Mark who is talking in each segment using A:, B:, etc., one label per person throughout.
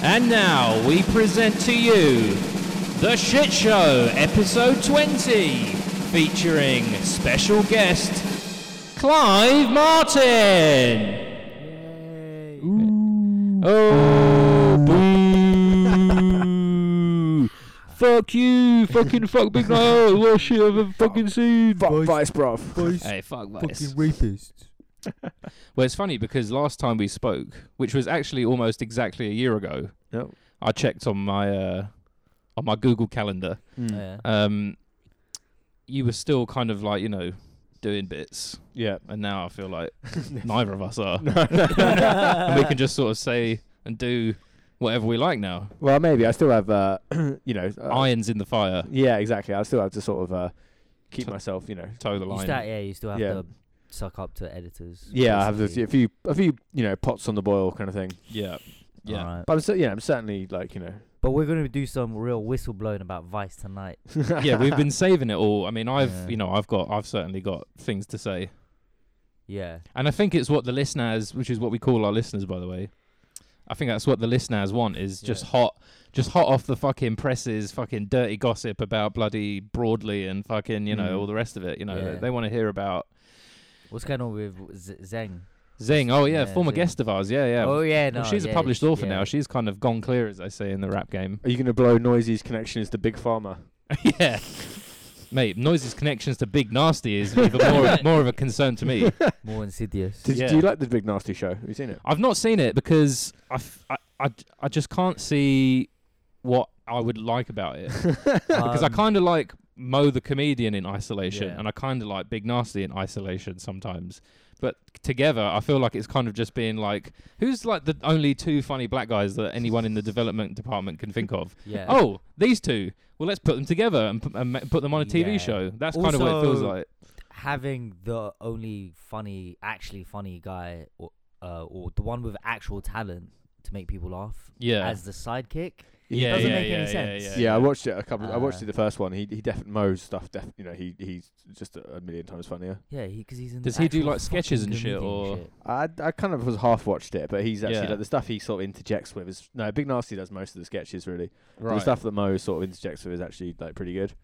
A: And now we present to you The Shit Show, episode 20, featuring special guest Clive Martin. Oh, boo. fuck you, fucking fuck Big Niall, worst shit I've ever fucking seen.
B: Fuck
C: Boys.
B: Vice, bruv.
C: Boys,
A: Hey, fuck
C: fucking
A: that.
C: rapists.
A: Well, it's funny because last time we spoke, which was actually almost exactly a year ago,
B: Yep.
A: I checked on my uh, on my Google Calendar.
B: Hmm.
D: Oh, Yeah.
A: Um, you were still kind of like you know doing bits,
B: Yeah.
A: and now I feel like neither of us are, and we can just sort of say and do whatever we like now.
B: Well, maybe I still have, uh, you know. Uh,
A: Irons in the fire,
B: Yeah, exactly. I still have to sort of uh, keep
A: T-
B: myself, you know.
A: toe the
D: You
A: line.
D: start, yeah, you still have
B: Yeah.
D: to suck up to editors.
B: Yeah, I have a
D: basically.
B: few, a few, a few, you know, pots on the boil kind of thing.
A: yeah, yeah.
D: Alright.
B: But I'm, cer- yeah, I'm certainly like, you know.
D: But we're going to do some real whistleblowing about Vice tonight.
A: yeah, we've been saving it all. I mean, I've
D: Yeah.
A: you know I've got I've certainly got things to say,
D: Yeah.
A: and I think it's what the listeners, which is what we call our listeners, by the way. I think that's what the listeners want is just
D: Yeah.
A: hot, just hot off the fucking presses, fucking dirty gossip about bloody broadly and fucking you know
B: Mm.
A: all the rest of it. You know
D: Yeah.
A: they want to hear about
D: What's going on with Z- Zeng?
A: Zing. Oh yeah,
D: Yeah,
A: former
D: Zing.
A: guest of ours. Yeah, yeah.
D: Oh, yeah, no.
A: Well, she's
D: yeah,
A: a published author
D: yeah.
A: now. She's kind of gone clear, as they say in the rap game.
B: Are you going to blow Noisy's connection as the big farmer?
A: yeah. Mate, Noise's connections to Big Nasty is even more more of a concern to me.
D: More insidious.
B: Did,
A: Yeah.
B: Do you like the Big Nasty Show? Have you seen it?
A: I've not seen it because I, f- I, I j- I just can't see what I would like about it. because I
D: Um,
A: kind of like Mo the comedian in isolation,
D: Yeah.
A: and I kind of like Big Nasty in isolation sometimes. But together, I feel like it's kind of just being like, who's like the only two funny black guys that anyone in the development department can think of?
D: Yeah.
A: Oh, these two. Well, let's put them together and, p- and ma- put them on a TV
D: Yeah.
A: show. That's kind of what it feels
D: Also-
A: like.
D: having the only funny, actually funny guy, or, uh, or the one with actual talent to make people laugh
A: Yeah.
D: as the sidekick.
A: yeah,
D: doesn't
A: yeah,
D: make any
A: yeah,
D: sense.
A: Yeah,
B: Yeah, Ah.
A: yeah, yeah.
B: I watched it a couple. I watched
D: Uh,
B: it the first one. He he definitely Mo's stuff. Def, you know, he he's just a, a million times funnier.
D: Yeah, because he's in.
A: Does
D: the
A: he do,
D: actual
A: like, sketches
D: fucking
A: and shit,
D: comedian
A: or-
D: shit.
B: I I kind of was half watched it, but he's actually
A: Yeah.
B: like the stuff he sort of interjects with is no Big Nasty does most of the sketches really. But The
A: Right.
B: stuff that Mo sort of interjects with is actually like pretty good.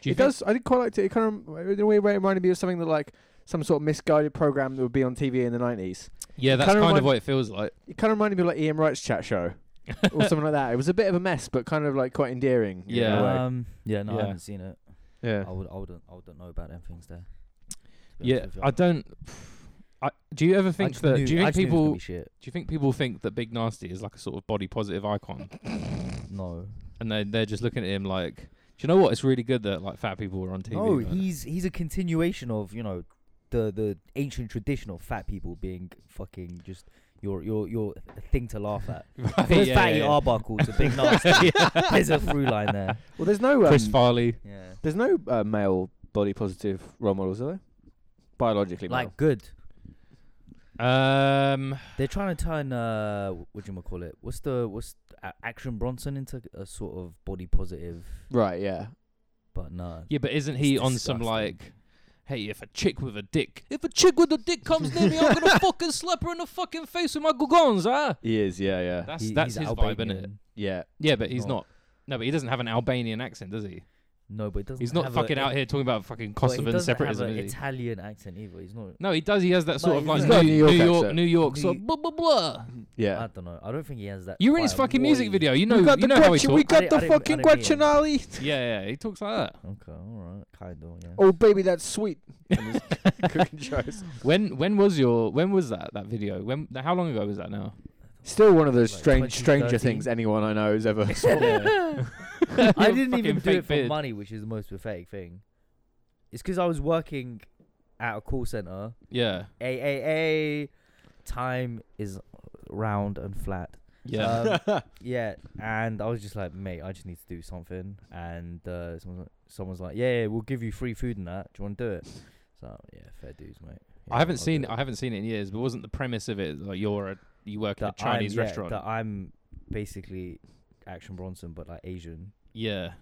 A: Do you
B: it
A: think-
B: does. I did quite like it. It kind of in a way it reminded me of something that like some sort of misguided program that would be on TV in the nineties.
A: Yeah, that's
B: kinda
A: kind of
B: remind-
A: what it feels like.
B: It kind of reminded me of like Ian Wright's chat show or something like that. It was a bit of a mess, but kind of like quite endearing. you know, in a
A: Yeah.
B: way.
D: Um. Yeah. No,
A: Yeah.
D: I haven't seen it.
B: yeah.
D: I would. I wouldn't. I wouldn't know about them things there. to be
A: Yeah,
D: honest with you.
A: I don't. I, do you ever think
D: just
A: that?
D: knew-
A: do you
D: I
A: think
D: just knew it was
A: people?
D: gonna be shit.
A: Do you think people think that Big Nasty is like a sort of body positive icon,
D: No.
A: and they they're just looking at him like, do you know what? It's really good that like fat people are on TV.
D: No,
A: man."
D: he's he's a continuation of you know the the ancient tradition of fat people being fucking just your your your thing to laugh at.
A: Right,
D: From
A: yeah,
D: Fatty
A: yeah, yeah.
D: Arbuckle to Big Nasty, there's a through line there.
B: Well, there's no um,
A: Chris Farley.
D: Yeah.
B: there's no uh, male body positive role models, are there? Biologically,
D: Like good.
A: Um,
D: They're trying to turn uh what do you call it? What's the what's a- Action Bronson into a sort of body positive,
B: male. right? Yeah.
D: but no.
A: yeah, but isn't
D: It's
A: he on some
D: disgusting.
A: like? Hey, if a chick with a dick, if a chick with a dick comes near me, I'm gonna fucking slap her in the fucking face with my gugons, ah.
B: He is. Yeah. Yeah.
A: That's
D: He-
A: that's
D: he's
A: his vibe, is it?
D: Albanian.
B: yeah.
A: Yeah, but he's
D: Not-
A: not. No, but he doesn't have an Albanian accent, does he?
D: No, but it doesn't.
A: He's not
D: have
A: fucking
D: a,
A: out here talking about fucking
D: but he
A: Kosovan
D: doesn't
A: separatism.
D: Have an
A: is he?
D: Italian accent either. He's not.
A: No, he does. He has that sort
D: No,
A: of
D: he's
A: like
B: got a
A: New,
B: New York
A: New York,
B: accent.
A: New York,
D: New-
A: sort of blah blah blah.
B: Yeah.
D: I don't know. I don't think he has that.
A: You were in his
D: quite a
A: fucking
D: voice.
A: music video. You know,
B: we got
A: you
B: the
A: know how he
B: Guac- we
A: talks.
B: got
D: I
B: the
D: didn't- I
B: fucking
D: didn't mean it.
B: guachinale.
A: Yeah, yeah, he talks like that.
D: Okay, all right, kind of. Yeah.
B: Oh baby, that's sweet. And he's cooking shows.
A: When when was your when was that that video? When how long ago was that now?
B: Still one of those
D: Like
B: strange, Stranger
D: 2013.
B: Things anyone I know has ever.
D: I
A: Your
D: didn't even
A: fucking
D: do it
A: fake
D: for
A: beard.
D: money, which is the most pathetic thing. It's because I was working at a call center.
A: Yeah,
D: AAA time is round and flat.
A: yeah.
D: Um, yeah, and I was just like, mate, I just need to do something. And uh, someone's like, someone's like, yeah, yeah, we'll give you free food and that. Do you want to do it? So yeah, fair dues, mate. Yeah,
A: I haven't
D: I'll do
A: seen
D: it.
A: I haven't seen it in years. But wasn't the premise of it like you're a you work at
D: That
A: a Chinese
D: I'm, yeah,
A: restaurant?
D: that I'm basically Action Bronson, but like Asian,
A: yeah,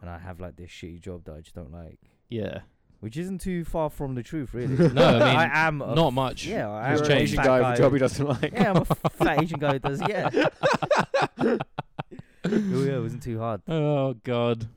D: and I have like this shitty job that I just don't like.
A: yeah.
D: which isn't too far from the truth, really.
A: No, I mean,
D: am a
A: Not much.
D: Yeah,
A: It's
D: I am
B: You're
D: a
B: an
A: changed.
B: Asian
D: fat
B: guy
D: guy
B: with a job he doesn't like.
D: Yeah, I'm a fat Asian guy who does. Yeah. oh yeah, it wasn't too hard.
A: Oh God.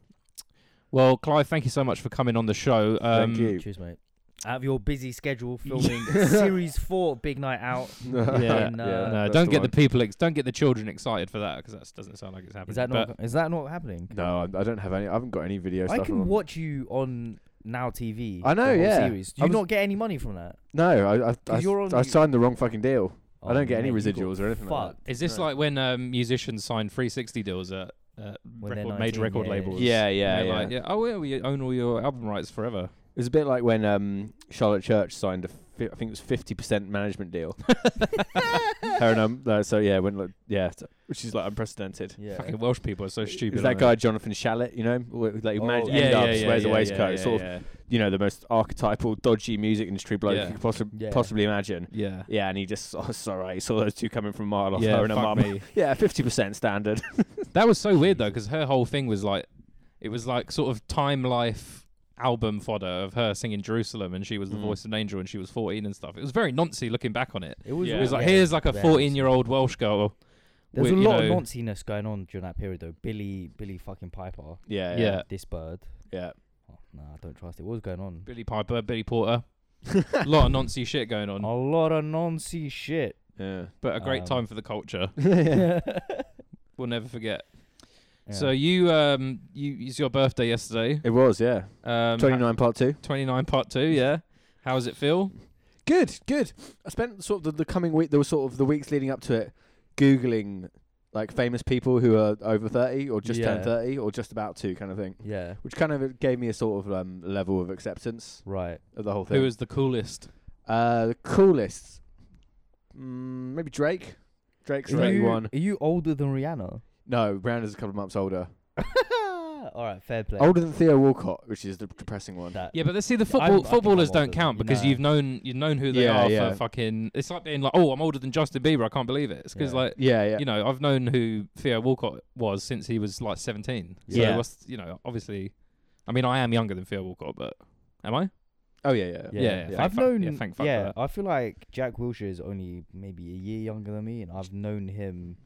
A: Well, Clive, thank you so much for coming on the show. Um,
B: Thank you.
D: Cheers, mate. Out of your busy schedule, filming series four, big night out.
A: Yeah,
D: in,
B: Yeah,
D: uh,
A: No,
B: that's
A: don't
B: the
A: get
B: one.
A: the people, ex- don't get the children excited for that because that doesn't sound like it's happening.
D: Is that
A: but
D: not? Is that not happening?
B: No, I, I don't have any. I haven't got any video
D: I
B: stuff.
D: can
B: on.
D: watch you on Now TV.
B: I know,
D: the whole
B: yeah.
D: Series. Do
B: I
D: you
B: was-
D: not get any money from that?
B: No, I I, I,
D: 'Cause you're on
B: I
D: you-
B: signed the wrong fucking deal. I don't get any
D: Oh, mate, you got
B: residuals or anything like that.
D: fucked.
A: Is this
D: Right.
A: like when um, musicians sign 360 deals at uh,
D: they're
A: record, major
D: 19,
A: record
D: yeah.
A: labels?
B: Yeah,
A: And
B: yeah,
A: they're
B: yeah.
A: Like, yeah. Oh, yeah, we own all your album rights forever.
B: It was a bit like when um, Charlotte Church signed a, fi- I think it was fifty percent management deal. Her and um, uh, so yeah, when like, yeah, so, which is like unprecedented.
D: Yeah.
A: Fucking Welsh people are so stupid.
B: Is that
A: aren't
B: guy Jonathan Shallett? You know, wh- like
D: Oh,
B: who managed
A: they?
D: yeah,
B: End Ups, wears a
A: yeah,
B: waistcoat,
A: yeah,
B: sort
A: yeah,
B: of you know the most archetypal dodgy music industry bloke
A: Yeah.
B: you could possibly
D: Yeah.
B: possibly imagine.
A: Yeah.
B: Yeah, and he just oh, sorry, saw those two coming from a mile off.
A: Yeah,
B: her and her
A: fuck
B: mum.
A: me.
B: Yeah, fifty percent standard.
A: That was so weird though, because her whole thing was like, it was like sort of time life album fodder of her singing Jerusalem, and she was the
B: Mm.
A: voice of an angel, and she was 14 and stuff. It was very noncy looking back on it.
D: It was.
B: Yeah.
A: It was like,
D: yeah,
A: here's like a
D: very
A: 14 year old Welsh girl.
D: There's a
A: with, you
D: lot of
A: know-
D: nonsense going on during that period, though. Billy, Billy fucking Piper.
B: Yeah,
A: Yeah.
B: yeah,
D: This bird.
B: yeah.
D: Oh, nah, I don't trust it. What was going on?
A: Billy Piper, Billy Porter. A lot of noncy shit going on,
D: A lot of nonsense shit.
B: yeah.
A: but a great
D: Oh, Um,
A: time for the culture.
D: yeah.
A: We'll never forget. So you, um, you it's your birthday yesterday.
B: It was, yeah.
A: Um,
B: Twenty nine part two.
A: 29 part two. Yeah. How does it feel?
B: Good, good. I spent sort of the, the coming week, there was sort of the weeks leading up to it, googling like famous people who are over thirty or just
D: Yeah.
B: turned thirty or just about to, kind of thing.
D: yeah.
B: Which kind of gave me a sort of um, level of acceptance
D: Right.
B: of the whole
A: Who
B: thing.
A: was the coolest?
B: uh, the coolest? Mm, maybe Drake. Drake's
D: Are
B: the only
D: you,
B: one.
D: are you older than Rihanna?
B: No, Brown is a couple of months older.
D: All right, fair play.
B: Older than Theo Walcott, which is the depressing one.
D: That-
A: Yeah, but let's see. The
D: Yeah,
A: football
D: I'm- I think I'm
A: footballers
D: older
A: don't
D: than-
A: count because
D: nah.
A: you've known you've known who they
B: Yeah,
A: are
B: yeah.
A: for fucking. It's like being like, oh, I'm older than Justin Bieber. I can't believe it. It's because
D: Yeah.
A: like
B: Yeah, yeah.
A: you know I've known who Theo Walcott was since he was like 17. So
B: Yeah.
A: what's, you know, obviously, I mean, I am younger than Theo Walcott, but am I?
B: oh yeah, yeah.
A: Yeah, yeah, thank
D: I've
A: fuck- yeah,
D: known.
A: thank fuck for that.
D: I feel like Jack Wilshire is only maybe a year younger than me, and I've known him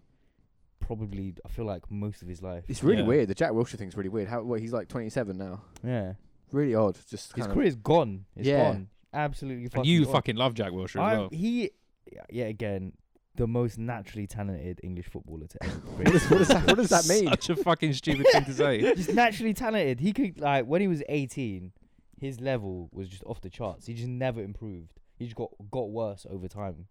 D: probably. I feel like most of his life.
B: It's really
A: Yeah.
B: weird. The Jack Wilshire thing's really weird. How what, he's like twenty seven now.
D: Yeah,
B: Really odd. Just
D: his
B: kind of-
D: career's gone. It's
B: Yeah.
D: gone. Absolutely fucking.
A: And you
D: gone.
A: fucking love Jack Wilshere as
D: I'm-
A: well.
D: He, yeah, again, the most naturally talented English footballer to ever. break
B: what, is, what, is that, what does that mean?
A: Such a fucking stupid thing to say.
D: just naturally talented. He could like when he was 18, his level was just off the charts. He just never improved. He just got got worse over time.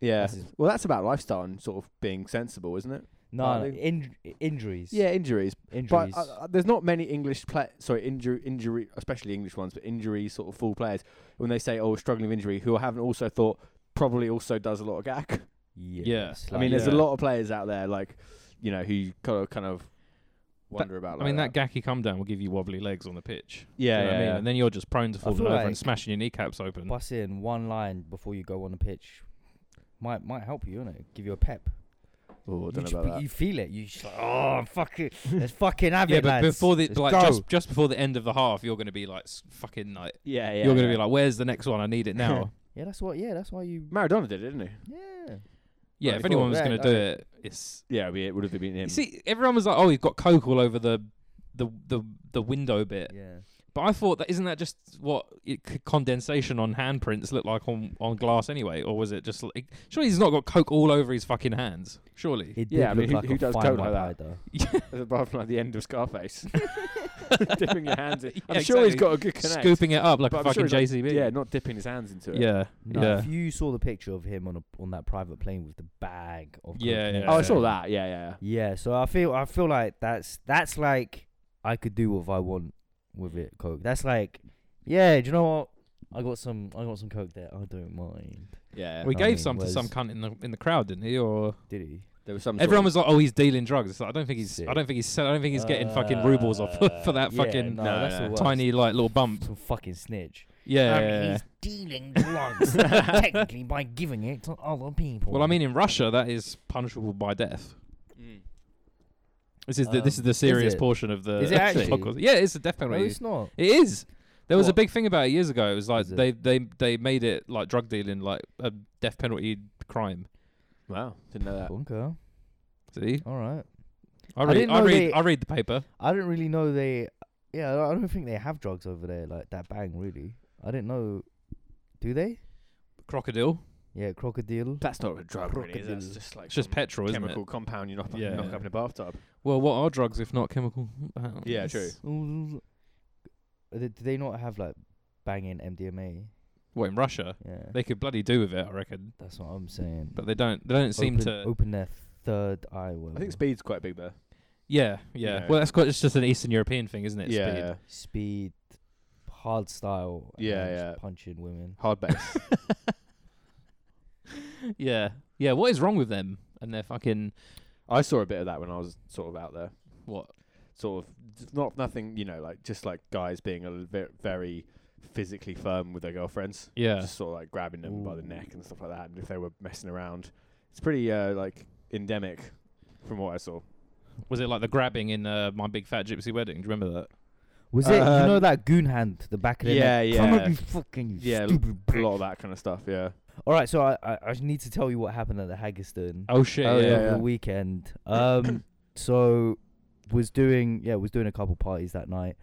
B: Yeah.
D: This is-
B: Well, that's about lifestyle and sort of being sensible, isn't it?
D: No, no
B: Partly.
D: in, injuries.
B: Yeah, injuries.
D: injuries.
B: But uh, uh, there's not many English play, sorry, injury, injury, especially English ones, but injury sort of full players when they say, "Oh, struggling with injury," who I haven't also thought probably also does a lot of gack.
A: yeah.
D: it's
B: I
D: like-
B: mean, there's
A: yeah.
B: a lot of players out there, like you know, who kind of kind of wonder about.
A: I mean,
B: like
A: that gacky come down will give you wobbly legs on the pitch.
B: Yeah,
A: Do you know what
B: yeah,
A: I mean?
B: yeah.
A: And then you're just prone to falling
D: feel
A: over and
D: like-
A: smashing your kneecaps open.
D: bust in one line before you go on the pitch. Might might help you, innit? Give you a pep.
B: oh, I
D: you,
B: don't
D: just-
B: know about that.
D: you feel it. You just like, oh fuck it. Let's fucking have
A: yeah,
D: it,
A: but
D: lads.
A: before the
D: Let's
A: like
D: go.
A: just just before the end of the half, you're going to be like s- fucking like
B: Yeah, yeah.
A: you're going to
B: yeah.
A: be like, where's the next one? I need it now.
D: yeah, that's what. Yeah, that's why you.
B: Maradona did it, didn't he?
D: Yeah.
A: yeah,
B: Right,
A: if
B: cool.
A: anyone was
D: Yeah,
A: going to do
D: okay.
A: it, it's
B: Yeah, we- it would have been him.
A: you see everyone was like, oh, you've got coke all over the the the the window bit.
D: Yeah.
A: But I thought that isn't that just what it, c- condensation on handprints look like on on glass anyway, or was it just like surely he's not got coke all over his fucking hands? Surely.
D: It did
B: Yeah, I
D: look
B: mean, who-
D: like
B: who
D: a
B: does
D: fine
B: code
D: white
B: like
D: lie,
B: that?
D: though.
B: apart from like the end of Scarface, dipping your hands. In. I'm
A: Yeah,
B: sure he's
A: exactly.
B: got a good connect.
A: Scooping it up like a
B: But I'm sure
A: fucking
B: he's not-
A: JCB.
B: Yeah, not dipping his hands into it.
A: Yeah.
D: No,
A: yeah.
D: If you saw the picture of him on a on that private plane with the bag of coke
A: Yeah,
D: in
A: yeah.
D: it.
B: Oh, I saw that. Yeah, yeah. yeah.
D: Yeah, so I feel I feel like that's that's like I could do what I want with it, coke. That's like, yeah, do you know what? I got some I got some coke there. I don't mind.
B: Yeah.
A: We
D: I
A: gave
D: mean,
A: some to some
D: was-
A: cunt in the in the crowd, didn't he? Or
D: Did he?
B: there was some.
A: everyone
B: sort
A: was like, "Oh, he's dealing drugs." It's like, I don't think he's. I
D: Sick.
A: don't think he's. sell- I don't think he's getting fucking rubles off for that
D: Uh, yeah,
A: fucking
D: no,
B: No,
D: that's the
B: no.
D: worst.
A: tiny like little bump.
D: some fucking snitch.
A: Yeah.
D: Um,
A: yeah, yeah.
D: he's dealing drugs technically by giving it to other people.
A: Well, I mean, in Russia, that is punishable by death.
B: of- Mm.
A: This is the this is
D: Um,
A: the
D: is
A: serious
D: it?
A: portion of the
D: Is it actually?
A: podcast. Yeah, it's a death
D: no,
A: penalty.
D: it's not.
A: It is. There was a
B: What?
A: big thing about it years ago. It was like
D: Was it?
A: they, they they made it like drug dealing, like a death penalty crime.
B: Wow, didn't know that.
D: Bunker.
A: See,
D: All right.
A: I
D: I
A: read,
D: didn't
A: I,
D: know
A: read,
D: they-
A: I read the paper.
D: I didn't really know they. Yeah, I don't think they have drugs over there like that. Bang, really. I didn't know. Do they?
A: Crocodile.
D: Yeah, crocodile.
B: That's not a drug, really. is it? It's
A: Crocodile.
B: just like
A: It's just
B: some
A: petrol, isn't
B: chemical
A: it?
B: compound you knock,
A: Yeah.
B: knock up in a bathtub.
A: Well, what are drugs if not chemical? compounds?
B: Yeah, true.
D: Ooh. Uh, th- Do they not have like banging MDMA?
A: Well, in Russia,
D: Yeah,
A: they could bloody do with it, I reckon.
D: that's what I'm saying.
A: But they don't. They don't seem
D: open,
A: to.
D: open their third eye. Well,
B: I think speed's quite big there.
A: Yeah, yeah.
B: know.
A: Well, that's quite. It's just an Eastern European thing, isn't it?
B: yeah,
A: Speed.
B: yeah.
D: speed, hard style. and
B: Yeah,
D: then just
B: yeah.
D: Punching women.
B: hard base.
A: Yeah. Yeah. What is wrong with them and their fucking
B: I saw a bit of that when I was sort of out there.
A: what?
B: Sort of not nothing, you know, like just like guys being a little bit very physically firm with their girlfriends.
A: Yeah.
B: just sort of like grabbing them by the
D: Ooh.
B: neck and stuff like that. And if they were messing around, it's pretty uh, like endemic from what I saw.
A: Was it like the grabbing in uh, my big fat gypsy wedding? Do you remember that?
D: Was it? you know
B: Um,
D: that goon hand, to the back of the
B: yeah,
D: neck. Come
B: yeah.
D: on, you fucking you
B: Yeah, l-
D: stupid
B: A
D: bitch.
B: lot of that kind of stuff. Yeah.
D: All right, so I, I I just need to tell you what happened at the Haggerston.
A: Oh shit!
B: Oh,
A: yeah.
B: yeah.
D: over the weekend. Um, so was doing yeah was doing a couple parties that night.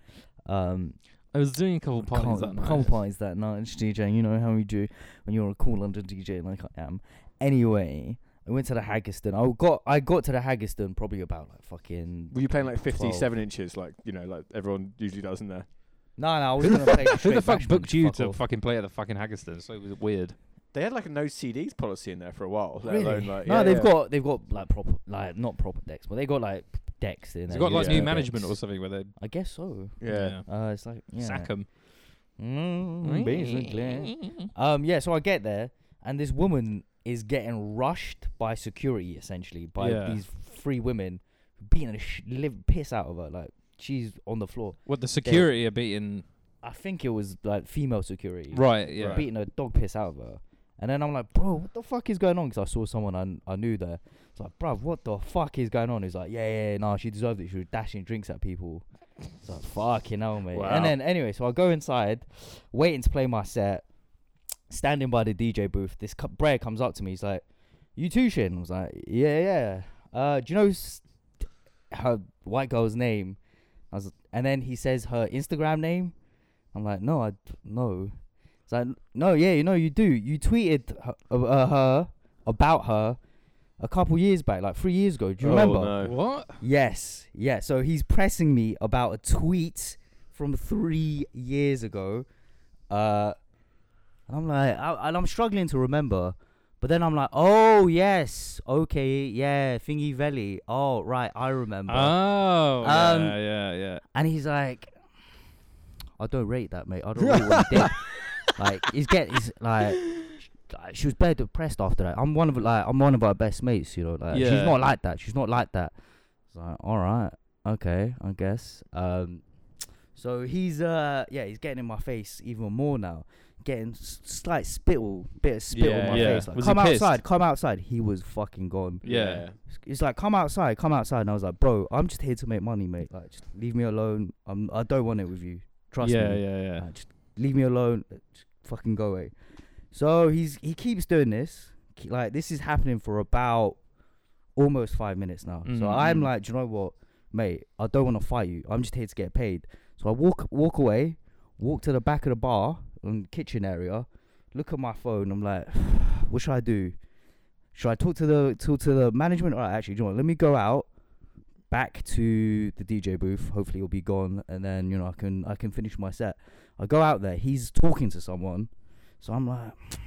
D: Um,
A: I was doing a couple parties
D: couple,
A: that night.
D: couple parties that night. Just DJing, you know how we do when you're a cool London DJ like I am. Anyway, I went to the Haggerston. I got I got to the Haggerston probably about like fucking.
B: Were you playing like 57
D: 12.
B: inches, like you know, like everyone usually does in there?
D: No, no, I was
A: Who the
D: gonna play.
A: Who
D: straight
A: the fuck
D: bashment,
A: booked you to
D: off.
A: fucking play at the fucking Haggerston? So it was weird.
B: They had like a no CDs policy in there for a while. Let
D: Really?
B: alone like
D: no,
B: yeah,
D: they've
B: yeah.
D: got they've got like proper like not proper decks, but they got like decks in
A: It's
D: there.
A: got like
B: yeah.
A: new
B: Yeah.
A: management or
D: decks.
A: something where they
D: I guess so.
B: yeah.
D: Uh, it's like yeah.
A: sack 'em.
D: Mm, basically. Um, yeah, so I get there, and this woman is getting rushed by security, essentially, by
A: Yeah.
D: these three women beating the sh- live piss out of her. Like, she's on the floor.
A: What the security are beating?
D: I think it was, like, female security.
A: Right. Yeah.
B: Right.
D: Beating her dog piss out of her. And then I'm like, bro, what the fuck is going on? Because I saw someone I, I knew there. It's like, bruv, what the fuck is going on? He's like, yeah, yeah, yeah, nah, she deserved it. She was dashing drinks at people. It's like, fucking hell, mate.
B: Wow.
D: And then, anyway, so I go inside, waiting to play my set, standing by the DJ booth. This cu- Brer comes up to me. He's like, you too, Shin? I was like, yeah, yeah. Uh, do you know s- her white girl's name? I was, and then he says her Instagram name. I'm like, no, I d- no. It's like, no, yeah, you know, you do. You tweeted her, uh, her about her a couple years back, like three years ago. Do you
B: Oh,
D: remember?
B: no.
A: What?
D: Yes, yeah. So he's pressing me about a tweet from three years ago, uh, and I'm like, I, and I'm struggling to remember. But then I'm like, oh yes, okay, yeah, Thingy Valley. Oh right, I remember.
A: Oh.
D: Um,
A: yeah. Yeah. Yeah.
D: and he's like, I don't rate that, mate. I don't rate what he did. Like he's getting, he's like. sh- like, She was bare depressed after that. I'm one of like I'm one of our best mates, you know. Like she's
A: Yeah.
D: not like that. She's not like that. It's like, all right, okay, I guess. Um, so he's uh, yeah, he's getting in my face even more now, getting s- slight spittle, bit of spittle
B: Yeah,
D: in my
A: yeah.
D: face. Like,
A: Was he
D: come
A: pissed?
D: outside, come outside. He was fucking gone.
A: Yeah.
D: He's like, come outside, come outside. And I was like, bro, I'm just here to make money, mate. Like, just leave me alone. I'm, I don't want it with you. Trust
A: yeah,
D: me.
A: Yeah. Yeah.
D: Like, just leave me alone. Just fucking go away. So he's he keeps doing this. Ke- Like this is happening for about almost five minutes now. So
A: Mm,
D: I'm
A: mm.
D: like, do you know what, mate? I don't want to fight you. I'm just here to get paid. So I walk walk away, walk to the back of the bar and kitchen area, look at my phone. I'm like, what should I do? Should I talk to the talk to the management? All right, actually, do you know what? Let me go out back to the DJ booth. Hopefully, he'll be gone, and then you know I can I can finish my set. I go out there. He's talking to someone, so I'm like,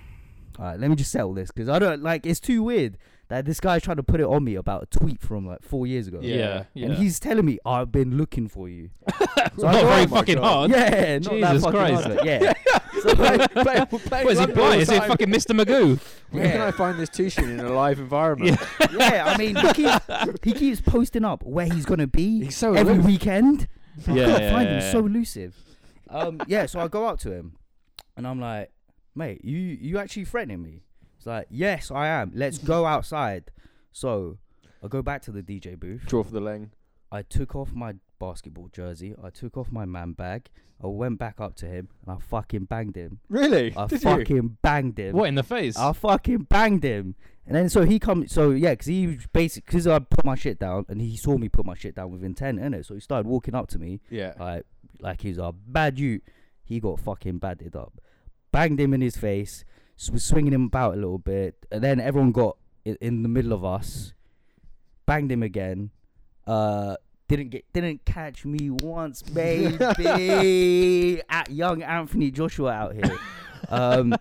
D: all right, let me just settle this because I don't like. It's too weird that this guy's trying to put it on me about a tweet from like four years ago.
B: Yeah.
A: Yeah. Yeah.
D: And he's telling me I've been looking for you. So I
A: Not
D: go,
A: very
D: "Oh my
A: fucking hard.
B: God."
D: Yeah, not that
A: Jesus
D: fucking
A: Christ.
D: hard, like, Yeah. so, like,
B: play, play
A: What is he
B: London all
A: blind?
B: the
A: Is he
B: time.
A: fucking Mr. Magoo?
B: Where can
D: Yeah.
B: I find this Tushin in a live environment?
D: yeah, I mean, he keeps, he keeps posting up where he's gonna be
B: He's so
D: every
B: aloof.
D: weekend. I
A: Yeah,
D: can't
A: yeah,
D: find
A: yeah,
D: him.
A: yeah.
D: So elusive. Um, yeah, so I go up to him, and I'm like, "Mate, you you actually threatening me?" He's like, "Yes, I am. Let's go outside." So I go back to the DJ booth.
B: Draw for the leng.
D: I took off my basketball jersey. I took off my man bag. I went back up to him and I fucking banged him.
B: Really?
D: I
B: Did you?
D: fucking banged him.
A: What in the face?
D: I fucking banged him. And then so he come so yeah, because he basically because I put my shit down and he saw me put my shit down with intent, innit? So he started walking up to me
B: Yeah.
D: like like he's a bad you. He got fucking batted up, banged him in his face, s- was swinging him about a little bit, and then everyone got in, in the middle of us, banged him again. Uh, didn't get didn't catch me once, baby. At young Anthony Joshua out here. Um,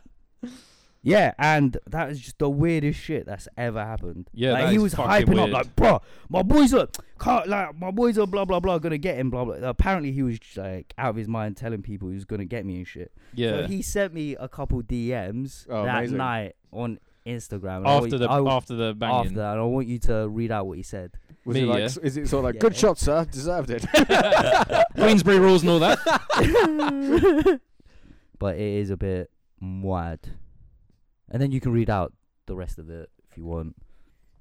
D: yeah, and that is just the weirdest shit that's ever happened.
A: Yeah,
D: like,
A: that
D: he
A: is
D: was
A: fucking
D: hyping
A: weird.
D: up like, bro, my boys are can't, like my boys are blah blah blah gonna get him blah blah. Apparently he was just, like out of his mind telling people he was gonna get me and shit.
A: yeah.
D: So he sent me a couple DMs
B: Oh,
D: that
B: amazing.
D: night on Instagram. and I want
A: after
D: you-
A: the
D: I, want-
A: after the banging.
D: after that, I want you to read out what he said.
B: Was
A: Me,
B: it like?
A: yeah.
B: s- Is it sort of like
D: Yeah.
B: good shot, sir? Deserved it.
A: Queensbury rules and all that.
D: but it is a bit mad. And then you can read out the rest of it if you want.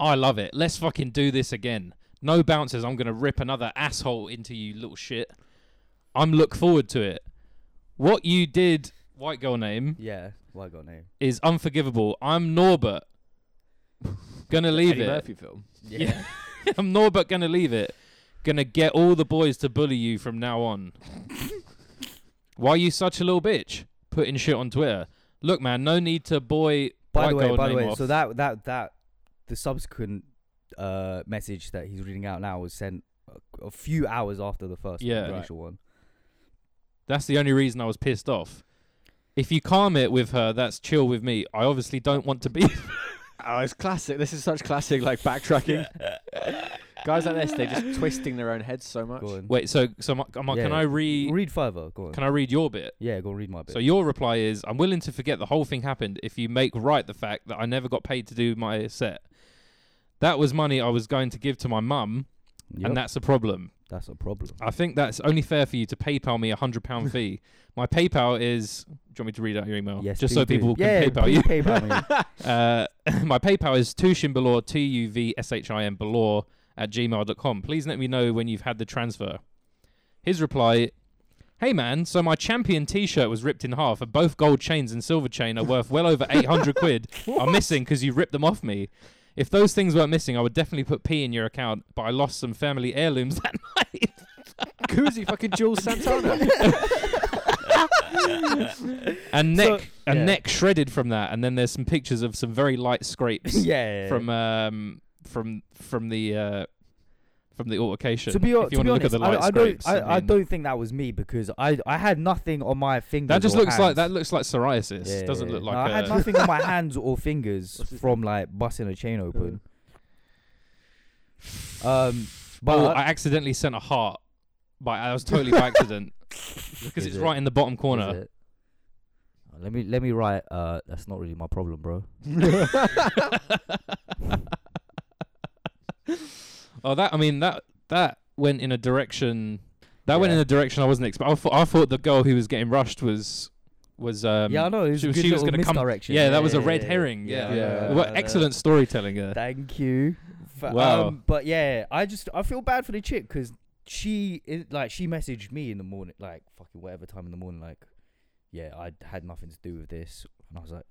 A: I love it. Let's fucking do this again. No bounces. I'm gonna rip another asshole into you, little shit. I'm look forward to it. What you did, white girl name,
D: Yeah. Well, I got name.
A: is unforgivable. I'm Norbert. Gonna leave
B: Eddie
A: it.
B: Murphy film.
A: Yeah. I'm Norbert gonna leave it. Gonna get all the boys to bully you from now on. Why you such a little bitch? Putting shit on Twitter. Look, man, no need to boy.
D: by
A: white
D: the way,
A: girl
D: by the
A: name
D: way,
A: off.
D: so that that that the subsequent uh message that he's reading out now was sent a, a few hours after the first
A: Yeah.
D: one, initial one.
A: That's the only reason I was pissed off. If you calm it with her, that's chill with me. I obviously don't want to be.
B: Oh, it's classic. This is such classic, like backtracking. Guys like this, they're just twisting their own heads so much.
D: Go on.
A: Wait, so so my, am I- can
D: Yeah.
A: I re
D: read further. Go on.
A: can I read your bit?
D: yeah, go on, read my bit.
A: So your reply is, I'm willing to forget the whole thing happened if you make right the fact that I never got paid to do my set. That was money I was going to give to my mum,
D: Yep,
A: and that's a problem.
D: that's a problem.
A: I think that's only fair for you to PayPal me a hundred pound fee. My PayPal is. Do you want me to read out your email?
D: Yes,
A: just
D: please
A: so
D: do.
A: people
D: yeah,
A: can PayPal you.
D: please PayPal me.
A: Uh, my PayPal is tushimbalor, T U V S H I M balor at gmail.com. Please let me know when you've had the transfer. His reply Hey man, so my champion t shirt was ripped in half, and both gold chains and silver chain are worth well over 800 quid. Are missing because you ripped them off me. If those things weren't missing, I would definitely put P in your account, but I lost some family heirlooms that night.
B: Who's he? Fucking Jules Santana.
A: And neck, and
D: yeah.
A: neck shredded from that. And then there's some pictures of some very light scrapes.
D: yeah.
A: from um from from the uh from the altercation.
D: to be,
A: if
D: hon-
A: you
D: to
A: want
D: be
A: to look at
D: honest,
A: the
D: I,
A: light
D: I
A: scrapes,
D: don't, I, I
A: mean,
D: don't think that was me because I, I had nothing on my fingers.
A: That just
D: or
A: looks like
D: hands.
A: that looks like psoriasis.
D: Yeah,
A: Doesn't
D: yeah,
A: look
D: yeah.
A: like.
D: No, I
A: a,
D: had nothing on my hands or fingers from like busting a chain open. Um, but
A: oh, I accidentally sent a heart, but I was totally by accident because
D: Is
A: it's
D: it?
A: right in the bottom
D: Is
A: corner.
D: it? Uh, Let me let me write. Uh, that's not really my problem, bro.
A: oh, that I mean that that went in a direction. That went in
D: Yeah.
A: a direction I wasn't expecting. I thought, I thought the girl who was getting rushed was was um
D: yeah, I know. It was
A: she
D: a
A: was-
D: good
A: she was
D: little
A: gonna come-
D: misdirection.
A: yeah, that was a red herring. Yeah,
B: yeah, yeah.
A: Well,
D: Uh,
A: excellent storytelling. uh, there.
D: Thank you. F-
A: Wow.
D: Um, but yeah, I just I feel bad for the chick because she i- like she messaged me in the morning, like fucking whatever time in the morning, like yeah, I had nothing to do with this, and I was like,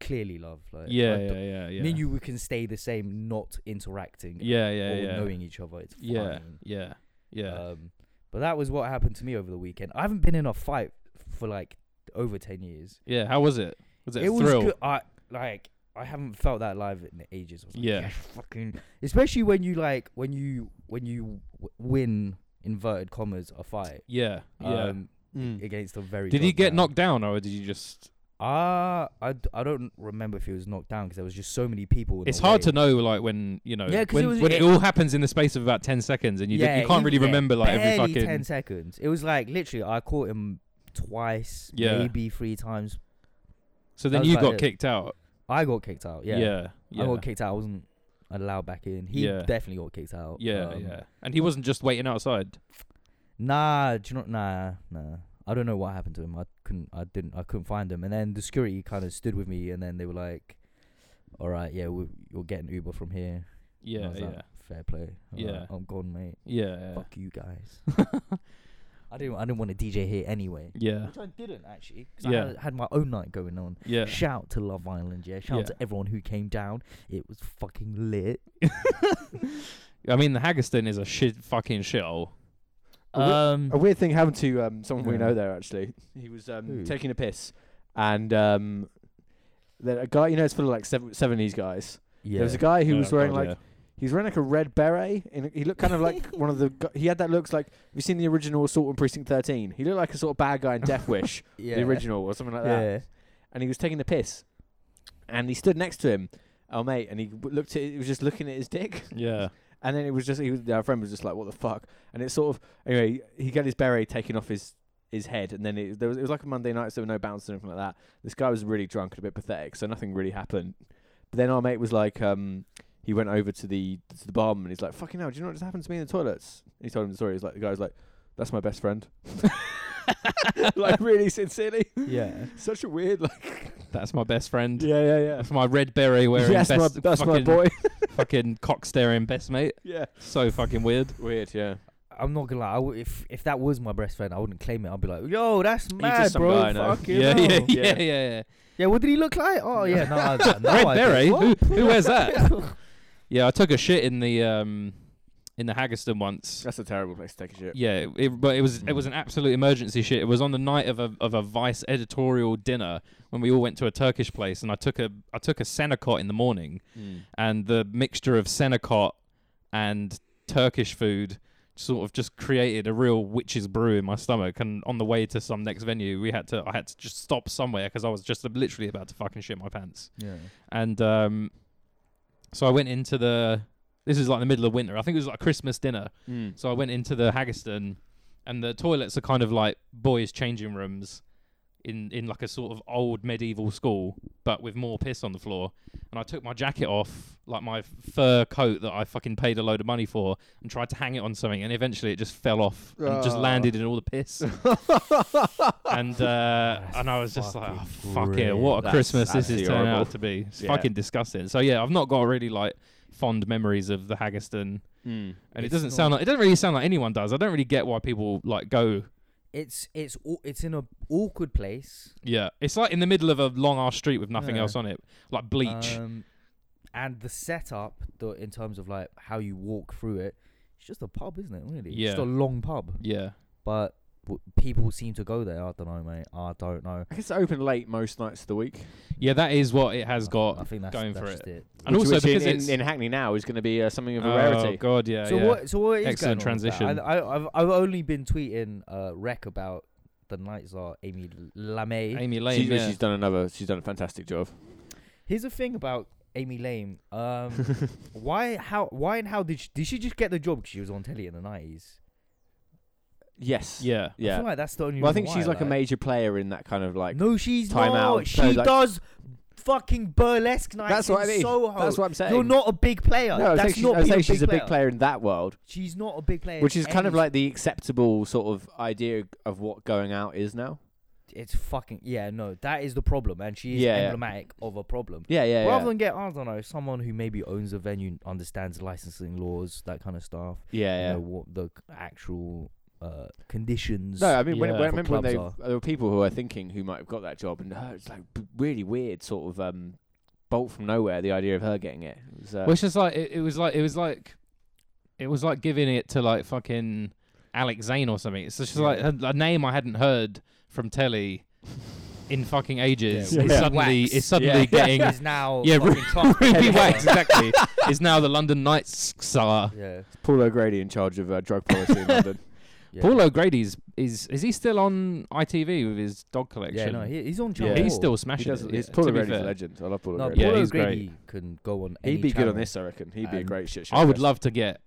D: clearly, love. Like,
A: yeah,
D: I
A: yeah,
D: d-
A: yeah, yeah.
D: Me and you we can stay the same, not interacting
A: yeah, yeah,
D: or
A: yeah.
D: knowing each other. It's fine.
A: yeah, yeah, yeah.
D: Um, but that was what happened to me over the weekend. I haven't been in a fight for like over ten years.
A: yeah, how was it? Was it, a
D: was
A: thrill?
D: good. I like I haven't felt that live in ages. I was like,
A: Yeah.
D: "Yes, fucking. Especially when you like when you when you w- win inverted commas a fight.
A: Yeah, yeah.
D: Um,
B: Mm.
D: against a very.
A: did he
D: good
A: get
D: man.
A: knocked down or did you just
D: Ah, I, d- I don't remember if he was knocked down because there was just so many people. in
A: It's
D: the
A: hard
D: way.
A: to know like when, you know,
D: Yeah, 'cause
A: when,
D: it was-
A: when it,
D: it-
A: all happens in the space of about 10 seconds and you yeah, you can't
D: he-
A: really
D: yeah,
A: remember like every
D: barely
A: fucking
D: ten seconds. It was like literally, I caught him twice,
A: Yeah.
D: maybe three times.
A: So then
D: was
A: you
D: about
A: got
D: it.
A: kicked out.
D: I got kicked out.
A: Yeah.
D: Yeah,
A: Yeah. Yeah.
D: I got kicked out. I wasn't allowed back in. He
A: Yeah.
D: definitely got kicked out.
A: yeah,
D: Um,
A: And he wasn't just waiting outside.
D: Nah, do you know? Nah, nah. I don't know what happened to him. I couldn't. I didn't. I couldn't find him. And then the security kind of stood with me, and then they were like, "All right, yeah, we, you're getting Uber from here." And I
A: Yeah,
D: was
A: yeah.
D: like, fair play. I'm like,
A: Yeah.
D: I'm gone, mate.
A: Yeah.
D: Fuck you guys. I didn't. I didn't want to DJ here anyway.
A: Yeah.
D: Which I didn't actually. 'cause
A: Yeah.
D: I had, had my own night going on.
A: Yeah.
D: Shout to Love Island, yeah. Shout
A: Yeah.
D: to everyone who came down. It was fucking lit.
A: I mean, the Haggerston is a shit fucking shithole.
B: A wi-
A: Um.
B: A weird thing happened to um, someone we
D: Yeah.
B: know there actually. He was um,
D: Who?
B: taking a piss, and um, then a guy you know it's full of like seventies guys.
D: Yeah.
B: There was a guy who
A: oh
B: was wearing
A: God,
B: like
A: yeah.
B: he was wearing like a red beret, and he looked kind of like one of the gu- he had that looks like have you seen the original Assault on Precinct Thirteen? He looked like a sort of bad guy in Death Wish,
D: yeah.
B: the original or something like that.
D: Yeah.
B: And he was taking a piss, and he stood next to him. Oh mate, and he w- looked at he was just looking at his dick.
A: Yeah.
B: And then it was just, he was, our friend was just like, "What the fuck?" And it sort of, anyway, he got his beret taken off his his head, and then it, there was, it was like a Monday night, so there were no bounce or anything like that. This guy was really drunk and a bit pathetic, so nothing really happened. But then our mate was like, um, he went over to the to the barman, and he's like, "Fucking hell, do you know what just happened to me in the toilets?" And he told him the story. He's like, the guy was like, "That's my best friend," like really sincerely.
D: Yeah.
B: Such a weird, like,
A: That's my best friend.
B: yeah, yeah, yeah.
A: That's my red beret wearing
B: Yes,
A: best.
B: my, that's my
A: fucking,
B: boy.
A: fucking cock staring best mate.
B: yeah,
A: So fucking weird.
B: weird, yeah.
D: I'm not gonna lie. I w- if if that was my best friend, I wouldn't claim it. I'd be like, yo, that's mad,
B: just some
D: bro.
B: guy I know."
D: Fucking
A: Yeah, yeah,
D: hell."
A: yeah, yeah,
B: Yeah.
A: yeah.
D: Yeah, What did he look like? Oh yeah. No. I, no
A: Red
D: I
A: beret.
D: don't.
A: Who,
D: What?
A: who wears that? yeah, I took a shit in the um in the Haggerston once.
B: That's a terrible place to take a shit.
A: Yeah, it, it- but it was it was an absolute emergency shit. It was on the night of a of a Vice editorial dinner when we all went to a Turkish place, and I took a I took a senecot in the morning,
B: Mm.
A: and the mixture of senecot and Turkish food sort of just created a real witch's brew in my stomach. And on the way to some next venue, we had to I had to just stop somewhere because I was just literally about to fucking shit my pants
D: Yeah.
A: and um, so I went into the. This is like the middle of winter. I think it was like a Christmas dinner.
B: Mm.
A: So I went into the Haggerston, and the toilets are kind of like boys' changing rooms, in in like a sort of old medieval school, but with more piss on the floor. And I took my jacket off, like my fur coat that I fucking paid a load of money for, and tried to hang it on something, and eventually it just fell off and just
B: Ah.
A: landed in all the piss.
B: Mm.
A: and uh,
D: That's
A: and I was just like,
D: fucking
A: oh, fuck it,
D: grim.
A: what a
B: That's-
A: Christmas this
B: that's
A: is turning
B: horrible.
A: out to be. It's
B: Yeah.
A: fucking disgusting. So yeah, I've not got really like fond memories of the Haggerston, and it
D: It's
A: doesn't
D: not-
A: sound like it doesn't really sound like anyone does. I don't really get why people like go.
D: It's it's au- it's in a awkward place.
A: Yeah, it's like in the middle of a long ass street with nothing
D: Yeah.
A: else on it, like bleach.
B: Uh,
D: Um, and the setup, the, in terms of like how you walk through it, it's just a pub, isn't it? Really, It's just
A: Yeah.
D: a long pub.
A: yeah,
D: But w- people seem to go there. I don't know, mate. I don't know.
B: I guess it's open late most nights of the week.
A: yeah, that is what it has
D: I-
A: got,
D: I think that's,
A: going
D: that's
A: for
D: just it.
A: and
B: which-
A: also
B: which
A: because
B: in,
A: it's
B: in, in Hackney now is going to be uh, something of a
A: oh
B: rarity.
A: god, yeah,
D: so
A: yeah.
D: what? So what is
A: Excellent
D: going on with that?
A: transition.
D: I, I, I've I've only been tweeting uh, rec about the nights are Amy Lame.
A: Amy
B: She-
A: Lane, yeah.
B: She's done another. She's done a fantastic job.
D: Here's the thing about Amy Lame. Um, why? How? Why and how did she? Did she just get the job because she was on telly in the nineties?
B: Yes.
A: yeah,
D: I
B: Yeah.
D: feel like that's the only.
B: well, I
D: reason
B: think she's
D: why,
B: like a major player in that kind of like.
D: no, she's
B: time
D: not.
B: out,
D: She
B: so, like-
D: does fucking burlesque nights
B: That's what
D: in
B: I mean.
D: Soho.
B: That's what I'm saying.
D: You're not a big player.
B: No, I was
D: that's
B: saying she's,
D: not
B: I was
D: being
B: saying she's a big
D: player.
B: player in that world,
D: She's not a big player,
B: which
D: in
B: is kind of
D: any-
B: like the acceptable sort of idea of what going out is now.
D: it's fucking yeah. No, that is the problem, and she is
B: Yeah, yeah.
D: emblematic of a problem.
B: Yeah, yeah,
D: Rather
B: yeah.
D: than get, I don't know, someone who maybe owns a venue, understands licensing laws, that kind of stuff. you
B: yeah,
D: know,
B: yeah.
D: what the c- actual uh, conditions.
B: No, I mean, when,
A: Yeah.
B: when
A: For
B: I remember when they
D: clubs
B: there were people who are thinking who might have got that job, and uh, it's like b- really weird, sort of um, bolt from nowhere. The idea of her getting it. It was, uh,
A: Well, it's just like it, it was like it was like it was like giving it to like fucking Alex Zane or something. It's just like a, a name I hadn't heard from telly in fucking ages.
B: Yeah,
A: It's
B: yeah.
A: suddenly
D: Wax.
A: it's suddenly
B: Yeah.
A: getting
D: is now
A: Yeah,
D: fucking Trump
A: Ruby
D: head
A: Wax
D: cover.
A: exactly is now the London Knights star.
D: Yeah,
B: Paul O'Grady in charge of uh, drug policy in London.
D: yeah.
A: Paul O'Grady's is is he still on ITV with his dog collection?
D: Yeah, no, he, he's on
B: Yeah.
D: Channel
A: he's
D: four.
A: still
B: He
A: smashing
B: does,
A: it.
B: he's
A: yeah,
B: Paul
A: to be
B: O'Grady's a
A: fair.
B: legend. I love Paul
D: No,
B: O'Grady.
A: Yeah,
D: Paul
A: he's great.
D: O'Grady can go on. any
B: He'd be good
D: channel.
B: on this, I reckon. He'd be a
D: And
B: great shit show.
A: I would
B: guest.
A: love to get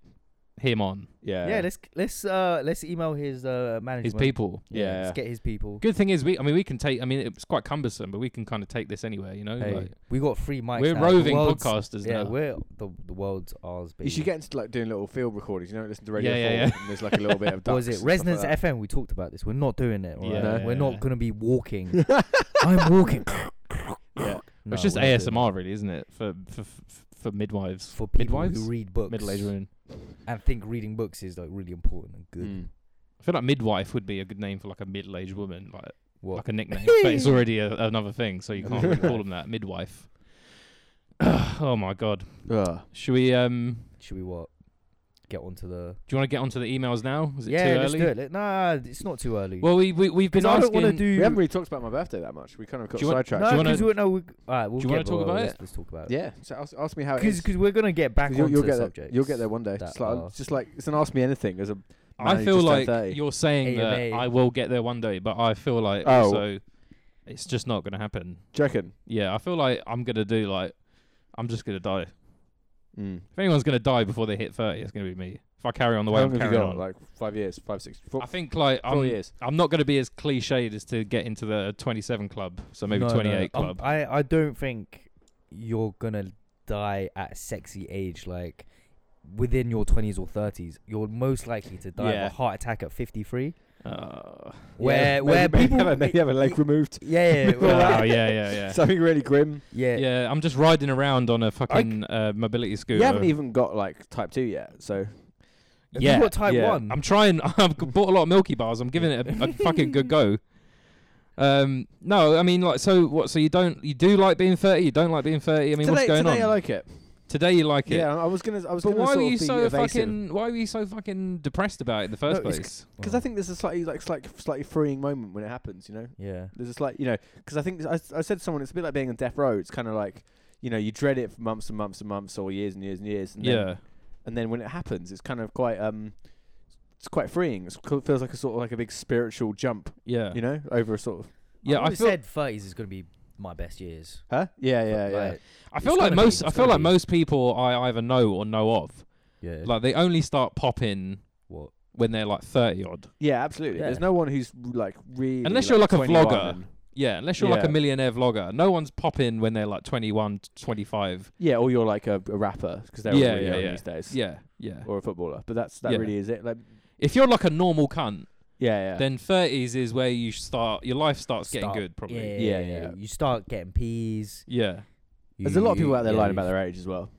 A: him on
B: Yeah.
D: Yeah, let's let's uh let's email his uh management.
A: his people.
B: Yeah.
D: let's get his people.
A: Good thing is we I mean we can take I mean it's quite cumbersome, but we can kind of take this anywhere, you know?
D: Hey,
A: like-
D: we got free mics.
A: We're
D: now. The
A: roving
D: world's-
A: podcasters
D: Yeah,
A: now.
D: we're the the world's ours. Baby.
B: You should get into like doing little field recordings. You know, listen to Radio
A: Yeah, yeah,
B: 4
A: yeah.
B: and there's like a little bit of
D: What
B: ducks
D: was it
B: and stuff
D: Resonance
B: like that.
D: FM? We talked about this. We're not doing it. Right?
A: Yeah.
D: We're
A: No.
D: not going to be walking. I'm walking.
B: Yeah.
D: No,
A: it's just
D: we're not doing
A: ASMR, really, isn't it? For for, for, for midwives.
D: for people
A: midwives?
D: who read books
A: Middle aged women.
D: and think reading books is like really important and good.
B: Mm.
A: I feel like midwife would be a good name for like a middle aged woman, like
D: What?
A: like a nickname. but it's already a, another thing, so you can't really call them that. Midwife. oh my god.
B: Ugh.
A: Should we um
D: Should we what? Get onto the
A: do you want to get ononto the emails now? Is it
D: yeah.
A: too
D: let's
A: early?
D: do it. Let- Nah, it's not too early.
A: Well we, we we've been
D: 'Cause I don't
A: asking
D: want to do.
B: We haven't really talked about my birthday that much. We kind of got
A: Do you want-
B: sidetracked.
D: no,
A: Do you wanna-
D: 'cause we no. We, all right, we'll
A: Do you wanna
D: get-
A: talk
D: well,
A: about
D: let's,
A: it?
D: Let's talk about it.
B: Yeah, so ask, ask me how it
D: Because
B: is.
D: because we're gonna get back
B: 'Cause you'll,
D: onto
B: you'll
D: the
B: get there.
D: subject.
B: You'll get there one day.
D: that
B: Just like,
D: are-
B: just like it's an ask me anything. As a man
A: I
B: who's
A: feel
B: just turned
A: like
B: 30.
A: you're saying that
D: AMA.
A: I will get there one day, but I feel like
B: Oh.
A: also it's just not gonna happen.
B: do you reckon?
A: Yeah, I feel like I'm gonna do like I'm just gonna die.
B: Mm.
A: If anyone's gonna die before they hit thirty, it's gonna be me. If I carry on the
B: How
A: way
B: long
A: I'm
B: have you
A: carrying
B: got?
A: on,
B: Like five years, five, six, four,
A: I think like
B: four
A: I'm
B: years.
A: I'm not gonna be as cliched as to get into the 27 club, so maybe
D: No, no,
A: 28
D: um,
A: club.
D: I I don't think you're gonna die at a sexy age like within your 20s or 30s you're most likely to die
A: Yeah.
D: of a heart attack at 53
A: Uh,
D: where
B: Yeah,
D: where
B: maybe,
D: people
B: maybe, have a leg removed.
D: yeah yeah,
A: oh,
B: Well,
A: yeah,
B: that-
A: yeah, yeah.
B: Something really grim.
D: yeah.
A: yeah, I'm just riding around on a fucking uh, mobility scooter.
B: You haven't even got like type two yet, so
D: Have
A: Yeah.
D: you got type
B: Yeah.
D: 1
A: I'm trying. I've g- bought a lot of Milky Bars. I'm giving it a, a fucking good go. Um, no, I mean, like, so what? So you don't, you do like being 30? You don't like being 30? I mean,
B: today,
A: what's going
B: today
A: on?
B: I like it.
A: today you like it.
B: Yeah, I was gonna. I was
A: But
B: gonna
A: why
B: sort
A: were you
B: of be
A: so
B: evasive.
A: fucking? Why were you so fucking depressed about it in the first
B: No, it's
A: place?
B: Because
D: Well,
B: I think there's a slightly like slight, slightly freeing moment when it happens. You know,
D: yeah
B: there's a slight, you know, because I think I, s- I said to someone it's a bit like being on death row. It's kind of like you know you dread it for months and months and months or years and years and years. And Then,
A: Yeah,
B: and then when it happens, it's kind of quite um, it's quite freeing. It's, co- feels like a sort of like a big spiritual jump.
A: yeah,
B: You know, over a sort of
A: yeah.
D: I've
A: I
D: always
A: feel.
D: said 30s is gonna be my best years
B: huh? Yeah, yeah,
D: But,
B: yeah.
D: like,
A: I feel like
D: it's gotta be,
A: most. I
D: it's
A: feel
D: gotta
A: like
D: be.
A: most people I either know or know of.
D: yeah
A: Like they only start popping
D: what
A: when they're like 30 odd.
B: Yeah, absolutely.
D: Yeah.
B: There's no one who's like really
A: Unless you're like a
B: 21
A: vlogger.
B: and-
A: Yeah, unless you're like
B: Yeah.
A: a millionaire vlogger. No one's popping when they're like 21, 25.
B: Yeah, or you're like a, a rapper because they're all
A: Yeah,
B: really
A: yeah,
B: young
A: yeah.
B: these days.
A: Yeah, yeah.
B: Or a footballer, but that's that
A: Yeah.
B: really is it. Like,
A: If you're like a normal cunt,
B: yeah, yeah.
A: then 30s is where you start, your life starts
D: Start-
A: getting good, probably.
B: Yeah,
D: yeah, yeah,
B: yeah.
D: you start getting peas
A: Yeah,
B: There's a lot of
D: you-
B: people out there
D: yeah,
B: lying
D: you-
B: about their age as well.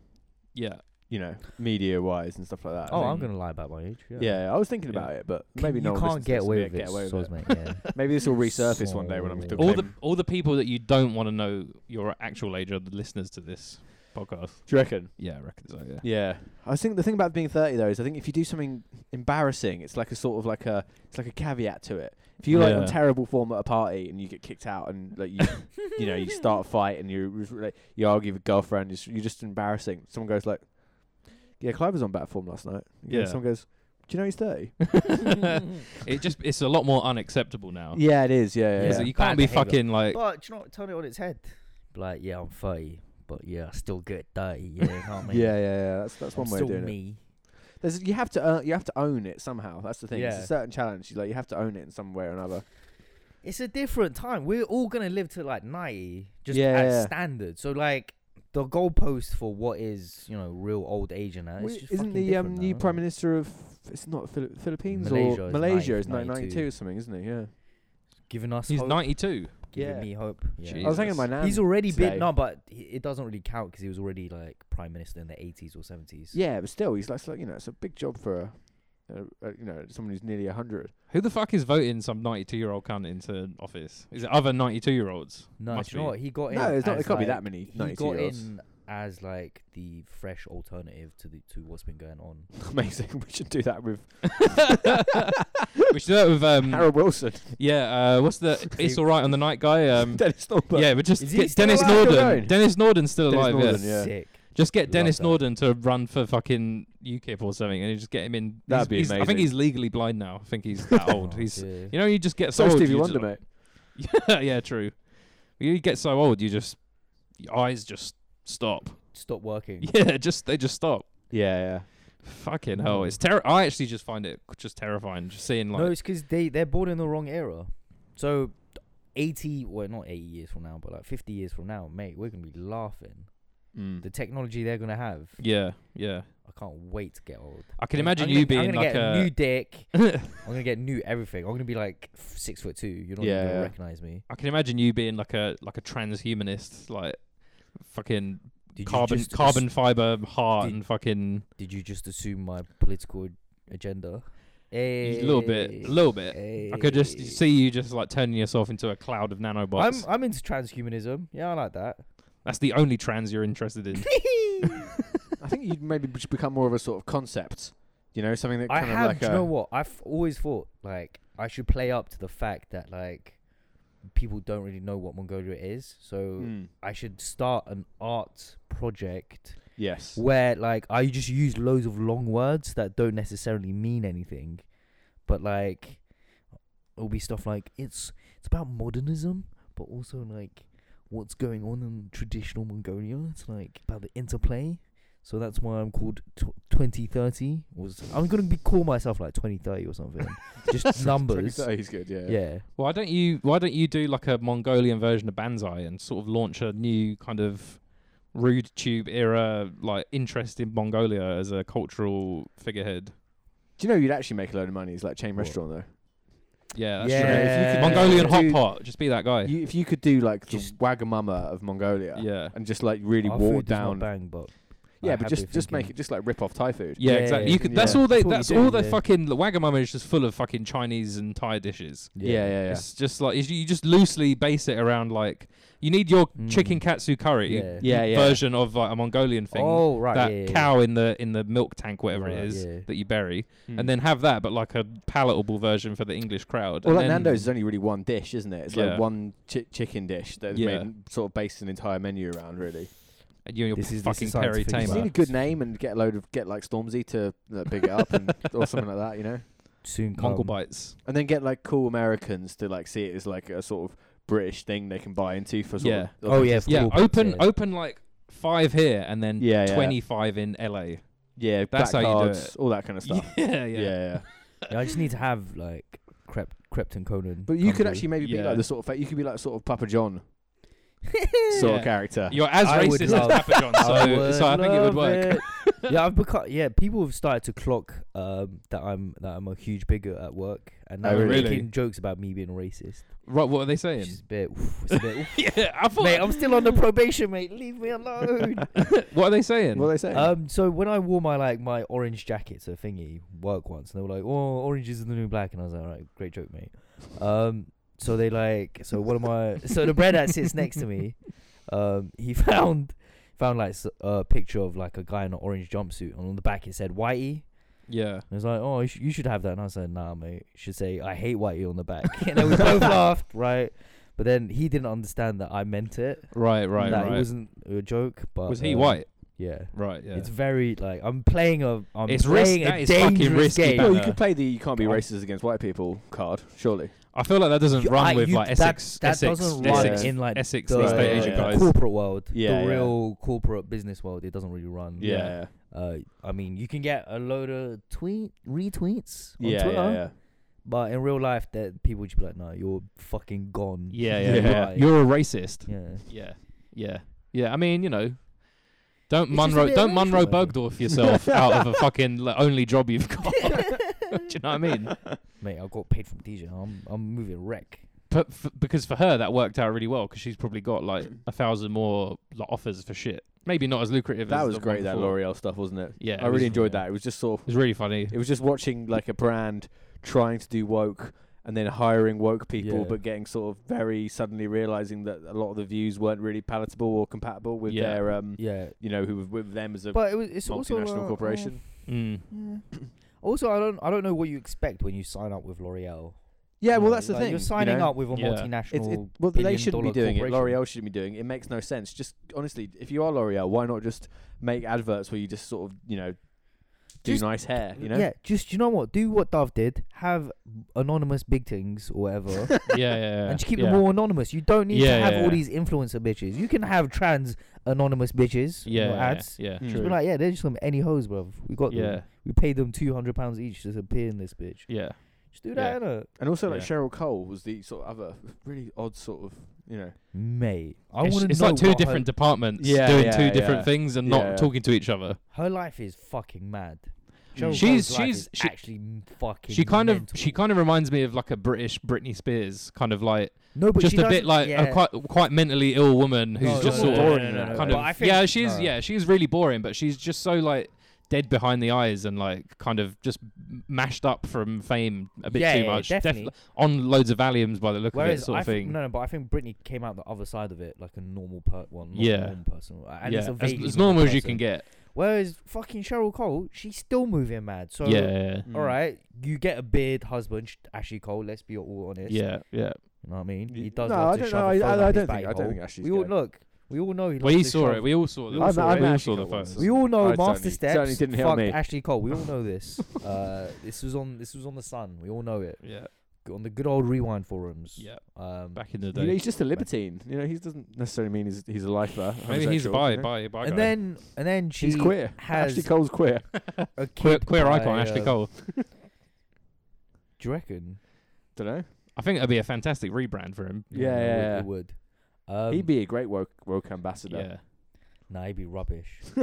A: yeah.
B: You know, media wise and stuff like that. I
D: oh i'm
B: think.
D: gonna lie about my age yeah,
B: Yeah. I was thinking
A: Yeah.
B: about it, but
D: Can-
B: maybe
D: you
B: no one
D: can't
B: listens to
D: get
B: this,
D: away
B: we
D: with
B: get
D: it,
B: away with
D: soz,
B: it.
D: mate, yeah.
B: Maybe this will resurface one day when I'm still.
D: Okay.
A: All
B: All
A: the all the people that you don't want to know your actual age are the listeners to this podcast.
B: Do you reckon?
A: Yeah, I reckon so, yeah.
B: Yeah. I think the thing about being 30 though is I think if you do something embarrassing, it's like a sort of like a it's like a caveat to it. If you like on
A: Yeah.
B: terrible form at a party and you get kicked out and like you you know you start a fight and you res- like, you argue with girlfriend, you're just, you're just embarrassing. Someone goes like, "Yeah, Clive was on bad form last night." You know,
A: Yeah.
B: Someone goes, "Do you know he's 30?
A: it just, it's a lot more unacceptable now.
B: Yeah, it is. Yeah, yeah.
A: It's
B: yeah.
D: Is
A: like you
D: Bad
A: can't be
D: behaviour.
A: fucking like,
D: But you know what? Turn it on its head. Like, yeah, I'm 30, but yeah, I still get 30. Yeah, you know what I mean?
B: yeah, yeah, yeah. That's that's
D: I'm
B: one way
D: still
B: of doing it.
D: me.
B: There's you have to earn, you have to own it somehow. That's the thing. It's
D: Yeah.
B: a certain challenge. You like you have to own it in some way or another.
D: It's a different time. We're all gonna live to like 90, just
B: Yeah,
D: at
B: yeah.
D: standard. So like, the goalpost for what is you know real old age and that
B: Wait,
D: is just
B: isn't
D: fucking
B: the
D: different
B: um,
D: now,
B: new
D: isn't
B: prime
D: it?
B: minister of it's not Philip Philippines
D: Malaysia
B: or
D: is
B: Malaysia
D: 90,
B: is like
D: 92.
B: 92 or something, isn't he? Yeah.
D: giving us?
A: he's
D: hope,
A: 92.
D: Giving
B: Yeah.
D: me hope. Yeah.
B: I was
A: Jesus.
B: thinking my nan.
D: He's already
B: today.
D: been no, but he- it doesn't really count because he was already like prime minister in the 80s or 70s.
B: yeah, but still, he's like, it's like, you know, it's a big job for a, a, a you know someone who's nearly hundred.
A: Who the fuck is voting some 92 year old cunt into office? Is it other 92 year olds?
D: No,
A: Must
D: do you know
A: be.
D: what? He got in.
B: No, it's not. It
D: as,
B: can't be
D: like,
B: that many
D: He got
B: 92-year-olds.
D: in as like the fresh alternative to the to what's been going on.
B: Amazing. We should do that with
A: We should do that with
D: Hmm.
A: um,
B: Harold Wilson,
A: yeah. Uh, what's the? It's all right on the night guy. Um,
B: Dennis Norman.
A: yeah, but just
D: Is he
A: get
D: still
A: Dennis
B: alive? Still
A: Norden.
B: going?
A: Dennis Norden's still
B: Dennis
A: alive.
B: Norden,
A: yeah.
B: yeah.
D: Sick.
A: Just get
D: Love
A: Dennis
D: that.
A: Norden to run for fucking UKIP or something, and you just get him in.
B: That'd
A: He's-
B: be
A: he's- I
B: amazing.
A: think he's legally blind now. I think he's that old.
D: Oh,
A: he's
D: dear.
A: you know you just get so,
B: So
A: old.
B: Stevie
A: you
B: Wonder,
A: just,
B: mate.
A: yeah, yeah, true. You get so old, you just your eyes just stop.
D: stop working.
A: Yeah, just they just stop.
B: Yeah,
A: Fucking hell, it's terror. I actually just find it just terrifying. Just seeing like
D: no, it's because they they're born in the wrong era. So, eighty well not eighty years from now, but like fifty years from now, mate, we're gonna be laughing.
B: yeah. Mm.
D: The technology they're gonna have,
A: yeah, yeah.
D: I can't wait to get old.
A: I can
D: I'm-
A: imagine
D: I'm
A: you
D: gonna-
A: being
D: I'm gonna
A: like
D: get
A: a.
D: new dick. I'm gonna get new everything. I'm gonna be like f- six foot two. You're not even
B: Yeah.
D: gonna recognize me.
A: I can imagine you being like a like a transhumanist, like fucking
D: Did
A: carbon
D: you just
A: carbon fiber heart
D: did-
A: and fucking
D: Did you just assume my political agenda?
A: a little bit, a little bit. I could just see you just like turning yourself into a cloud of
D: I'm
A: nanobots.
D: I'm into transhumanism. Yeah, I like that.
A: That's the only trans you're interested in.
B: I think you'd maybe just become more of a sort of concept. You know, something that
D: I
B: kind of
D: have.
B: like
D: do
B: a,
D: you know what? I've always thought like I should play up to the fact that like people don't really know what Mongolia is, so
A: Hmm.
B: Mm,
D: I should start an art project
B: yes.
D: where like I just use loads of long words that don't necessarily mean anything, but like it'll be stuff like it's it's about modernism, but also like what's going on in traditional Mongolia. It's like about the interplay. So that's why I'm called t- 2030. Or s- I'm gonna be call myself like 2030 or something. just numbers.
B: So he's good. Yeah.
D: Yeah.
A: Why don't you Why don't you do like a Mongolian version of Banzai and sort of launch a new kind of rude tube era like interest in Mongolia as a cultural figurehead?
B: Do you know you'd actually make a load of money? It's like chain
D: What?
B: restaurant though.
A: Yeah, that's
D: Yeah.
A: true.
D: If you could-
A: Mongolian hot
B: Dude,
A: pot. Just be that guy.
B: You, if you could do like the
D: Just-
B: Wagamama of Mongolia
A: yeah.
B: and just like really
D: Our
B: water
D: food does not
B: down,
D: Bang, but
B: yeah,
D: I
B: but
D: have
B: just
D: been
B: just make
D: thinking-
B: it just like rip off Thai food.
A: Yeah,
D: Yeah,
A: exactly.
D: yeah,
A: You
D: yeah.
A: could,
B: Yeah.
A: that's all they.
D: That's what you
A: That's
D: do,
A: all they
D: yeah.
A: fucking. Wagamama is just full of fucking Chinese and Thai dishes.
B: Yeah, yeah, yeah.
A: It's just like it's- you just loosely base it around like you need your
D: Mm.
A: chicken katsu curry
D: Yeah.
B: Yeah, yeah.
A: version of like a Mongolian thing.
D: Oh right,
A: that
D: yeah, yeah,
A: cow in the in the milk tank, whatever
D: Right,
A: it is
D: yeah. Hmm.
A: that you bury,
B: Mm.
A: and then have that, but like a palatable version for the English crowd.
B: Well,
A: and
B: like
A: then-
B: Nando's is only really one dish, isn't it? It's
A: Yeah.
B: like one chi- chicken dish that's
A: Yeah.
B: made, sort of based an entire menu around. Really,
A: and you and your
D: This is- this
A: fucking
D: is
A: Perry
D: scientific
B: you just
A: Tamer.
B: need a good name and get a load of get like Stormzy to like, big it up and or something like that, you know.
D: Soon come.
A: Mongol bites.
B: And then get like cool Americans to like see it as like a sort of British thing they can buy into for sort
A: Yeah.
B: of
D: Oh, yeah,
A: Yeah,
D: Mongol bites,
A: open
D: yeah.
A: open like five here and then
B: Yeah, yeah.
A: twenty five in LA.
B: yeah,
A: That's
B: black
A: how you do
B: cards, all that kind of stuff.
A: Yeah, yeah.
B: Yeah, yeah.
D: Yeah, I just need to have like crept Crepton Conan.
B: But you
D: come
B: could
D: through.
B: actually maybe be
A: Yeah.
B: like the sort of fa- you could be like sort of Papa John sort
A: Yeah.
B: of character.
A: You're as
D: I would
A: racist
D: love-
A: as Papa John, so
D: would
A: so I think it would
D: love
A: work.
D: it. yeah, I've become. Yeah, people have started to clock um, that I'm that I'm a huge bigot at work, and now
B: Oh,
D: they're
A: really?
D: making jokes about me being racist.
A: Right, what are they saying?
D: Which is a bit. oof, it's a bit. oof.
A: yeah, I thought.
D: mate, I'm still on the probation, mate. Leave me alone.
A: what are they saying?
B: What are they saying?
D: um, so when I wore my like my orange jacket to thingy work once, and they were like, "Oh, orange is the new black," and I was like, "All right, great joke, mate." Um, so they like, so one of my, so the bread that sits next to me, um, he found found like s- a picture of like a guy in an orange jumpsuit, and on the back it said Whitey.
A: yeah.
D: And it's like, "Oh, you, sh- you should have that," and I said, "Nah, mate, you should say I hate Whitey on the back," and then we both laughed, right? But then he didn't understand that I meant it.
A: Right, right,
D: that it
A: right.
D: wasn't a joke. But
A: Was he
D: um,
A: white?
D: Yeah.
A: Right, yeah.
D: It's very like I'm playing a I'm
A: It's risk-
D: playing
A: that
D: a
A: is fucking
D: dangerous
A: risky, man.
D: game.
B: well, you
A: banner.
B: could play the "you can't be
D: Oh.
B: racist against white people" card, surely.
A: I feel like that doesn't
D: You-
A: run
D: I-
A: with
D: you-
A: like
D: that-
A: Essex,
D: that
A: Essex,
D: doesn't
B: run
A: Essex,
D: in, like,
A: Essex,
D: the,
A: East Asian
B: yeah.
A: guys.
D: corporate world,
B: Yeah, yeah.
D: the real corporate business world, it doesn't really run.
A: Yeah.
D: Uh, I mean, you can get a load of tweet retweets on
B: yeah, yeah,
D: Twitter,
B: yeah, yeah.
D: but in real life, that people would just be like, "No, you're fucking gone."
A: Yeah,
B: yeah,
A: yeah,
B: yeah.
D: Right.
A: You're a racist.
D: yeah.
A: Yeah, yeah, yeah. I mean, you know, don't
D: It's just a
A: Munro,
D: bit
A: don't Munro
D: racial, I think.
A: Bergdorf yourself out of a fucking like, only job you've got. Do you know what I mean?
D: Mate, I got paid from DJ. I'm I'm moving wreck.
A: But f- because for her that worked out really well because she's probably got like a thousand more like, offers for shit. Maybe not as lucrative.
B: That
A: as
B: was
A: the
B: great.
A: One
B: That
A: before.
B: L'Oreal stuff, wasn't it?
A: Yeah,
B: I
A: it was-
B: really enjoyed
D: yeah.
B: that. It was just sort
A: It
B: of,
A: was really funny.
B: it was just watching like a brand trying to do woke and then hiring woke people,
D: Yeah.
B: but getting sort of very suddenly realizing that a lot of the views weren't really palatable or compatible with
A: Yeah.
B: their, um,
D: Yeah,
B: you know, who with them as a
D: but it was it's also
B: multinational
D: like, oh,
B: corporation.
A: Mm.
D: Also, I don't I don't know what you expect when you sign up with L'Oreal.
B: Yeah,
D: You
B: well,
D: know,
B: that's the
D: like,
B: thing.
D: You're signing
B: you know?
D: up with a
A: Yeah.
D: multinational.
B: It's, it, well, they
D: billion
B: shouldn't be
D: dollar
B: doing it.
D: corporation.
B: L'Oreal shouldn't be doing it. It makes no sense. Just honestly, if you are L'Oreal, why not just make adverts where you just sort of, you know, do
D: Just-
B: nice hair, you know?
D: Yeah, just you know what? Do what Dove did. Have anonymous big things or whatever,
A: Yeah, yeah, yeah.
D: and just keep
A: yeah.
D: them all anonymous. You don't need
A: Yeah,
D: to have
A: yeah, yeah.
D: all these influencer bitches. You can have trans anonymous bitches. in
A: Yeah,
D: your
A: yeah,
D: ads.
A: yeah.
B: Mm.
A: true.
D: Just be like, yeah, they're just some any hoes, bruv. We got
A: yeah,
D: them. We paid them two hundred pounds each to appear in this bitch.
A: yeah.
D: Just do that,
A: Yeah.
D: innit?
B: And also, like
A: Yeah.
B: Cheryl Cole was the sort of other really odd sort of, you know.
D: Mate, I
A: it's
D: want to
A: it's
D: know
A: like two
D: what her-
A: different departments
B: Yeah,
A: doing
B: yeah,
A: two
B: yeah.
A: different things and
B: Yeah, yeah.
A: not talking to each other.
D: Her life is fucking mad. Cheryl
A: She's-
D: Crowe's life
A: she's-
D: is
A: she-
D: actually m- fucking.
A: She kind of
D: mental.
A: she kind of reminds me of like a British Britney Spears kind of like
D: no, but
A: just
D: she
A: a bit
D: doesn't-
A: like
D: yeah.
A: a quite quite mentally ill woman who's
D: No,
A: just
D: no,
A: sort
D: no,
A: of
D: no, no, no, no,
A: kind
D: but
A: of
D: I think-
A: yeah she's
D: no.
A: yeah she's really boring but she's just so like dead behind the eyes and like kind of just m- mashed up from fame a bit
D: yeah,
A: too
D: yeah,
A: much Def-
D: definitely.
A: on loads of valiums by the look of it
D: Whereas
A: sort
D: I
A: of
D: think
A: thing
D: no, no, but I think Britney came out the other side of it like a normal per well, not
A: Yeah.
D: a normal person, uh, and
A: yeah
D: it's a
A: as,
D: vaguely
A: as normal as you
D: person.
A: can get
D: Whereas fucking Cheryl Cole, she's still moving mad. So
A: yeah yeah
D: all right, you get a beard husband, sh- Ashley Cole. Let's be all honest.
A: yeah, yeah.
D: you know what I mean.
B: Ye-
D: He does.
B: No,
D: love
B: I
D: to
B: don't
D: shove
B: know,
D: a
B: I-
D: phone
B: I
D: up
B: don't
D: his
B: think- I
D: butthole.
B: don't think Ashley's
D: oh, We all
B: gay.
D: look. We all know he loves
A: we
D: to
A: saw
D: shove-
A: it we all saw it
D: we
A: we
D: all
A: all
D: I've- saw
A: saw,
D: I've
A: it.
D: it.
A: We all
B: actually
A: saw the
B: got one.
A: first
D: We all know
B: I
D: Master
B: certainly- certainly
D: Steps
B: didn't help
D: fucked
B: me.
D: Ashley Cole. We all know this. uh, this was on. This was on the Sun. We all know it.
A: yeah
D: On the good old rewind forums.
A: yeah
D: Um,
A: back in the
B: You know,
A: day
B: he's just a libertine. You know, he doesn't necessarily mean he's he's a lifer.
A: maybe he's a
B: homosexual,
A: bi
B: you know?
A: bi bi guy.
D: and then and then she
B: He's queer.
D: has
B: Ashley Cole's queer.
D: a
A: queer,
D: kid
A: queer
D: by,
A: icon Ashley
D: uh,
A: Cole
D: Do you reckon?
B: Don't know.
A: I think that'd be a fantastic rebrand for him
B: Yeah,
D: it
B: yeah, yeah.
D: would. It would. Um,
B: He'd be a great woke woke ambassador.
A: yeah
D: Nah, he'd be rubbish.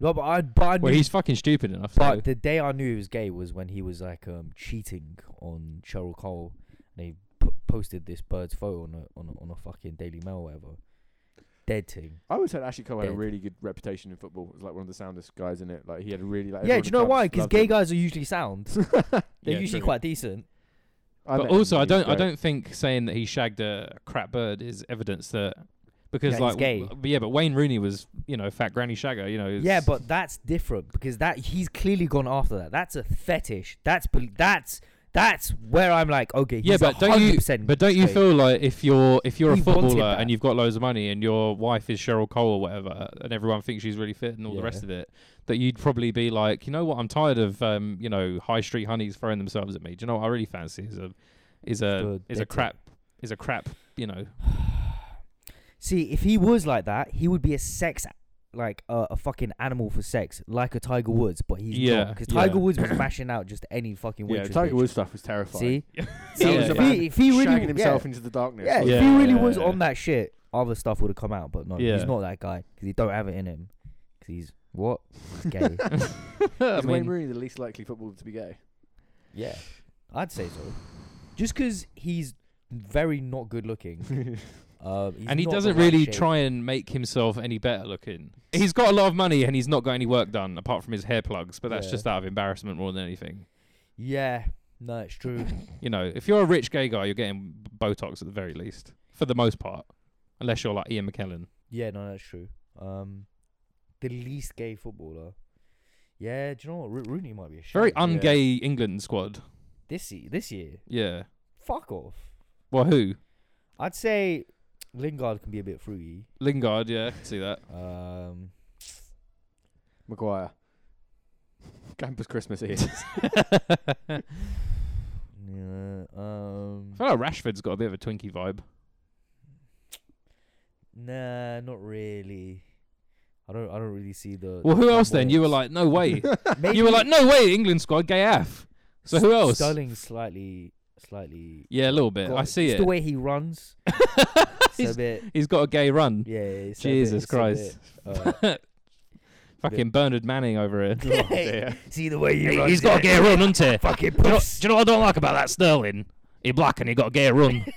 D: no, but I, but I knew,
A: well he's fucking stupid enough so-
D: but the day I knew he was gay was when he was like um cheating on Cheryl Cole, and he p- posted this bird's photo on a on a, on a fucking Daily Mail or whatever. Dead thing.
B: I would say Ashley Cole had a
D: Dead.
B: really good reputation in football. It was like one of the soundest guys in it. Like he had a really like.
D: yeah,
B: everyone
D: do you
B: in
D: know
B: clubs
D: why? Because
B: loved
D: gay
B: him.
D: guys are usually sound. They're
A: Yeah,
D: usually
A: true.
D: quite decent.
B: I
A: but
B: met him
A: also, I
B: and he was
A: don't, I
B: great.
A: don't think saying that he shagged a crap bird is evidence that because
D: Yeah, he's
A: like,
D: gay.
A: w- yeah, but Wayne Rooney was, you know, fat granny shagger, you know.
D: Yeah,
A: it's-
D: but that's different because that he's clearly gone after that. That's a fetish. That's bel- that's that's where I'm like, okay,
A: yeah,
D: he's
A: but don't you,
D: 100%
A: but don't you
D: gay.
A: feel like if you're if you're
D: He
A: a
D: wanted
A: footballer
D: that.
A: and you've got loads of money and your wife is Cheryl Cole or whatever, and everyone thinks she's really fit and all the
D: Yeah.
A: rest of it, that you'd probably be like, you know what, I'm tired of, um, you know, high street honeys throwing themselves at me. Do you know what I really fancy is a, is a,
D: Good,
A: is a
D: that's it.
A: crap, is a crap, you know.
D: See, if he was like that, he would be a sex, like uh, a fucking animal for sex, like a Tiger Woods. But he's yeah,
A: Yeah,
D: because
A: yeah.
D: Tiger Woods was mashing out just any fucking
B: Yeah,
D: waitress.
B: Tiger
D: bitch.
B: Woods stuff was terrifying.
D: See,
B: That
D: See,
A: Yeah.
B: was a
D: if,
B: man
D: he, if he really,
B: shagging himself into the darkness.
D: yeah, yeah,
B: wasn't
D: if
B: it?
D: he
A: Yeah,
D: really
A: yeah,
D: was
A: yeah.
D: on that shit, other stuff would have come out. But no,
A: Yeah.
D: he's not that guy because he don't have it in him. Because he's what? He's gay.
A: I
B: Is
A: mean-
B: Wayne Rooney the least likely footballer to be gay?
D: Yeah, I'd say so. Just because he's very not good looking, um, he's
A: and he
D: not the
A: doesn't
D: right
A: really
D: shape.
A: try and make himself any better looking. He's got a lot of money and he's not got any work done apart from his hair plugs, but that's
D: Yeah.
A: just out of embarrassment more than anything.
D: Yeah, no, it's true.
A: You know, if you're a rich gay guy, you're getting b- Botox at the very least, for the most part, unless you're like Ian McKellen.
D: yeah, no, that's true. Um, the least gay footballer. Yeah, do you know what? Ro- Rooney might be a
A: Very
D: shout.
A: un-gay England squad.
D: this year. This year,
A: Yeah.
D: fuck off.
A: Well, who?
D: I'd say Lingard can be a bit fruity.
A: Lingard. Yeah, I can see that.
D: Um,
B: Maguire. Campus Christmas Eve.
A: I
D: yeah, um,
A: feel like Rashford's got a bit of a Twinkie vibe.
D: nah, not really. I don't. I don't really see the.
A: Well,
D: the
A: who else then? You were like,
D: warts.
A: no way. you
D: Maybe-
A: were like, no way, England squad, gay af. So who else?
D: Sterling slightly, slightly.
A: Yeah, a little bit.
D: got-
A: I see
D: it's
A: it.
D: The way he runs, it's a bit.
A: He's got a gay run.
D: Yeah, it's a bit-
A: Jesus
D: it's a
A: Christ.
D: bit, uh,
A: Fucking Bernard Manning over here.
D: see the way he
A: He-
D: runs.
A: he's got a gay run, hasn't he?
D: Fucking
A: Do you, know,
D: puss.
A: do you know what I don't like about that Sterling? He black and he got a gay run.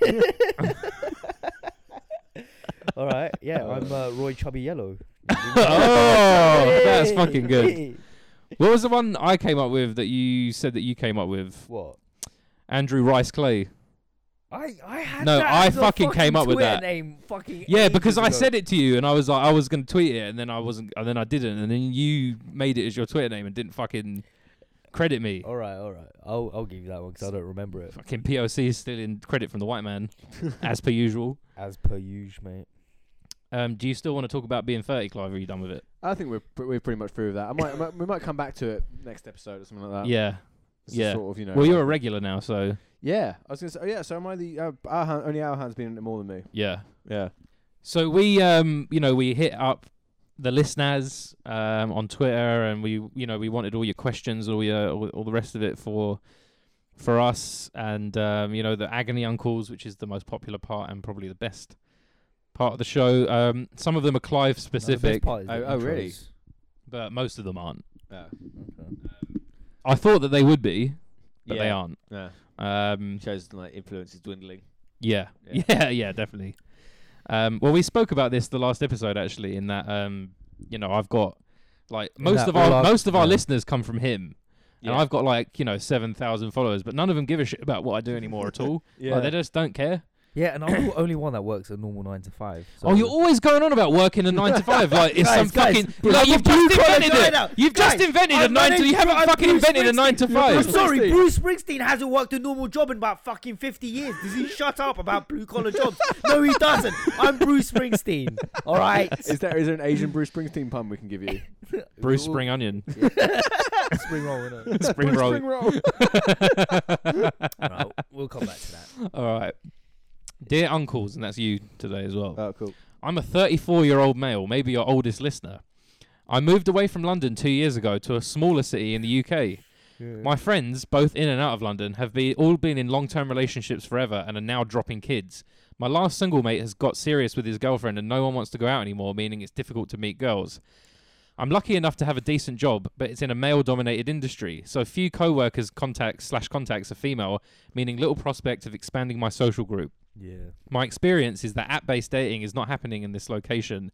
D: All right, yeah, I'm uh, Roy Chubby Yellow.
A: oh, that's
D: Hey.
A: fucking good. What was the one I came up with that you said that you came up with?
D: What?
A: Andrew Rice Clay.
D: I I had
A: No,
D: that
A: I
D: as a
A: fucking came up with
D: Twitter
A: that.
D: Name fucking
A: Yeah, because
D: ages
A: I
D: ago.
A: said it to you, and I was like, I was gonna tweet it, and then I wasn't, and then I didn't, and then you made it as your Twitter name and didn't fucking credit me.
D: All right, all right. I'll I'll give you that one because I don't remember it.
A: Fucking POC is still in credit from the white man, as per usual.
D: As per usual, mate.
A: Um, do you still want to talk about being thirty, Clive? Or are you done with it?
B: I think we're pr- we're pretty much through with that. I might, I might we might come back to it next episode or something
D: Uh,
B: like that.
A: yeah.
B: It's a
A: yeah.
B: Sort of, you know.
A: Well, you're a regular now, so
B: Yeah, I was gonna say. Oh, yeah. So am I the uh, our hand, only our hand's been in it more than me.
A: yeah.
B: Yeah.
A: So we, um, you know, we hit up the listeners um, on Twitter, and we, you know, we wanted all your questions, all your, all, all the rest of it for, for us, and um, you know, the agony uncles, which is the most popular part and probably the best part of the show. Um, some of them are Clive
D: No, the best
A: specific,
D: part is the
B: Oh- oh, really?
D: intros.
A: but most of them aren't.
B: Yeah.
D: Okay.
A: I thought that they would be, but
B: yeah.
A: they aren't.
B: Yeah.
A: Um,
B: Shows like influence is dwindling.
A: yeah. yeah,
B: Yeah.
A: yeah, definitely. Um, well, we spoke about this the last episode actually. In that, um, you know, I've got like most
D: that
A: of our,
D: all our-
A: most of our
D: yeah.
A: listeners come from him, and
B: Yeah.
A: I've got like you know seven thousand followers, but none of them give a shit about what I do anymore at all.
B: Yeah.
A: Like, they just don't care.
D: Yeah, and
C: I'm
D: I'm
C: the only one that works a normal nine to five. So
A: Oh, you're always going on about working a nine to five. Like it's
D: Guys,
A: some
D: guys,
A: fucking.
D: bro,
A: like
D: I'm a
A: you've just
D: blue-collar
A: invented
D: guy
A: it.
D: now.
A: You've just
D: Guys,
A: invented a
D: I'm
A: nine to.
D: running-
A: You haven't
D: I'm
A: fucking
D: Bruce
A: invented a nine to
B: You're
A: five.
B: Bruce
D: I'm
B: Springsteen.
D: sorry, Bruce Springsteen hasn't worked a normal job in about fucking 50 years. Does he shut up about blue collar jobs? No, he doesn't. I'm Bruce Springsteen. All right.
B: Is there is there an Asian Bruce Springsteen pun we can give you?
A: Bruce Spring Onion.
D: Spring roll, innit?
A: Spring roll.
D: All right, we'll come back to that.
A: All right. Dear uncles, and that's you today as well.
B: Oh, cool.
A: I'm a 34 year old male, maybe your oldest listener. I moved away from London two years ago to a smaller city in the UK. My friends, both in and out of London, have be, all been in long term relationships forever and are now dropping kids. My last single mate has got serious with his girlfriend and no one wants to go out anymore, meaning it's difficult to meet girls. I'm lucky enough to have a decent job, but it's in a male dominated industry, so few co workers, contacts, slash contacts are female, meaning little prospect of expanding my social group.
C: yeah.
A: My experience is that app based dating is not happening in this location.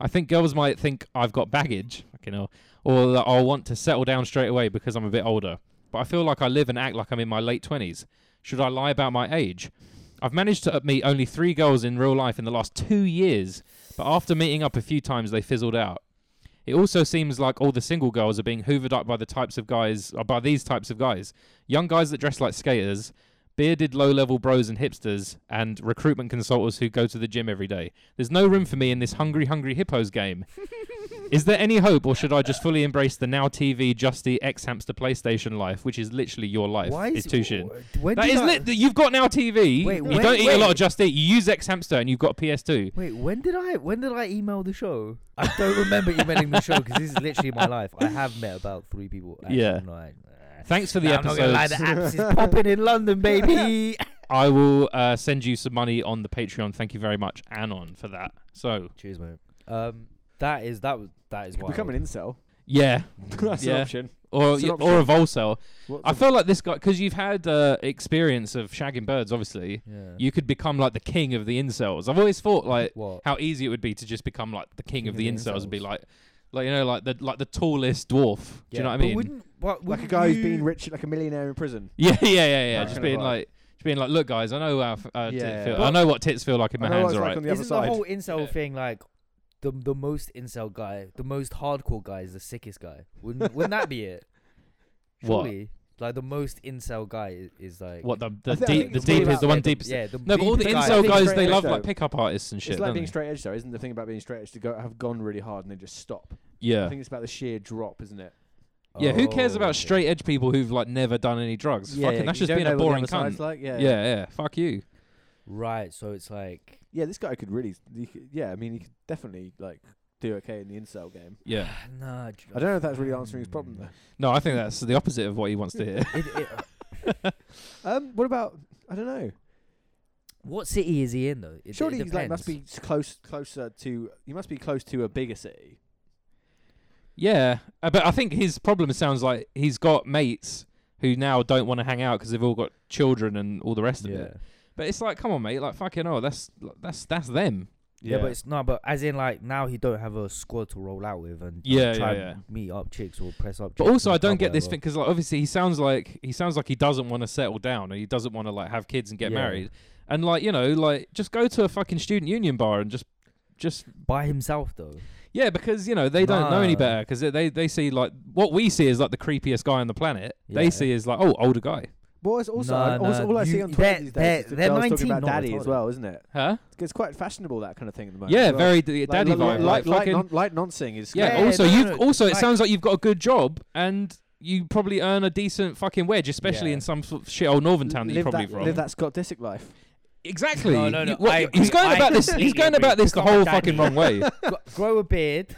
A: I think girls might think I've got baggage, fucking hell, or that I'll want to settle down straight away because I'm a bit older. But I feel like I live and act like I'm in my late 20s. Should I lie about my age? I've managed to meet only three girls in real life in the last two years, but after meeting up a few times, they fizzled out. It also seems like all the single girls are being hoovered up by the types of guys, or by these types of guys. Young guys that dress like skaters, bearded low level bros and hipsters, and recruitment consultants who go to the gym every day. There's no room for me in this hungry, hungry hippos game. is there any hope, or should I just fully embrace the now TV, Justy, X Hamster PlayStation life, which is literally your life?
D: Why
A: It's
D: is
A: too shit.
D: When
A: That
D: did
A: is
D: I-
A: lit. You've got now TV.
D: Wait,
A: you
D: when-
A: don't eat a lot of
D: wait.
A: Just Eat. You use X Hamster and you've got PS2.
D: Wait, when did I when did I email the show? I don't remember emailing the show because this is literally my life. I have met about three people. Actually,
A: Yeah.
D: no, I- uh,
A: Thanks for the
D: nah, I'm
A: episode.
D: not gonna lie, the apps is popping in London, baby.
A: I will uh, send you some money on the Patreon. Thank you very much, Anon, for that. So
D: Cheers, mate. Um, that is that was that is
B: You could
D: wild.
B: become an incel.
A: yeah,
B: That's
A: Yeah.
B: an option.
A: or
B: It's an
A: or a
B: option.
A: volcel.
B: What's
A: I
B: a-
A: feel like this guy because you've had uh, experience of shagging birds. Obviously,
D: yeah.
A: you could become like the king of the incels. I've always thought like
D: what?
A: how easy it would be to just become like the king, of the, incels and be like, like you know, like the like the tallest dwarf. Do you know what I
D: but
A: mean?
D: Wouldn't, what,
B: like a
D: wouldn't
B: guy
D: you,
B: who's been rich, like a millionaire in prison.
A: Yeah, yeah, yeah, yeah.
B: That
A: Just
B: kind of
A: being
B: vibe.
A: like, just being like, look, guys, I know how f- uh, tit
B: Yeah.
A: feel. I
B: But-
A: know what tits feel like in my
B: I know
A: hands,
B: what it's like
A: alright?
B: on the other
D: Isn't the
B: side.
D: whole incel
A: Yeah.
D: thing like the the most incel guy, the most hardcore guy is the sickest guy? Wouldn't wouldn't that be it?
A: What?
D: Surely, like the most incel guy i- is like
A: What the the
B: I think- I
A: deep,
B: think
A: the
B: it's more
A: deepest,
B: about-
A: the one
D: yeah, the-
A: deepest.
D: Yeah, the
A: No, but all the
D: deepest guy.
A: incel
B: think it's
A: guys, they
B: very
A: love
B: much
A: like
B: so.
A: pickup artists and shit.
B: it's like
A: don't
B: being
A: they?
B: straight edge, though, isn't the thing about being straight edge to go have gone really hard and then just stop? I
A: Yeah,
B: think it's about the sheer drop, isn't it?
A: yeah. Who cares
D: Oh,
A: about
D: okay.
A: straight edge people who've like never done any drugs?
B: Yeah,
A: Fucking,
B: yeah,
A: that's
B: you
A: just
B: don't
A: being
B: know
A: a
B: what the
A: boring
B: other side's
A: cunt.
B: Like, yeah,
A: yeah, yeah. Fuck you.
D: Right, so it's like
B: Yeah, this guy could really. he could- yeah, I mean, he could definitely like do okay in the incel game.
A: Yeah.
D: nah.
B: I don't know if that's really answering his problem though.
A: No, I think that's the opposite of what he wants to hear.
D: It, it,
B: Um, what about I don't know.
D: what city is he in though? It,
B: Surely
D: it
B: he like must be
D: depends.
B: s- close, closer to. He must be close to a bigger city.
A: yeah, uh, but I think his problem sounds like he's got mates who now don't want to hang out because they've all got children and all the rest of
D: Yeah.
A: it. But it's like, come on, mate, like fucking oh, that's that's that's them.
D: Yeah. but it's no, but as in like now he don't have a squad to roll out with and
A: Yeah,
D: try
A: yeah,
D: and meet up chicks or press up.
A: But
D: chicks
A: also,
D: in
A: I
D: the
A: don't
D: club,
A: get this
D: whatever.
A: thing because like obviously he sounds like he sounds like he doesn't want to settle down and he doesn't want to like have kids and get
D: Yeah.
A: married. And like you know, like just go to a fucking student union bar and just just
D: by himself though.
A: yeah, because you know they don't know any
D: Nah.
A: better because they they see like what we see is like the creepiest guy on the planet. They
D: Yeah.
A: see is like oh older guy,
B: Well, it's also,
D: Nah,
B: I- also
D: nah,
B: all I see
D: you-
B: on Twitter
D: they're-
B: these days is
D: they're-
B: the
D: they're
B: girls talking
D: 19
B: about
D: now, I
B: daddy
D: told
B: as
D: you.
B: well, isn't it?
A: huh?
B: It's- It's quite fashionable that kind of thing at the moment.
A: Yeah,
B: as well.
A: very d-
B: Like,
A: daddy
B: li-
A: vibe,
B: li-
A: like,
B: light,
A: fucking
B: non- light noncing is
A: yeah.
B: great.
D: Yeah,
A: also,
D: no,
A: you
D: no,
A: also it
D: like-
A: sounds like you've got a good job and you probably earn a decent fucking wedge, especially
D: Yeah.
A: in some sort of shit old northern town that you're
B: live
A: probably
B: that,
A: from.
B: Live that Scott Disick life.
A: Exactly.
D: No, no, no,
A: You- what-
D: I
A: he's
D: agree.
A: going
D: I
A: about this. He's
D: completely
A: going
D: agree.
A: about this the
D: Stop
A: whole
D: that,
A: fucking
D: Andy.
A: wrong way.
D: Gr- grow a beard,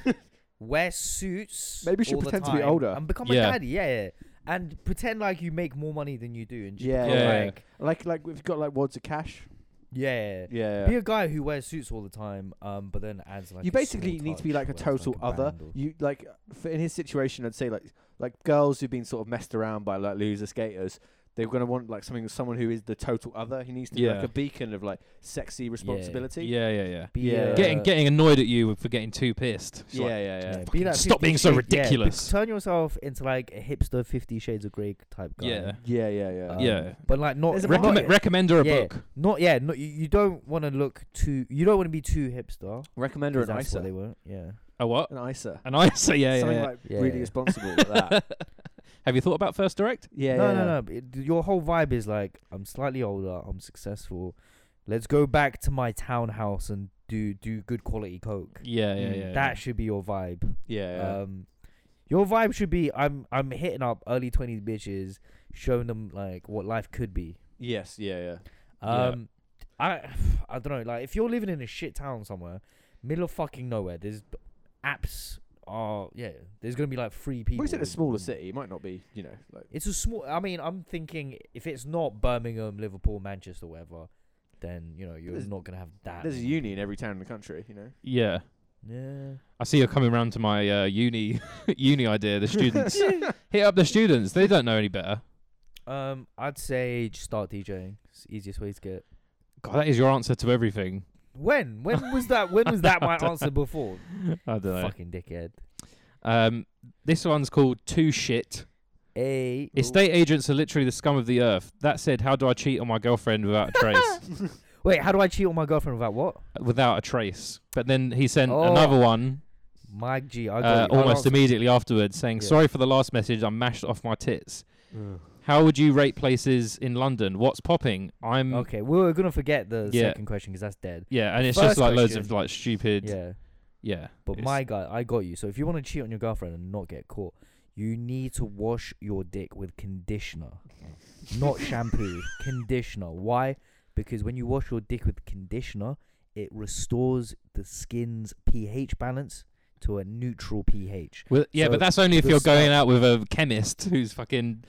D: wear suits.
B: Maybe you should
D: all the
B: pretend to be
D: time,
B: older.
D: and become
A: Yeah.
D: a daddy. Yeah, yeah, and pretend like you make more money than you do, and just
B: Yeah,
D: become
A: yeah, yeah.
D: like
B: Like like we've got like wads of cash.
D: Yeah.
B: Yeah.
D: Be a guy who wears suits all the time, um, but then adds like.
B: you
D: a small
B: basically need to be
D: touch,
B: like a
D: whether it's,
B: total
D: like, a
B: other.
D: band or-
B: You like for, in his situation, I'd say like like girls who've been sort of messed around by like loser skaters. They're gonna want like something someone who is the total other. He needs to be like
A: Yeah.
B: a beacon of like sexy responsibility.
A: Yeah, yeah, yeah.
D: Be
B: Yeah.
D: a-
A: Getting getting annoyed at you for getting too pissed. It's
B: yeah,
A: like,
B: yeah, yeah.
D: yeah,
A: "Fucking stop being so
D: 50 yeah, be-
A: ridiculous."
D: turn yourself into like a hipster Fifty Shades of Grey type guy.
A: Yeah.
B: Yeah, yeah, yeah. Uh,
D: Um,
A: Yeah.
D: But like not
B: There's a
D: not-
B: market.
A: Recommend, recommend her a
D: Yeah.
A: book.
D: Not yeah, not you, you don't want to look too. You don't want to be too hipster. 'cause
B: Recommender an
D: that's what they
B: ISA.
D: were. Yeah.
A: A what?
B: An ISA.
A: And I say, yeah, yeah.
B: Uh, something
A: yeah.
B: like
D: Yeah,
B: really
D: yeah.
B: responsible. like that.
A: Have you thought about First Direct?
B: Yeah,
D: no,
B: yeah,
D: no,
B: yeah.
D: no. but it- Your whole vibe is like I'm slightly older. I'm successful. Let's go back to my townhouse and do do good quality coke.
A: Yeah, yeah,
B: Mm,
A: yeah.
D: That should be your vibe.
B: Yeah, yeah.
D: Um, your vibe should be I'm I'm hitting up early twenties bitches, showing them like what life could be.
B: yes, yeah, yeah.
A: Yeah.
D: Um, I I don't know. Like if you're living in a shit town somewhere, middle of fucking nowhere, there's apps are yeah. There's gonna be like three people.
B: Well, it's in a smaller city. It might not be, you know, like
D: It's a small. I mean, I'm thinking if it's not Birmingham, Liverpool, Manchester, whatever, then you know you're
B: There's-
D: not gonna have that.
B: there's a
D: many.
B: uni in every town in the country. You know.
A: yeah.
D: Yeah.
A: I see you're coming round to my uh, uni uni idea. The students hit up the students. They don't know any better.
D: Um, I'd say just start DJing. It's the easiest way to get.
A: God, that is your answer to everything.
D: When? When was that? When was that my answer before?
A: I don't know.
D: Fucking dickhead.
A: Um, this one's called Too Shit.
D: Hey.
A: Estate agents are literally the scum of the earth. That said, how do I cheat on my girlfriend without a trace?
D: Wait, how do I cheat on my girlfriend without what?
A: without a trace. But then he sent
D: Oh,
A: another one
D: My G, I
A: uh,
D: got you. I'll
A: almost
D: answer-
A: immediately afterwards saying,
D: Yeah.
A: Sorry for the last message. I mashed off my tits. How would you rate places in London? What's popping? I'm.
D: Okay, we were gonna forget the
A: Yeah.
D: second question because that's dead.
A: Yeah, and it's
D: First
A: just like loads
D: question.
A: of like stupid. Yeah.
D: Yeah, but
A: it's-
D: my guy, I got you. So if you want to cheat on your girlfriend and not get caught, you need to wash your dick with conditioner, not shampoo. Conditioner. Why? Because when you wash your dick with conditioner, it restores the skin's pH balance to a neutral pH.
A: Well, yeah,
D: So
A: but that's only if
D: the
A: you're going
D: stuff-
A: out with a chemist who's fucking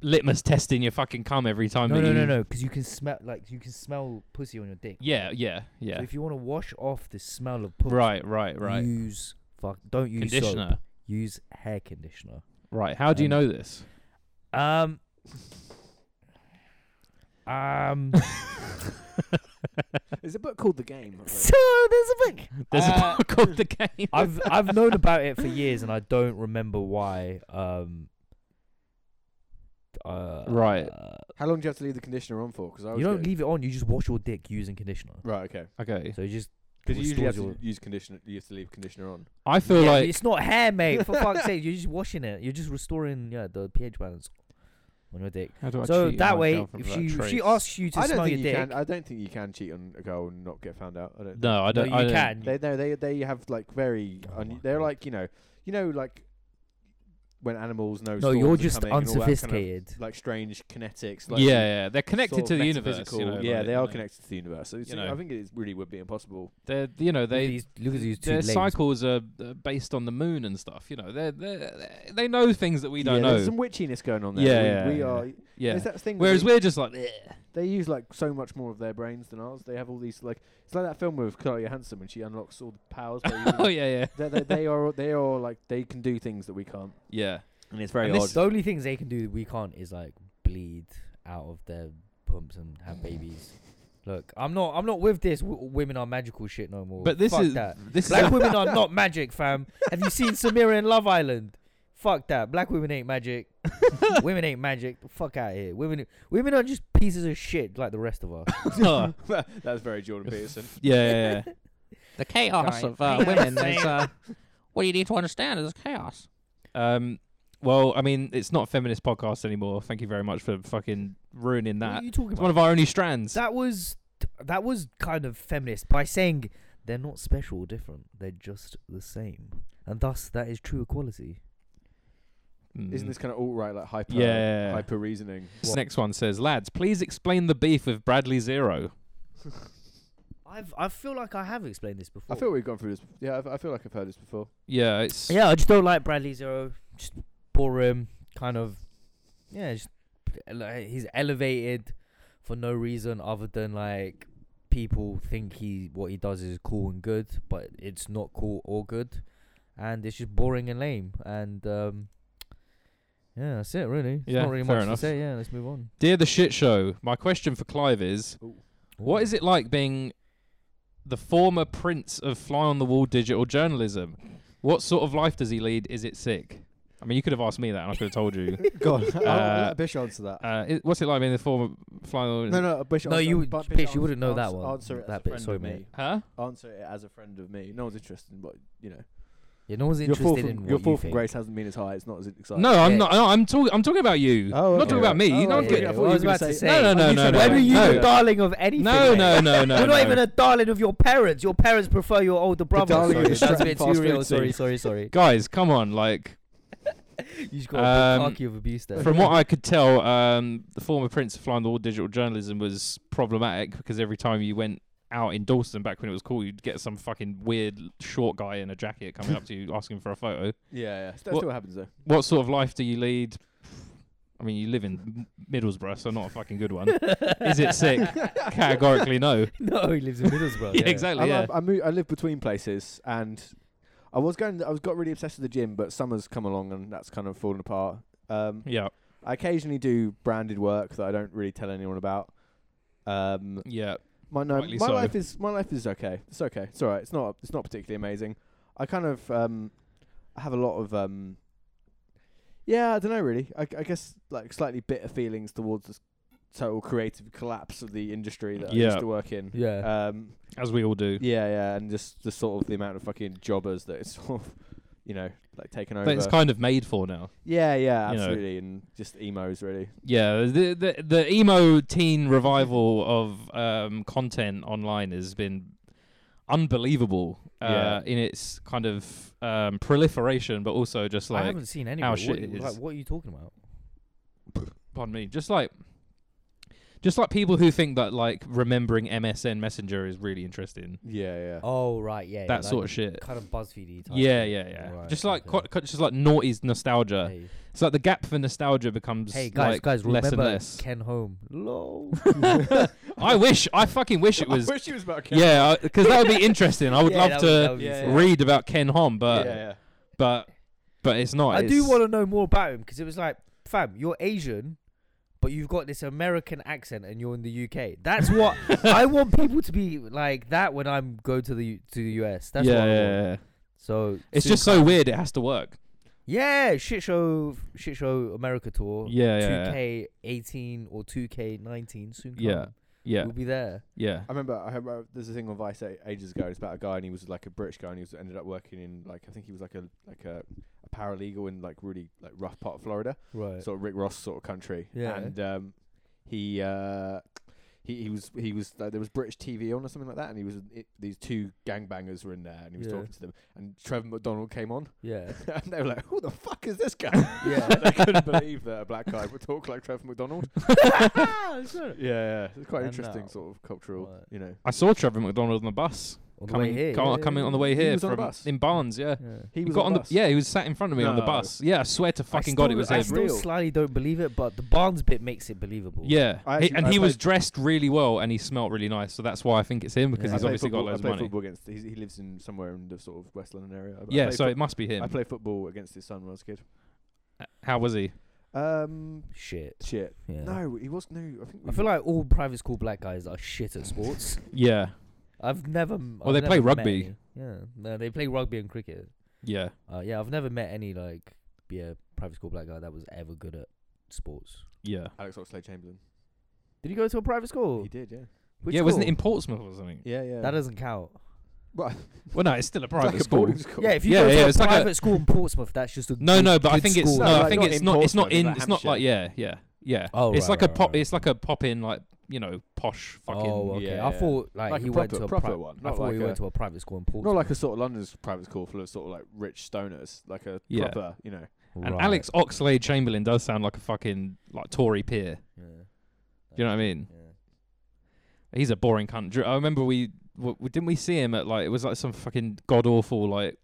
A: litmus testing your fucking cum every time.
D: No,
A: that
D: no,
A: you...
D: no, no, because you can smell like you can smell pussy on your dick.
A: Yeah, yeah, yeah.
D: So if you want to wash off the smell of pussy,
A: right, right, right.
D: use fuck. Don't use
A: Conditioner.
D: soap. Use hair conditioner.
A: Right. How do you
D: Um,
A: know this?
D: Um. Um.
B: There's a book called The Game. I think.
D: so there's a book.
A: There's
D: uh,
A: a book called the game.
D: I've I've known about it for years, and I don't remember why. Um. Uh,
A: Right.
D: uh,
B: How long do you have to leave the conditioner on for? Because I
D: you
B: was
D: don't
B: getting-
D: leave it on. You just wash your dick using conditioner.
B: Right. Okay.
A: Okay.
D: So you just.
B: Because you usually have
D: restores
B: to
D: your-
B: use conditioner. You have to leave conditioner on.
A: I feel
D: Yeah, but
A: like
D: it's not hair, mate. For fuck's sake, you're just washing it. You're just restoring yeah the pH balance on your dick.
A: How do I
D: so
A: cheat on
D: that
A: my
D: way,
A: girlfriend
D: if
A: without
D: she if she
A: trace?
D: asks you to
B: uh, I don't
D: smell your
B: think you
D: dick,
B: can. I don't think you can cheat on a girl and not get found out. I don't.
A: no, I
D: no,
A: don't.
D: you
A: I don't-
D: can.
B: They no. They they have like very.
D: Oh
B: un-
D: my
B: they're
D: God.
B: like you know, you know like when animals know.
D: no,
B: storms
D: you're
B: are
D: just
B: coming and all that kind of,
D: unsophisticated.
B: like strange kinetics. Like
A: yeah, yeah, they're connected
B: sort
A: to
B: of
A: the universe. You
B: metaphysical-
A: know,
B: yeah,
A: like,
B: they are
A: you know.
B: connected to the universe. So it's-
A: You know.
B: I think it is really would be impossible.
A: They're you know
D: look at
A: they
D: these, look at these two
A: their
D: lames.
A: cycles are uh, based on the moon and stuff. You know, they they they know things that we don't
B: yeah,
A: know.
B: There's some witchiness going on there.
A: Yeah,
B: we, we
A: yeah,
B: are.
A: yeah.
B: There's that thing. that
A: Whereas
B: they-
A: we're just like, "Eh."
B: they use like so much more of their brains than ours. They have all these like it's like that film with Chloe Johansson when she unlocks all the powers. by using-
A: oh yeah, yeah,
B: they, they, they are they are like they can do things that we can't,
A: yeah.
B: and it's very
A: And
B: odd.
A: this-
D: The only things they can do that we can't is like bleed out of their pumps and have babies. Look, I'm not. I'm not with this. W- women are magical shit no more.
A: But this
D: Oh, Fuck
A: is
D: that.
A: this is
D: Black women are not magic, fam. Have you seen Samira in Love Island? Fuck that. Black women ain't magic. women ain't magic. Fuck out here. Women. Women are just pieces of shit like the rest of us. Oh.
A: yeah,
B: That's very Jordan Peterson.
A: yeah, yeah.
E: the
D: Right.
E: chaos of uh, women is uh, what you need to understand is chaos.
A: Um, well, I mean, it's not a feminist podcast anymore. Thank you very much for fucking ruining
D: What
A: that.
D: are you talking
A: It's
D: about?
A: one of our only strands.
D: That was that was kind of feminist by saying they're not special or different. They're just the same, and thus that is true equality.
A: Mm.
B: Isn't this kind of alt right like hyper
A: Yeah.
B: hyper reasoning?
A: This next one says, lads, please explain the beef with Bradley Zero.
D: I've I feel like I have explained this before.
B: I feel we've gone through this. Yeah, I, I feel like I've heard this before.
A: Yeah, it's
D: yeah, I just don't like Bradley Zero. Just boring, kind of. Yeah, just like, he's elevated for no reason other than like people think he what he does is cool and good, but it's not cool or good, and it's just boring and lame. And um, yeah, that's it really. There's
A: Yeah,
D: not really
A: fair
D: much
A: enough.
D: to say. Yeah, let's move on.
A: Dear the shit show, my question for Clive is: What is it like being the former prince of fly on the wall digital journalism? What sort of life does he lead? Is it sick? I mean, you could have asked me that, and I could have told you.
B: Go on. I'll- I'll
A: Uh,
B: let Bish answer that.
A: Uh, i- what's it like being the former fly on the
B: no,
A: wall?
B: no, Bish.
D: No,
B: answer-
D: you would-
B: but
D: Bish, you wouldn't know
B: answer-
D: that one.
B: Answer it
D: That
B: as a
D: bit,
B: friend
D: sorry,
B: of me.
D: mate.
A: Huh?
B: Answer it as a friend of me. No one's interested in what you know.
D: Yeah, no one's
B: Your fall
D: interested in
B: from,
D: what
B: your
D: you
B: fall from
D: think.
B: grace hasn't been as high. It's not as exciting.
A: No, I'm
D: Yeah.
A: not. No, I'm talking. I'm talking about you. I'm not
B: Oh, okay.
A: talking about me.
B: Oh,
A: you know,
B: okay.
A: I'm
B: I
A: getting,
B: thought you
D: I
B: were
D: was
B: gonna
D: about
B: say-
D: to say.
A: No, no, no,
B: you
A: no,
B: said
A: no.
B: that.
D: When are you
A: No.
D: the darling of anything?
A: no,
D: mate?
A: no, no, no.
D: You're
A: no.
D: not even a darling of your parents. Your parents prefer your older brother.
B: darling of
D: Sorry,
B: the
D: that's a
B: Australian
D: bit
B: fast
D: too
B: food
D: real. Sorry,
B: scene.
D: sorry, sorry.
A: Guys, come on. Like,
D: You just got a
A: Um,
D: big cocky of abuse there.
A: from what I could tell, um, the former Prince of Flying the Wall digital journalism was problematic because every time you went out in Dawson back when it was cool, you'd get some fucking weird short guy in a jacket coming up to you asking for a photo.
B: Yeah, yeah. That
A: What-
B: still happens though.
A: What sort of life do you lead? I mean, you live in M- Middlesbrough, so not a fucking good one. Is it sick? Categorically, no.
D: no, he lives in Middlesbrough.
A: Yeah, exactly.
B: I,
A: Yeah.
B: love- I, move, I live between places, and I was going. I was got really obsessed with the gym, but summer's come along, and that's kind of fallen apart. Um,
A: Yeah.
B: I occasionally do branded work that I don't really tell anyone about. Um,
A: Yeah.
B: my no,
A: Rightly
B: my
A: so.
B: life is my life is okay. It's okay. It's all right. It's not. It's not particularly amazing. I kind of um, I have a lot of um, yeah. I don't know really. I, I guess like slightly bitter feelings towards this total creative collapse of the industry that I
A: Yeah.
B: used to work in.
A: Uh,
D: Yeah.
B: Um,
A: As we all do.
B: yeah, yeah, and just the sort of the amount of fucking jobbers that it's sort of, you know, like taken over.
A: But it's kind of made for now.
B: yeah, yeah,
A: you know.
B: absolutely, and just emos really.
A: Yeah, the the, the emo teen revival of um, content online has been unbelievable uh, in its kind of um, proliferation, but also just
D: I
A: like
D: haven't seen any. of it.
A: shit
D: What-
A: it
D: like,
A: is.
D: what are you talking about?
A: pardon me, just like just like people who think that like remembering MSN Messenger is really interesting,
B: Yeah, yeah.
D: Oh right, yeah.
A: that sort of shit.
D: Kind of BuzzFeed.
A: Yeah, yeah, yeah. just like quite, quite- just like naughty's nostalgia.
D: hey.
A: It's like the gap for nostalgia becomes
D: Hey, guys,
A: like,
D: guys,
A: less and
D: remember
A: less.
D: Ken Home? Lol.
A: I wish, I fucking wish it was.
B: wish it was about
A: Yeah, because that would be interesting. I would
D: Yeah,
A: love
D: that
A: to.
D: that would be
B: yeah,
D: sick.
B: yeah.
A: read about Ken Hom,
B: yeah,
A: but
B: yeah.
A: but but it's not.
D: I do
A: It's-
D: want to know more about him because it was like, fam, you're Asian, but you've got this American accent and you're in the UK. That's what I want people to be like that when I'm go to the U- to the US. That's
A: yeah,
D: what I
A: yeah,
D: want.
A: yeah.
D: So
A: it's
D: soon
A: just so weird. It has to work.
D: Yeah, shit show, shit show America tour.
A: Yeah, yeah, yeah.
D: 2K18 or 2K19 soon. Come.
A: Yeah, yeah,
D: We'll be there.
A: yeah.
B: I remember, I remember there's a thing on Vice a- ages ago. It's about a guy, and he was like a British guy, and he was ended up working in like I think he was like a like a, a paralegal in like really like rough part of Florida,
D: Right.
B: sort of Rick Ross sort of country.
D: Yeah.
B: and um, he uh, he he was he was like, there was British TV on or something like that, and he was it, these two gangbangers were in there, and he was
D: Yeah.
B: talking to them, and Trevor McDonald came on,
D: yeah.
B: and they were like, "Who the fuck is this guy?"
D: Yeah.
B: they couldn't believe that a black guy would talk like Trevor McDonald. yeah, yeah, it's quite
D: And uh,
B: interesting
D: now-
B: sort of cultural,
D: Right.
B: you know.
A: I saw Trevor McDonald on the bus
D: On the way
A: coming
D: here.
A: co-
D: yeah,
A: coming on the
D: yeah,
A: way
B: He
A: here
B: was on a
A: from
B: bus.
A: in Barnes. Yeah,
D: yeah.
B: He
A: He
B: was
A: got
B: on,
A: on
B: the
A: the
B: bus.
A: yeah he was sat in front of me on the
B: No.
A: bus. Yeah, I swear to
D: I
A: fucking god it
D: still-
A: was
D: I
A: him.
D: still
B: Real.
D: slightly don't believe it, but the Barnes bit makes it believable.
A: Yeah,
B: I
A: He-
B: actually-
A: and
B: I
A: he was
B: played-
A: dressed really well and he smelt really nice, so that's why I think it's him because
D: Yeah.
A: he's
B: I play
A: obviously
B: football,
A: got loads
B: I
A: of
B: play
A: money.
B: football against. He's, he lives in somewhere in the sort of West London area. I- I
A: Yeah,
B: play
A: so
B: fo-
A: it must be him.
B: I played football against his son when I was a kid.
A: How was he?
B: Um,
D: Shit.
B: shit.
D: Yeah.
B: No, he was new. I think.
D: I
B: we-
D: feel like all private school black guys are shit at sports.
A: Yeah,
D: I've never.
A: Well, they play rugby.
D: Yeah. No, they play rugby and cricket.
A: yeah.
D: Uh, yeah, I've never met any like yeah private school black guy that was ever good at sports.
A: Yeah,
B: Alex Oxlade Chamberlain.
D: Did you go to a private school?
B: He did, yeah.
D: Which
A: yeah. Wasn't it
D: school?
A: in Portsmouth or something?
B: Yeah, yeah.
D: That doesn't count.
B: Well,
A: Well, no, it's still a
B: it's
A: private
B: like a
A: school.
B: boarding school.
D: Yeah, if you
A: Yeah,
D: go to
A: yeah,
D: a
A: it's like a-
D: private school in Portsmouth, that's just a
A: No,
D: good-
A: no, but I
D: good
A: think it's
D: school.
A: no,
B: No,
A: I
B: like
A: think
B: not
A: it's
B: in
A: not. It's not
B: Portsmouth,
A: in.
B: like
A: It's not like yeah, yeah, yeah.
D: Oh,
A: it's
D: right,
A: like
D: right,
A: a
D: right,
A: pop.
D: right.
A: It's like a pop in like you know posh fucking.
D: Oh, okay.
B: Yeah,
D: I
B: yeah.
D: thought like,
B: Like
D: he
B: a
D: went
B: proper-
D: to a
B: proper
D: pri-
B: one,
D: I
B: not
D: thought he
B: like
D: went
B: a-
D: to a private school in Portsmouth.
B: Not like a sort of London's private school full of sort of like rich stoners, like a
A: Yeah.
B: proper, you know.
A: and
D: Right.
A: Alex Oxlade Chamberlain does sound like a fucking like Tory peer. Do
D: Yeah.
A: you know what I mean?
D: Yeah.
A: He's a boring cunt. Dr- I remember we, w- w- didn't we see him at like it was like some fucking god awful like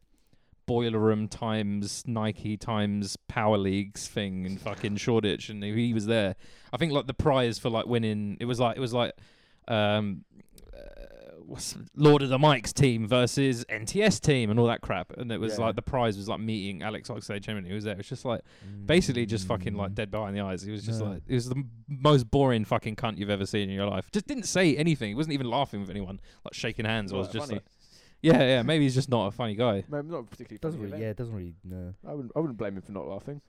A: boiler room times Nike times Power Leagues thing in fucking Shoreditch, and he was there. I think like the prize for like winning it was like it was like um uh, what's Lord of the Mics team versus NTS team and all that crap. And it was
B: Yeah.
A: like the prize was like meeting Alex Oxlade Chamberlain. who was there. It was just like basically just fucking like
D: Mm.
A: dead behind the eyes. He was just
D: Yeah.
A: like it was the m- most boring fucking cunt you've ever seen in your life. Just didn't say anything. He wasn't even laughing with anyone. Like shaking hands or was just like yeah, yeah. Maybe he's just not a funny guy.
B: Maybe not particularly.
D: Doesn't
B: funny
D: really, yeah, it doesn't really. No.
B: event. I wouldn't. I wouldn't blame him for not laughing.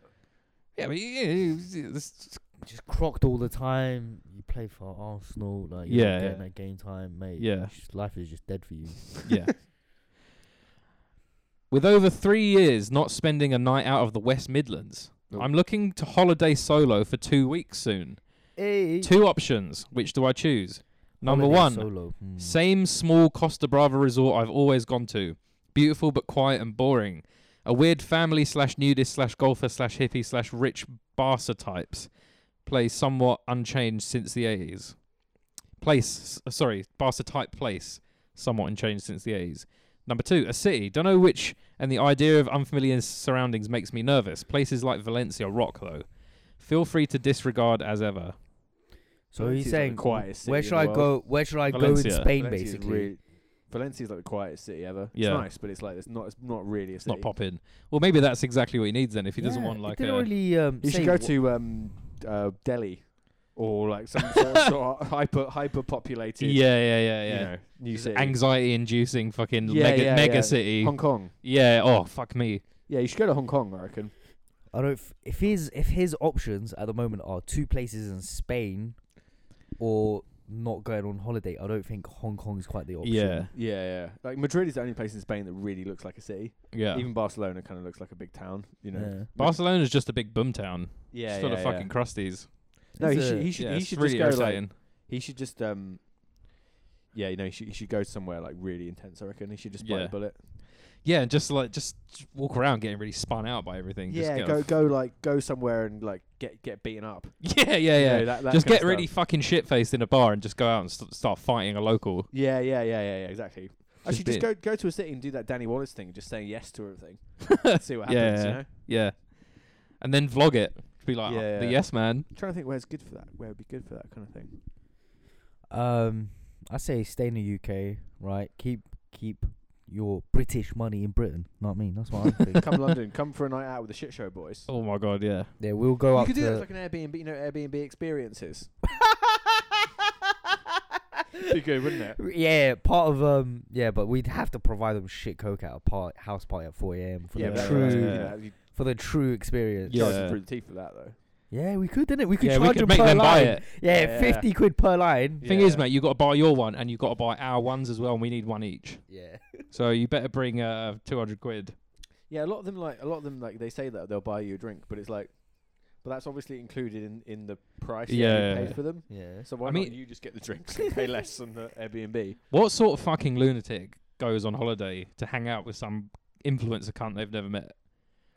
A: Yeah, but yeah, he was- yeah, this-
D: Just crocked all the time. You play for Arsenal, like you're
A: Yeah,
D: not getting
A: yeah.
D: that game time, mate.
A: Yeah.
D: it's just- life is just dead for you.
A: yeah. With over three years not spending a night out of the West Midlands,
B: Oh.
A: I'm looking to holiday solo for two weeks soon.
D: Hey.
A: Two options. Which do I choose? Number
D: Holiday
A: one,
D: solo. Hmm.
A: Same small Costa Brava resort I've always gone to. Beautiful but quiet and boring. A weird family slash nudist slash golfer slash hippie slash rich Barca types. Place somewhat unchanged since the 80s. Place, uh, sorry, Barca type place somewhat unchanged since the 80s. Number two, a city. Don't know which, and the idea of unfamiliar surroundings makes me nervous. Places like Valencia rock though. Feel free to disregard as ever.
D: So
B: Valencia's
D: he's
B: like
D: saying,
B: the quietest
D: where
B: city in
D: should
B: the
D: I
B: world.
D: go? Where should I go in
A: Valencia.
D: Spain,
B: Valencia's
D: basically?
B: really- Valencia's like the quietest city ever.
A: Yeah.
B: It's nice, but it's like it's not. It's not really a
A: It's
B: city.
A: not popping. Well, maybe that's exactly what he needs then. If he doesn't
D: Yeah,
A: want
D: it
A: like
D: didn't
A: a
D: really, um,
B: You
D: say
B: should go
D: what-
B: to um, uh, Delhi or like some sort of, sort of hyper hyper populated.
A: Yeah, yeah, yeah,
B: You
A: yeah.
B: know, new city.
A: Anxiety inducing fucking
B: Yeah,
A: mega,
B: yeah,
A: mega
B: yeah.
A: city.
B: Hong Kong.
A: yeah, oh, fuck me.
B: Yeah, you should go to Hong Kong. I reckon.
D: I don't. f- If his if his options at the moment are two places in Spain, or not going on holiday, I don't think Hong Kong is quite the option.
A: Yeah,
B: Yeah, yeah. Like Madrid is the only place in Spain that really looks like a city.
A: yeah.
B: Even Barcelona kind of looks like a big town. You know.
D: Yeah.
A: Barcelona's just a big boom town.
B: Yeah,
A: it's full of fucking crusties.
B: No, he
D: It's
B: should.
D: a-
B: He should.
A: yeah,
B: he
A: it's
B: should
A: really
B: just go like.
A: irritating.
B: He should just um. Yeah, you know, he should, he should go somewhere like really intense. I reckon he should just bite
A: Yeah.
B: a bullet.
A: yeah, and just like just j- walk around getting really spun out by everything.
B: Yeah,
A: just
B: go
A: get
B: go like go somewhere and like get get beaten up.
A: yeah, yeah, yeah.
B: You know, that- that
A: just
B: kind of
A: get really
B: stuff.
A: fucking shit faced in a bar and just go out and st- start fighting a local.
B: yeah, yeah, yeah, yeah, yeah. Exactly. I
A: Just
B: should just
A: be-
B: go go to a city and do that Danny Wallace thing, just saying yes to everything. See what happens.
A: Yeah.
B: You know? I'm
A: Yeah, and then vlog it. Be like
B: Yeah,
A: "Oh, the
B: yeah.
A: yes man.
B: trying to think where's good for that. Where would be good for that kind of thing.
D: Um, I say stay in the UK, right? Keep keep your British money in Britain. Not me. That's what I think.
B: Come London, come for a night out with the shit show boys.
A: Oh my god, yeah.
D: yeah, we'll go
B: you
D: up
B: could do that
D: to.
B: with like an Airbnb, you know, Airbnb experiences.
D: Be
B: Be good, wouldn't it?
D: Yeah, part of um, yeah, but we'd have to provide them shit coke at a part house party at 4 a.m. for
B: Yeah,
D: the
B: but, uh,
D: true
B: you
A: Yeah.
B: know, you
D: for the true experience.
A: Yeah.
B: charge them through the teeth for that though.
D: Yeah, we could, didn't it? We could
A: yeah, we
D: charge
A: could
D: them
A: make
D: per
A: them buy
D: line.
A: it.
D: Yeah,
B: Yeah.
D: fifty quid per line.
A: Thing
B: Yeah.
A: is, mate, you got to buy your one and you got to buy our ones as well, and we need one each.
D: Yeah.
A: So you better bring uh, 200 quid.
B: Yeah, a lot of them like a lot of them like they say that they'll buy you a drink, but it's like, but that's obviously included in in the price that
A: Yeah.
B: you paid for them.
D: Yeah.
B: So why
A: I mean-
B: not you just get the drinks and pay less than the Airbnb?
A: What sort of fucking lunatic goes on holiday to hang out with some influencer cunt they've never met?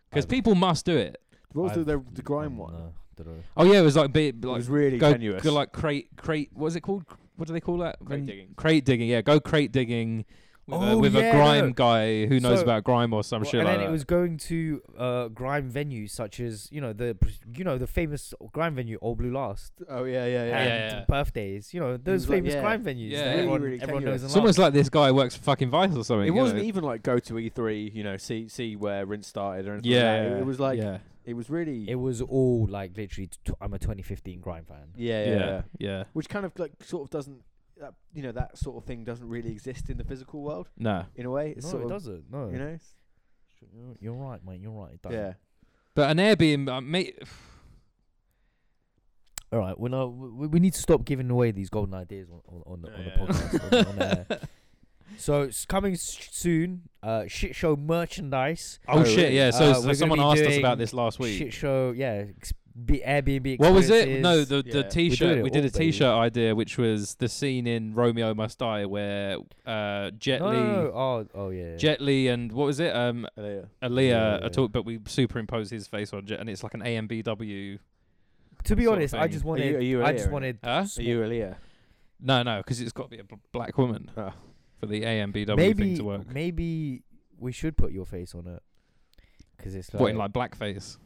A: Because
D: I've-
A: people must do it.
B: What was the,
D: I've-
B: the, the grime
D: Mm,
B: one?
D: no, dunno.
A: Oh yeah, it was like, be,
B: it
A: like
B: was really
A: go,
B: tenuous.
A: go like crate crate. What is it called? What do they call that?
B: Crate
A: When-
B: digging.
A: Crate digging. Yeah, go crate digging with, a,
D: Oh,
A: with a
D: yeah,
A: grime
D: no.
A: guy who knows
D: So-
A: about grime or some
D: Well,
A: shit
D: and
A: like
D: then
A: that.
D: it was going to uh, grime venues such as you know the pres- you know the famous grime venue Old Blue Last
B: Oh yeah, yeah, yeah.
A: Yeah,
D: and
A: yeah, yeah.
D: birthdays. You know those
B: was like-
D: famous
B: yeah.
D: grime venues
A: Yeah.
D: that
A: Really,
D: everyone,
B: really
D: everyone knows
B: tenuous.
D: and
A: it's almost
D: loves.
A: like this guy works for fucking Vice or something.
B: It
A: you know?
B: wasn't even like go to E3, you know, see see where rinse started or anything.
A: Yeah,
B: like that. It,
A: yeah,
B: it was like
A: yeah,
B: it was really.
D: it was all like literally. T- I'm a 2015 grime fan.
B: yeah, yeah,
A: yeah,
B: yeah.
A: yeah.
B: Which kind of like sort of doesn't, that, you know, that sort of thing doesn't really exist in the physical world
A: No,
B: in a way. It's
D: No,
B: sort
D: it
B: of,
D: doesn't. No,
B: You know.
D: You're- you're right, mate. You're right. it doesn't.
B: Yeah.
A: but an Airbnb, uh, mate.
D: All right. Well, no, we, we need to stop giving away these golden ideas on on, on, the,
B: Oh,
D: on
B: yeah.
D: the podcast. on, the- on the air. So it's coming s- soon. Uh, shit show merchandise.
A: Oh,
B: Oh,
A: shit!
B: really?
A: Yeah. So,
D: Uh,
A: so
D: we're gonna
A: someone
D: be
A: asked us about
D: doing
A: this last week.
D: Shit show. Yeah. Ex- be Airbnb.
A: What was it?
D: experiences.
A: No, the
B: Yeah.
A: the
B: We did
A: t-shirt.
D: it
A: We did a
D: all, baby.
A: t-shirt idea, which was the scene in Romeo Must Die where uh, Jet
D: No,
A: Li,
D: no, no, Oh, oh yeah.
A: Jet Li, and what was it? Um,
B: Yeah. yeah.
A: Aaliyah
D: Yeah.
A: are talk, but we superimpose his face on Jet, and it's like an AMBW.
D: to be
A: sort of
D: honest, I
A: thing.
D: just
B: Are you-
D: wanted.
B: are you
D: I
B: Aaliyah
D: just
B: in it?
D: wanted.
A: Huh?
B: Are you Aaliyah?
A: No, no, because it's got to be a b- black woman
B: Oh.
A: for the AMBW thing
D: Ah. Maybe.
A: to work.
D: Maybe we should put your face on it. Because it's like.
A: What in like blackface?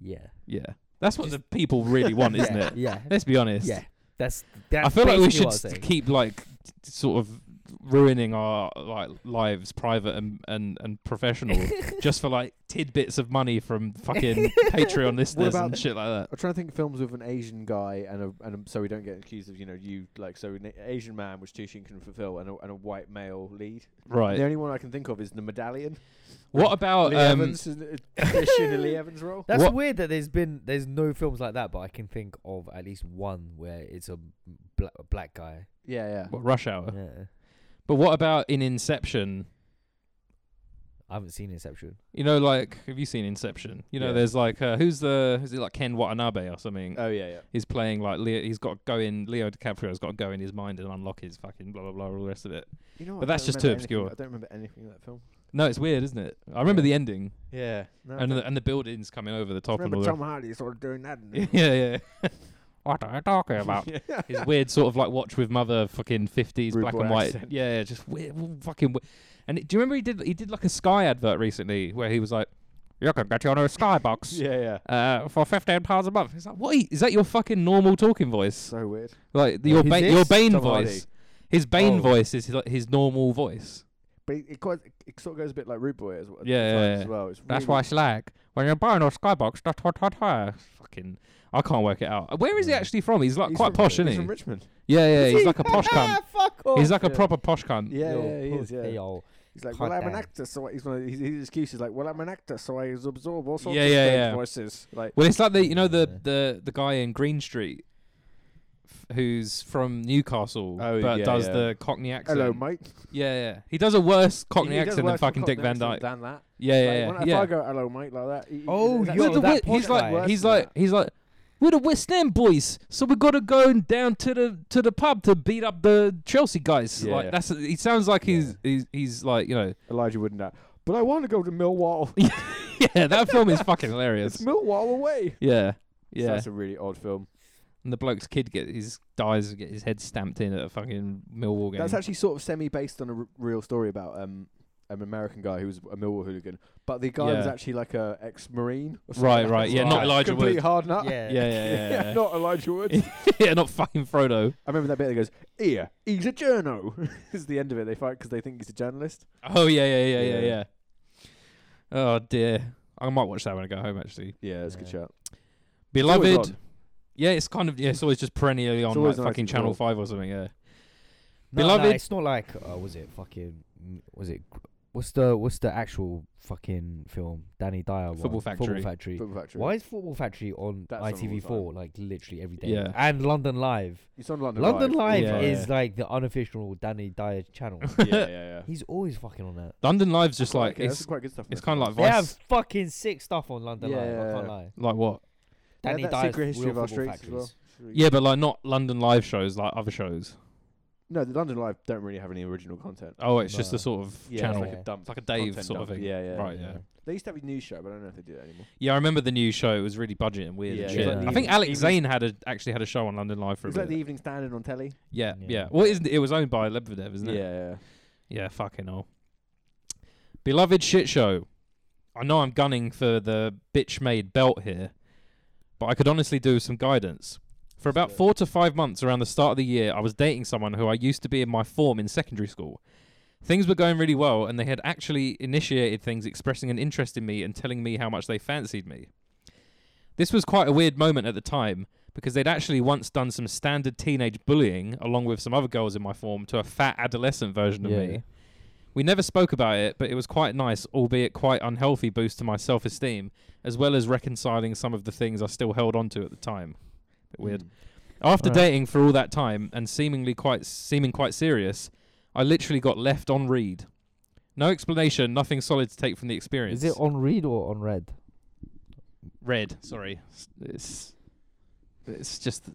D: yeah.
A: Yeah, that's what the people really want, isn't
D: yeah,
A: it?
D: Yeah.
A: Let's be honest.
D: Yeah. That's. That's
A: I feel like we
D: basically
A: should
D: what I'm
A: s-
D: saying.
A: keep like t- sort of ruining our like lives, private and and, and professional, just for like tidbits of money from fucking Patreon listeners
B: about-
A: and shit like that.
B: I'm trying to think of films with an Asian guy and a and a, so we don't get accused of you know you like so an Asian man which Tushin can fulfill and a, and a white male lead.
A: Right.
B: The only one I can think of is the Medallion.
A: What about
B: Lee
A: um,
B: Evans isn't it? Tushin and Lee Evans role.
C: That's
A: What-
C: weird that there's been there's no films like that, but I can think of at least one where it's a black black guy.
B: Yeah, yeah.
A: what, Rush Hour?
C: Yeah.
A: But what about in Inception?
C: I haven't seen Inception.
A: You know, like have you seen Inception? You know,
B: Yeah.
A: there's like uh, who's the who's it like Ken Watanabe or something?
B: Oh yeah, yeah.
A: he's playing like Leo. He's got to go in. Leo DiCaprio's got to go in his mind and unlock his fucking blah blah blah. All the rest of it.
B: You know,
A: But that's just too obscure.
B: I don't remember anything of that film.
A: No, it's weird, isn't it? I remember the ending
B: Yeah. No, I
A: and
B: don't-
A: the, and the buildings coming over the top and all
B: remember
A: that.
B: Tom Hardy sort of doing that.
A: yeah, yeah. what are you talking about?
B: yeah.
A: His weird sort of like watch with mother fucking fifties
B: Rude
A: black
B: boy
A: and white.
B: accent.
A: Yeah, yeah, just weird, w- fucking. Weird. And it- do you remember he did he did like a Sky advert recently where he was like, "You can get your own Sky box
B: yeah, yeah.
A: uh, for fifteen pounds a month." It's like, what is that? Your fucking normal talking voice,
B: So weird.
A: like your
B: who's
A: ba-
B: this?
A: your Bane
B: Tom Hardy.
A: voice. His Bane
B: Oh.
A: voice is his, like, his normal voice.
B: But it, it quite it sort of goes a bit like Rude Boy as well. at
A: Yeah,
B: times
A: yeah, yeah.
B: as well. It's
A: That's
B: really-
A: why it's like when you're buying a skybox. Da, da, da, da. Fucking, I can't work it out. Where is he
C: Yeah.
A: actually from? He's like
B: He's
A: quite
B: from-
A: posh, isn't
B: He's
A: he?
B: from Richmond.
A: Yeah, yeah. He's like a posh cunt.
C: Fuck off.
A: He's like a
B: Yeah.
A: proper posh cunt.
B: Yeah,
C: Yo,
B: yeah, he is.
C: pussy,
B: Yeah.
C: yo.
B: He's like,
C: Hot
B: well, I'm an
C: damn.
B: actor, so I- he's one of his, his excuses like, well, I'm an actor, so I absorb all sorts
A: Yeah,
B: of
A: yeah,
B: strange
A: yeah.
B: voices. Like,
A: Well, it's like the you know the
C: Yeah.
A: the the guy in Green Street, f- who's from Newcastle,
B: Oh,
A: but
B: yeah,
A: does
B: yeah.
A: the Cockney accent.
B: hello, mate.
A: Yeah, yeah. He does a worse Cockney
B: He- he does
A: accent than
B: worse with
A: fucking Dick
B: Cockney
A: Van Dyke.
B: accent than that.
A: Yeah, yeah,
B: Like,
A: yeah.
B: when-
A: yeah.
B: If I go, hello, mate, like that. he- he-
C: Oh,
B: that's
C: yo,
A: With
B: not
A: the
C: that
A: wi- he's
C: posh
A: like
C: guy.
A: he's
B: Worse than
A: like he's like we're the West End boys, so we got to go down to the to the pub to beat up the Chelsea guys.
B: Yeah,
A: like
B: yeah.
A: that's he sounds like he's, he's he's like you know
B: Elijah Wood and that. But I want to go to Millwall.
A: yeah that film is fucking
B: it's
A: hilarious.
B: Millwall away.
A: Yeah,
B: So
A: yeah.
B: that's a really odd film.
A: And the bloke's kid get his dies and get his head stamped in at a fucking Millwall game.
B: That's actually sort of semi based on a r- real story about um an American guy who was a Millwall hooligan, but the guy was
A: Yeah.
B: actually like a ex Marine.
A: Right, right, yeah,
C: not
A: Elijah
B: Complete
A: Wood.
B: hard nut.
C: yeah.
A: Uh, yeah, yeah, yeah, yeah.
B: not Elijah Wood.
A: yeah, not fucking Frodo.
B: I remember that bit that goes, "Here, he's a journo." is the end of it. They fight because they think he's a journalist.
A: Oh yeah, yeah, yeah, yeah, yeah.
B: Yeah.
A: Oh dear, I might watch that when I go home. Actually,
B: Yeah, that's a good
C: Yeah.
B: shout. It's always
A: beloved.
B: on.
A: Yeah, it's kind of yeah. It's always just perennially on like
B: always on, I
A: fucking
B: think,
A: Channel
B: well.
A: Five or something. Yeah.
C: No, no,
A: Beloved-
C: it's not like uh, was it fucking was it what's the what's the actual fucking film Danny Dyer one?
A: Football Factory.
C: Football Factory.
B: Football Factory.
C: Why is Football Factory on
B: That's on all the
C: ITV4 like literally every day?
A: Yeah.
C: And London Live.
B: It's on London.
C: London Live
A: Yeah.
C: is like the unofficial Danny Dyer channel.
B: yeah, yeah, yeah.
C: He's always fucking on that.
A: London Live's just
B: Quite
A: like
B: okay, that's
A: it's
B: quite good stuff.
A: it's kind of like
C: They
A: Vice.
C: have fucking sick stuff on London Live. I can't
B: Yeah.
C: lie.
A: like what?
B: They had
C: Danny
B: that
C: Dyer's
B: Secret History
C: real
B: of Our
C: Football
B: Streets as well.
C: Factories.
A: Yeah, but like not London Live shows like other shows.
B: No, the London Live don't really have any original content.
A: Oh, it's just
C: No.
A: a sort of
B: Yeah,
A: channel.
B: it's like a dump.
A: It's like a Dave
B: content
A: sort of
B: dump.
A: thing.
B: Yeah, yeah.
A: Right. Yeah.
B: They used to have a news show, but I don't know if they do that anymore.
A: Yeah, I remember the new show. It was really budget and weird.
B: Yeah,
A: and
B: it
A: shit.
C: was like the
A: I think
B: evening-
A: Alex
B: evening-
A: Zane had a, actually had a show on London Live for a
B: It's like
A: bit.
B: the Evening Standard on telly.
A: yeah, yeah,
C: Yeah.
A: Well, isn't it was owned by Lebedev, isn't
B: Yeah,
A: it?
B: yeah.
A: Yeah, fucking hell. Beloved shit show. I know I'm gunning for the bitch made belt here, but I could honestly do with some guidance. For about
B: Sure.
A: four to five months around the start of the year, I was dating someone who I used to be in my form in secondary school. Things were going really well, and they had actually initiated things expressing an interest in me and telling me how much they fancied me. This was quite a weird moment at the time because they'd actually once done some standard teenage bullying along with some other girls in my form to a fat adolescent version of me. We never spoke about it, but it was quite nice, albeit quite unhealthy boost to my self esteem, as well as reconciling some of the things I still held on to at the time. Bit weird. After
C: Mm. Alright.
A: dating for all that time and seemingly quite seeming quite serious, I literally got left on read. No explanation, nothing solid to take from the experience.
C: Is it on read or on red?
A: red? Sorry, it's it's just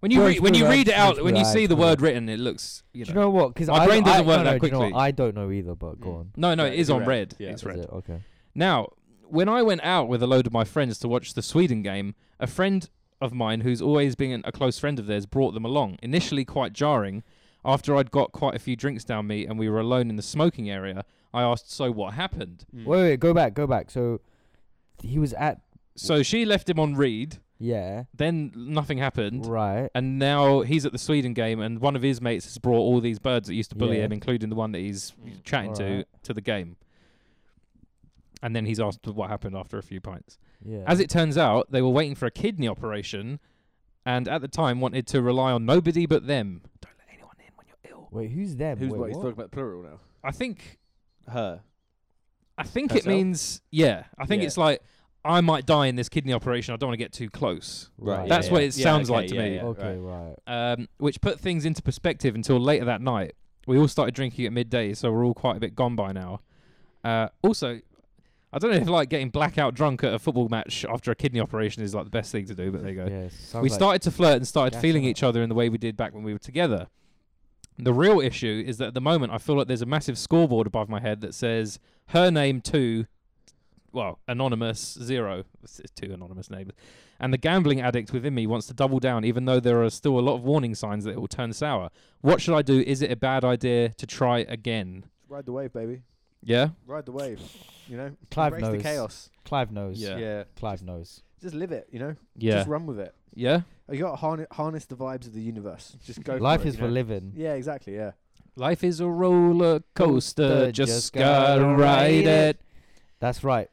A: when you
C: Words
A: read, when
C: per
A: you
C: word,
A: read it out
C: words
A: when
C: per
A: you
C: word,
A: see the
C: yeah.
A: word written, it looks you
C: Do you
A: know.
C: know what? Because
A: My brain doesn't work that quickly.
C: I don't know either, but go
B: Mm.
C: on.
A: No, no,
B: Yeah,
A: it
B: it's
A: is on
B: red.
A: red.
B: Yeah.
A: It's
C: Is
A: red.
C: it? Okay.
A: Now, when I went out with a load of my friends to watch the Sweden game, a friend of mine who's always been a close friend of theirs brought them along. Initially quite jarring, after I'd got quite a few drinks down me and we were alone in the smoking area, I asked, So what
B: Mm.
A: happened?
C: Wait, wait, go back, go back. So he was at
A: So she left him on read.
D: Yeah.
A: Then nothing happened.
D: Right.
A: And now he's at the Sweden game, and one of his mates has brought all these birds that used to bully
D: Yeah.
A: him, including the one that he's chatting to,
D: Alright.
A: to the game. And then he's asked what happened after a few pints.
D: Yeah.
A: As it turns out, they were waiting for a kidney operation, and at the time wanted to rely on nobody but them. Don't let anyone in when you're ill.
D: Wait, who's them?
B: Who's
D: Wait,
B: what? He's talking about plural now.
A: I think
B: Her.
A: I think it
B: Herself?
A: means yeah. I think
B: Yeah.
A: it's like I might die in this kidney operation. I don't want to get too close.
B: Right,
A: That's
B: yeah,
A: what
B: yeah.
A: it
B: Yeah,
A: sounds
B: okay,
A: like to
B: yeah,
A: me.
B: yeah.
D: Okay, right.
A: um, which put things into perspective until later that night. We all started drinking at midday, so we're all quite a bit gone by now. Uh, also, I don't know if like getting blackout drunk at a football match after a kidney operation is like the best thing to do, but there you go.
D: Yeah, sounds
A: we
D: like-
A: started to flirt and started
D: That's
A: feeling
D: right.
A: each other in the way we did back when we were together. The real issue is that at the moment I feel like there's a massive scoreboard above my head that says her name two, well anonymous zero, It's- it's two anonymous names, and the gambling addict within me wants to double down, even though there are still a lot of warning signs that it will turn sour. What should I do? Is it a bad idea to try again?
B: Ride the wave, baby.
A: Yeah,
B: Ride the wave. You know.
D: Clive
B: Embrace the
D: knows.
B: chaos.
D: Clive knows.
A: Yeah.
D: Clive knows.
B: Just live it. You know.
A: yeah,
B: Just run with it. Oh,
A: yeah.
B: You got to harness, harness the vibes of the universe. Just go.
D: Life
B: for it,
D: is
B: you
D: for
B: know?
D: living.
B: Yeah, exactly. Yeah.
A: Life is a roller coaster,
D: Coaster,
A: just,
D: just
A: gotta
D: gotta
A: ride
D: ride
A: it.
D: it. That's right.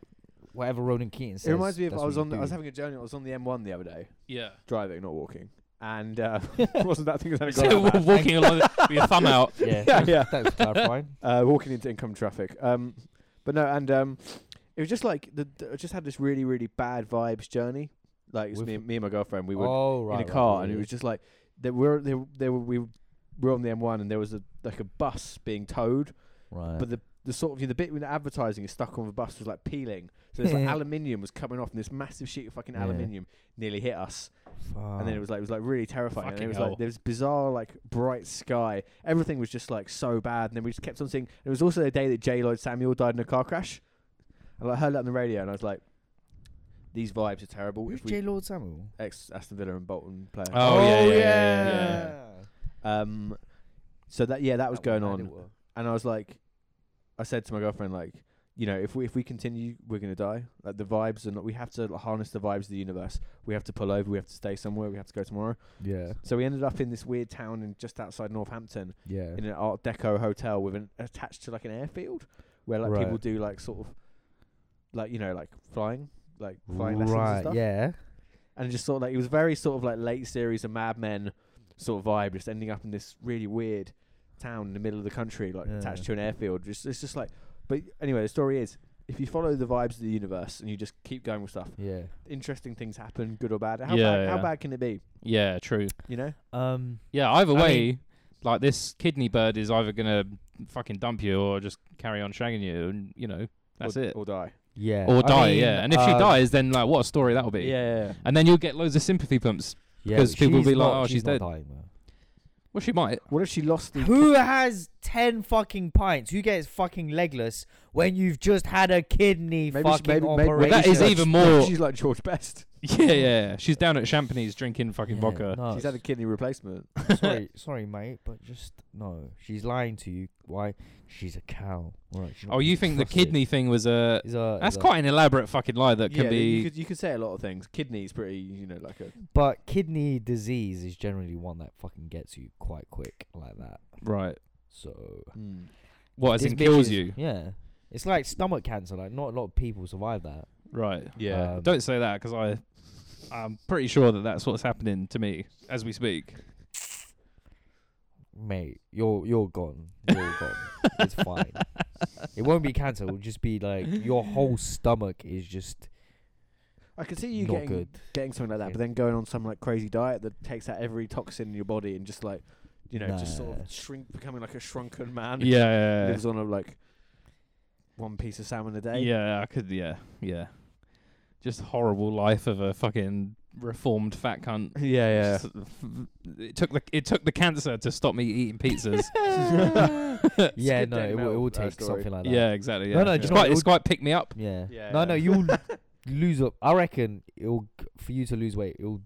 D: Whatever Ronan Keating says.
B: It reminds me of
D: that's
B: I
D: what
B: was
D: you
B: on. The, I was
D: do.
B: having a journey. I was on the M1 the other day,
A: Yeah.
B: driving, not walking. And uh, wasn't that thing that I
A: So
B: got?
A: we're walking along with your thumb out.
D: Yeah,
B: Yeah,
D: thanks-
B: yeah.
D: Thanks for clarifying.
B: uh, walking into income traffic. Um, but no, and um, it was just like the, the- I just had this really really bad vibes journey. Like it's
D: With-
B: me, and- me and my girlfriend, we were
D: oh, right.
B: in a
D: right,
B: car,
D: right,
B: and it
D: yeah.
B: was just like there were there there were we were on the M1, and there was a like a bus being towed,
D: Right.
B: but the the sort of you know, the bit when the advertising is stuck on the bus was like peeling, so this like aluminium was coming off, and this massive sheet of fucking
D: Yeah.
B: aluminium nearly hit us, and then
D: Fuck.
B: it was like it was like really terrifying. And it
A: Oh. Fucking
B: was
A: hell.
B: like there was bizarre like bright sky. Everything was just like so bad. And then we just kept on seeing. It was also the day that J. Lloyd Samuel died in a car crash. And I heard that on the radio, and I was like, "These vibes are terrible."
D: Who's
B: If we-
D: J. Lord Samuel?
B: ex Aston Villa and Bolton player.
A: Oh, yeah, yeah, yeah, yeah,
B: Um, so that yeah, that was going
D: one had
B: on,
D: it well.
B: and I was like, I said to my girlfriend like. You know, if we if we continue, we're gonna die. Like the vibes, and we have to like, harness the vibes of the universe. We have to pull over. We have to stay somewhere. We have to go tomorrow.
D: Yeah,
B: So we ended up in this weird town in just outside Northampton
D: yeah.
B: in an Art Deco hotel with an attached to like an airfield where like people
D: Right.
B: do like sort of like you know like flying like flying lessons and
D: Right,
B: stuff.
D: yeah.
B: And just sort of like it was very sort of like late series of Mad Men sort of vibe, just ending up in this really weird town in the middle of the country, like
D: Yeah.
B: attached to an airfield. Just it's just like, but anyway, the story is if you follow the vibes of the universe and you just keep going with stuff,
D: Yeah.
B: interesting things happen, good or bad. How
A: Yeah,
B: bad? How
A: yeah.
B: bad can it be?
A: Yeah, true.
B: You know?
D: Um.
A: Yeah, either
D: I
A: way, like this kidney bird is either gonna fucking dump you or just carry on shagging you, and you know that's
B: or,
A: it,
B: Or die.
D: Yeah.
A: or
D: I
A: die.
D: mean,
A: yeah, and if she
D: uh,
A: dies, then like what a story that will be.
B: yeah.
A: and then you'll get loads of sympathy pumps.
D: yeah,
A: 'cause
D: but
A: people will be like,
D: not-
A: "Oh, she's
D: not
A: dead."
D: dying, man.
A: Well, she might.
B: What if she lost the?
C: Who has ten fucking pints? Who gets fucking legless when you've just had a kidney
B: Maybe she-
C: fucking
B: maybe- maybe-
C: operation?
B: maybe
A: That is
B: she's like-
A: even
B: maybe
A: more-
B: She's like George Best.
A: Yeah, yeah. She's down at Champagne's drinking fucking
D: Yeah,
A: vodka.
D: No,
B: She's had a kidney replacement.
D: sorry, sorry, mate, but just no. She's lying to you. Why? She's a cow. All right, she's not
A: Oh, you
D: being
A: think the
D: trusted.
A: kidney thing was a?
D: Is a,
A: That's
D: is a-
A: quite an elaborate fucking lie that can
B: yeah,
A: be.
B: You could, you could say a lot of things. Kidney's pretty, you know, like a.
D: But kidney disease is generally one that fucking gets you quite quick like that.
A: right.
D: So
B: Mm.
A: What as
D: This
A: in
D: bitch
A: kills
D: is-
A: you?
D: Yeah, it's like stomach cancer. Like not a lot of people survive that.
A: Right.
D: Yeah. Um,
A: Don't say that because I, I'm pretty sure that that's what's happening to me as we speak.
D: Mate, you're you're gone. You're gone. It's fine. It won't be cancer. It'll just be like your whole stomach is just
B: I could see you
D: not
B: getting
D: good.
B: getting something like that, but then going on some like crazy diet that takes out every toxin in your body and just like, you know, just sort
D: Nah.
B: of shrink, becoming like a shrunken man. who
A: Yeah.
B: Lives on a like one piece of salmon a day.
A: Yeah, I could. Yeah, yeah. Just horrible life of a fucking reformed fat cunt.
B: Yeah,
A: Just, It took the it took the cancer to stop me eating pizzas.
D: yeah,
B: Skip
D: no,
B: Dave
D: it will, it
B: Mel,
D: will
B: uh,
D: take
B: story.
D: something like that.
A: yeah, exactly. Yeah.
D: No, no, do
A: it's
D: you know
A: quite
D: what,
A: it's
D: it
A: quite pick me up.
D: Yeah.
B: Yeah,
D: No,
B: yeah.
D: no, you'll lose up. I reckon it'll g- for you to lose weight. It'll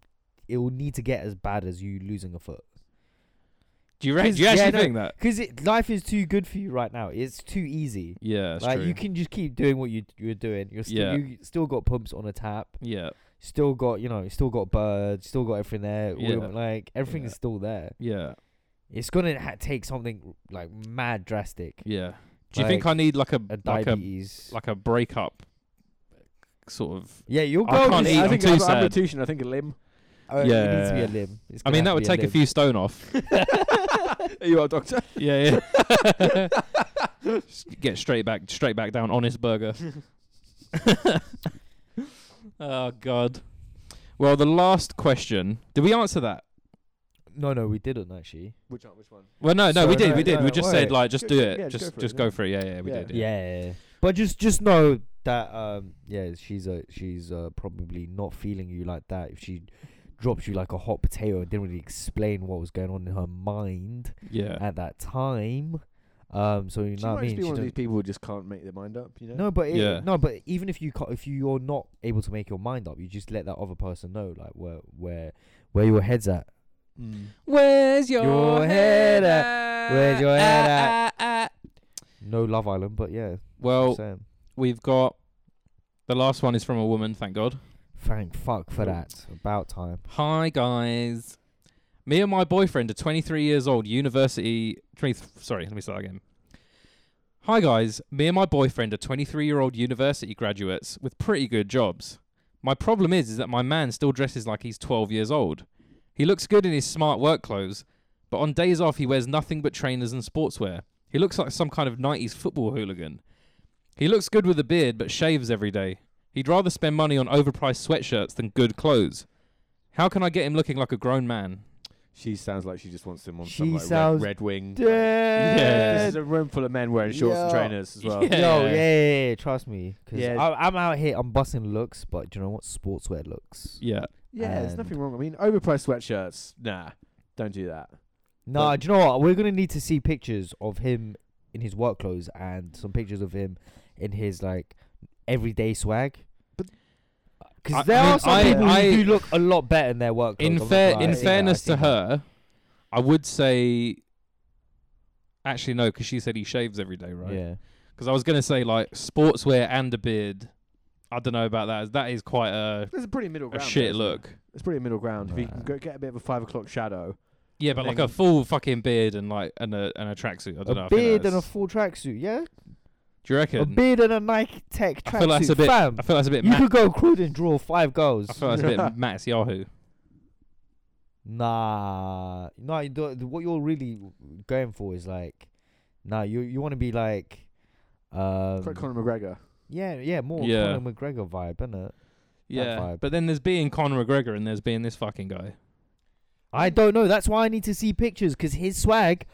D: it'll need to get as bad as you losing a foot.
A: Do you, re- do you
D: Yeah,
A: actually
D: no.
A: think that?
D: Cause it, life is too good for you right now. It's too easy.
A: Yeah, that's
D: like
A: true.
D: you can just keep doing what you you're doing. You're still
A: Yeah.
D: you still got pumps on a tap.
A: yeah,
D: Still got you know, still got birds, still got everything there. all
A: Yeah.
D: of- Like everything
A: Yeah.
D: is still there.
A: Yeah.
D: It's gonna ha- take something like mad drastic.
A: Yeah. Do you think I need like a,
D: a
A: like a
D: diabetes?
A: like a breakup sort of?
D: yeah, you'll go.
A: I can't
D: with-
A: eat,
B: I
A: I'm
B: think
A: too
B: I'm, I'm
A: sad.
B: a Tushin, I think a limb.
D: Oh, it needs to be
A: Yeah.
D: a limb. It's
A: I
D: gonna
A: mean,
D: have
A: that
D: to
A: would
D: be
A: take a
D: limb.
A: few stone off.
B: you are doctor.
A: yeah, yeah. Just Get straight back, straight back down. Honest burger. oh God. Well, the last question. Did we answer that?
D: No, no, we didn't actually.
B: Which one? Which one?
A: Well, no, no, we
D: Sorry,
A: did,
D: no,
A: we did.
D: no,
A: we just
D: wait.
A: said like, just
B: Go-
A: do it,
B: yeah,
A: just
B: go for it,
A: just
B: yeah.
A: go for it. Yeah, yeah, we
B: Yeah.
A: did. Yeah.
D: Yeah. But just just know that um yeah, she's uh, she's uh, probably not feeling you like that if she drops you like a hot potato and didn't really explain what was going on in her mind
A: yeah.
D: at that time. Um so you
B: She
D: know
B: might
D: what I mean?
B: just be
D: She
B: one of
D: don't-
B: these people who just can't make their mind up. You know.
D: no, but it,
A: Yeah.
D: no, but even if you ca if you're not able to make your mind up, you just let that other person know, like where where where your head's at.
B: Hmm.
E: Where's your,
D: Your head at? Where's your head at?
E: Ah, ah, ah.
D: No Love Island, but yeah,
A: Well,
D: same.
A: we've got the last one is from a woman. Thank God.
D: Thank fuck
A: Oh.
D: for that. About time.
A: Hi guys. Me and my boyfriend are 23 years old, university 20 sorry, let me start again. Hi guys, me and my boyfriend are 23-year-old university graduates with pretty good jobs. My problem is is that my man still dresses like he's 12 years old. He looks good in his smart work clothes, but on days off he wears nothing but trainers and sportswear. He looks like some kind of 90s football hooligan. He looks good with a beard but shaves every day. He'd rather spend money on overpriced sweatshirts than good clothes. How can I get him looking like a grown man?
B: She sounds like she just wants him on
D: She
B: some like
D: sounds
B: red, red wing.
D: Dead.
B: This is a room full of men wearing shorts and
D: Yeah.
B: trainers as well.
A: Yeah.
D: Yo, yeah, yeah, yeah, trust me. 'cause
B: Yeah.
D: I, I'm out here, I'm busting looks, but do you know what? Sportswear looks.
A: Yeah.
B: Yeah, there's
D: And-
B: nothing wrong. I mean, overpriced sweatshirts. Nah, don't do that.
D: Nah,
B: But-
D: do you know what? We're gonna need to see pictures of him in his work clothes and some pictures of him in his like everyday swag.
B: But-
A: I-
D: Because there
A: I mean,
D: are some
A: I-
D: people
A: I-
D: who do look a lot better in their work clothes.
A: In
D: I'm not
A: fair,
D: gonna lie.
A: in
D: I see that, I
A: fairness to
D: see that.
A: her, I would say. Actually, no, because she said he shaves every day, right?
D: yeah.
A: Because I was gonna say like sportswear and a beard. I don't know about that. That is quite a,
B: There's a pretty middle
A: a
B: ground. there,
A: shit
B: isn't there?
A: look.
B: It's pretty middle ground. If you can
D: Nah.
B: go get a bit of a five o'clock shadow.
A: Yeah, but like a
B: Then-
A: full fucking beard and like and a and a tracksuit. I don't know.
D: A
A: I think
D: beard and a
A: that's-
D: full tracksuit, yeah.
A: Do you reckon?
D: A beard and a Nike Tech
A: I feel that's a
D: tracksuit,
A: bit.
D: fam.
A: I feel that's a bit.
D: You
A: Matt,
D: could go crude and draw five goals.
A: I feel that's a bit Matt's Yahoo.
D: Nah, no. You don't, what you're really going for is like, nah. You you want to be like, um,
B: Quite Conor McGregor.
D: yeah, yeah, more
A: Yeah.
D: Conor McGregor vibe, innit?
A: Yeah,
D: vibe.
A: but then there's being Conor McGregor and there's being this fucking guy.
D: I don't know. That's why I need to see pictures because his swag,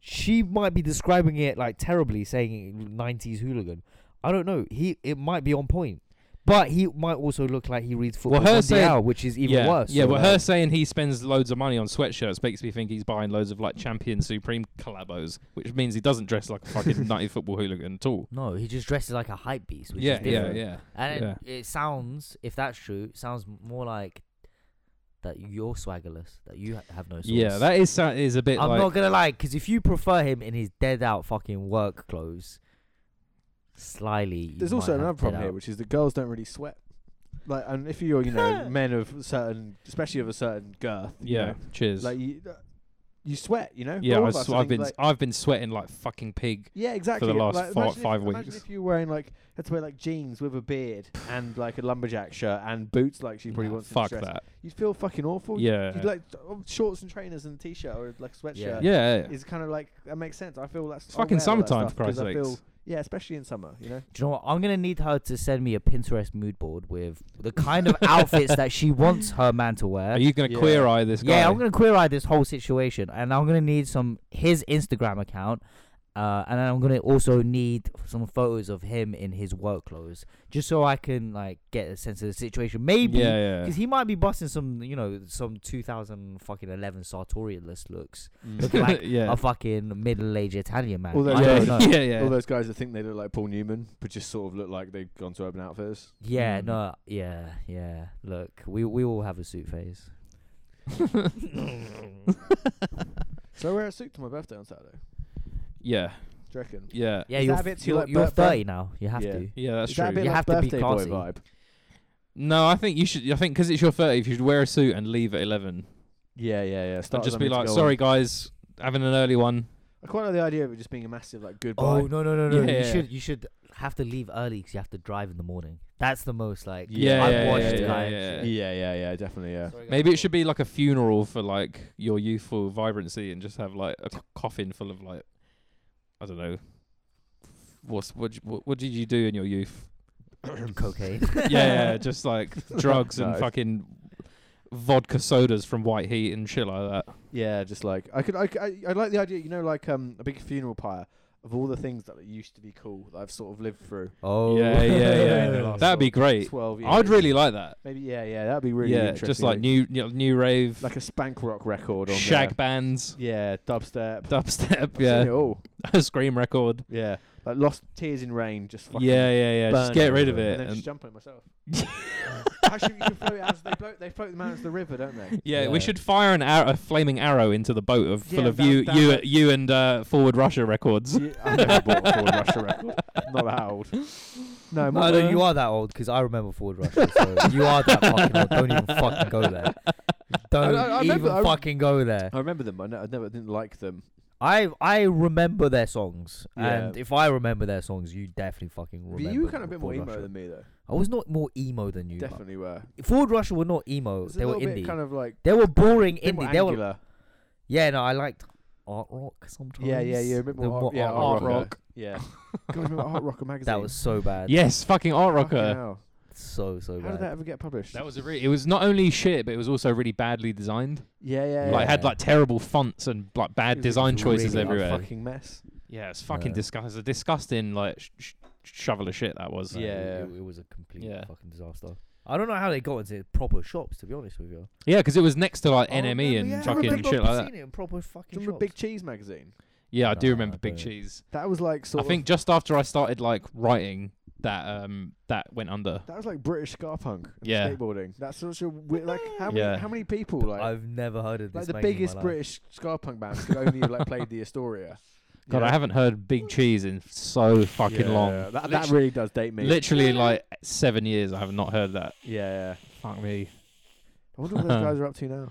D: she might be describing it like terribly, saying '90s hooligan. I don't know. He it might be on point, but he might also look like he reads
A: Well,
D: football
A: her
D: well,
A: saying-
D: which is even
A: yeah,
D: worse.
A: Yeah,
D: so
A: but
D: like-
A: her saying he spends loads of money on sweatshirts makes me think he's buying loads of like Champion Supreme collabos, which means he doesn't dress like a fucking nutty football hooligan at all.
C: No, he just dresses like a hype beast. Which
A: Yeah,
C: is
A: yeah,
C: different.
A: yeah.
C: And it- it sounds, if that's true, it sounds m- more like that you're swaggerless, that you ha- have no source.
A: Yeah, that is that is a bit
C: I'm
A: like
C: not gonna lie, because if you prefer him in his dead out fucking work clothes, slyly. you
B: There's
C: might
B: also
C: have
B: another
C: dead
B: problem here,
C: out.
B: which is that girls don't really sweat. Like, and if you're, you know, men of certain, especially of a certain girth, you
A: yeah.
B: know,
A: cheers.
B: like you, uh, you sweat, you know.
A: yeah,
B: All
A: I
B: of us,
A: sw-
B: I
A: I've
B: think,
A: been
B: like-
A: I've been sweating like fucking pig.
B: Yeah, exactly.
A: last
B: like,
A: four-
B: imagine
A: five
B: if, Imagine
A: weeks.
B: if you were wearing like had to wear like jeans with a beard and like a lumberjack shirt and boots, like she probably
A: Nah,
B: wants.
A: fuck
B: to dress.
A: that.
B: You'd feel fucking awful.
A: Yeah.
B: You'd like oh, shorts and trainers and a t-shirt or like a sweatshirt.
C: Yeah.
A: yeah, yeah.
B: Is kind of like that makes sense. I feel that's
A: It's fucking summertime, for Christ's
B: I feel
A: sakes.
B: yeah, especially in summer. You know.
C: Do you know what? I'm gonna need her to send me a Pinterest mood board with the kind of outfits that she wants her man to wear.
A: Are you gonna
B: Yeah.
A: queer eye this guy?
C: yeah, I'm gonna queer eye this whole situation, and I'm gonna need some his Instagram account, uh, and then I'm gonna also need some photos of him in his work clothes, just so I can like get a sense of the situation. Maybe
A: Yeah, yeah.
C: because he might be busting some, you know, some 2000 fucking 11 sartorialist looks,
A: Mm.
C: looking like
A: yeah.
C: a fucking middle-aged Italian man.
B: Although-
C: I
A: yeah,
C: don't
A: yeah,
C: know.
A: yeah,
B: All those guys that think they look like Paul Newman, but just sort of look like they've gone to Urban Outfitters.
C: Yeah,
A: Mm.
C: no, yeah, yeah. Look, we we all have a suit phase.
B: So I wear a suit to my birthday on Saturday. Do
A: yeah,
B: you reckon?
A: yeah,
C: Yeah,
B: Is
C: you're
B: that a
C: f-
B: bit too,
C: you're,
B: like,
C: you're
B: birth- birth-
C: 30 now. You have
B: Yeah.
C: to.
A: yeah. That's
B: Is
A: true.
B: that a bit
C: You
B: like
C: have to be
B: birthday boy
C: classy.
B: vibe?
A: No, I think you should. I think because it's your 30th, you should wear a suit and leave at 11.
B: Yeah, yeah, yeah.
A: And
B: Start
A: just
B: as I
A: be
B: mean to
A: like,
B: go
A: sorry
B: on."
A: guys, having an early one.
B: I quite like the idea of it just being a massive like goodbye.
C: Oh no no no no!
A: Yeah,
C: you
A: yeah.
C: should you should have to leave early because you have to drive in the morning. That's the most like
A: Yeah,
C: I've
A: yeah, yeah,
C: watched
A: yeah,
C: guys.
A: yeah, yeah.
B: yeah, yeah, yeah, definitely, yeah.
A: Maybe it should be like a funeral for like your youthful vibrancy, and just have like a co- coffin full of like, I don't know. What's what? d- What, what did you do in your youth?
C: cocaine.
A: yeah, yeah, just like drugs and
B: No.
A: fucking vodka sodas from White Heat and shit like that.
B: Yeah, just like I could, I, c- I, I like the idea, you know, like um, a big funeral pyre of all the things that used to be cool that I've sort of lived through.
C: Oh
A: Yeah, yeah,
B: In the
A: yeah.
B: last
A: That'd be
B: sort
A: great.
B: of Twelve years.
A: I'd really like that.
B: maybe, yeah, yeah, that'd be really
A: yeah,
B: interesting.
A: just like new you know, new rave,
B: like a spank rock record on
A: shag
B: there.
A: bands,
B: Yeah, dubstep.
A: dubstep,
B: I've seen it
A: yeah,
B: all.
A: a scream record.
B: Yeah, like lost tears in rain. Just fucking
A: Yeah, yeah, yeah. Just
B: burn
A: get rid of it.
B: everywhere. And then
A: and-
B: just jump on it myself. Actually, you can float it out. They float, they float them out into the river, don't they?
A: Yeah,
C: Yeah.
A: we should fire an arrow, a flaming arrow into the boat of full
B: Yeah,
A: of
B: that-
A: you,
B: that-
A: you,
B: that-
A: you and uh, Forward Russia records.
B: Yeah, I never bought a Ford Russia record. Not that old. No,
C: I
B: my,
C: no, no, you are that old because I remember Ford Russia. So you are that fucking old. Don't even fucking go there. Don't
B: I
C: even
B: remember- I-
C: fucking go there.
B: I remember them. I, ne- I never didn't like them.
C: I I remember their songs,
B: Yeah.
C: and if I remember their songs, you definitely fucking
B: But
C: remember.
B: you were kind of a bit
C: Ford
B: more emo
C: Russia.
B: than me, though.
C: I was not more emo than you.
B: Definitely were.
C: Ford Russia were not emo.
B: It's a
C: they were
B: little bit
C: indie.
B: kind of like
C: they were boring
B: a bit more
C: indie. They were
B: angular.
C: yeah. No, I liked art rock sometimes.
B: Yeah, yeah, yeah. A bit
C: They
B: more
C: were
B: art, yeah,
A: art
B: art
A: rocker.
B: rock. Yeah. God, remember Art Rocker magazine?
C: That was so bad.
A: Yes, fucking Art
B: Fucking
A: Rocker.
B: hell.
C: so so
B: How
C: bad.
B: did that ever get published?
A: That was a really. It was not only shit, but it was also really badly designed.
B: yeah, yeah.
A: Like it had
C: Yeah.
A: like terrible fonts and like
B: yeah. It
A: bad
B: was
A: design
B: really
A: choices
B: a
A: everywhere.
B: Fucking mess.
A: Yeah, it's fucking
C: Yeah.
A: disgust. It's a disgusting like sh- sh- shovel of shit that was.
C: Like, it-
B: Yeah.
C: it, it was a complete
A: Yeah.
C: fucking disaster. I don't know how they got into proper shops. To be honest with you,
A: Yeah, because it was next to like
C: I
A: NME
C: remember-
A: and
C: yeah, I
A: fucking
C: remember
A: shit
C: I've
A: like that.
C: seen it in proper
B: Do you
C: fucking
B: remember
C: shops.
B: Big Cheese magazine?
A: Yeah, I do
C: Nah,
A: remember Big
C: but-
A: Cheese.
B: That was like
A: I
B: sort
A: think
B: of.
A: just after I started like writing that um that went under.
B: That was like British ska punk. and
A: Yeah.
B: Skateboarding. That's such a weird, like how many
A: Yeah.
B: how many people like
C: I've never heard of this.
B: like the
C: magazine in my
B: biggest
C: life.
B: British ska punk bands could only have like played the Astoria.
A: God, I haven't heard Big Cheese in so fucking long.
B: That, that really does date me.
A: Literally like seven years, I have not heard that.
B: yeah, yeah.
A: Fuck me.
B: I wonder what those guys are up to now.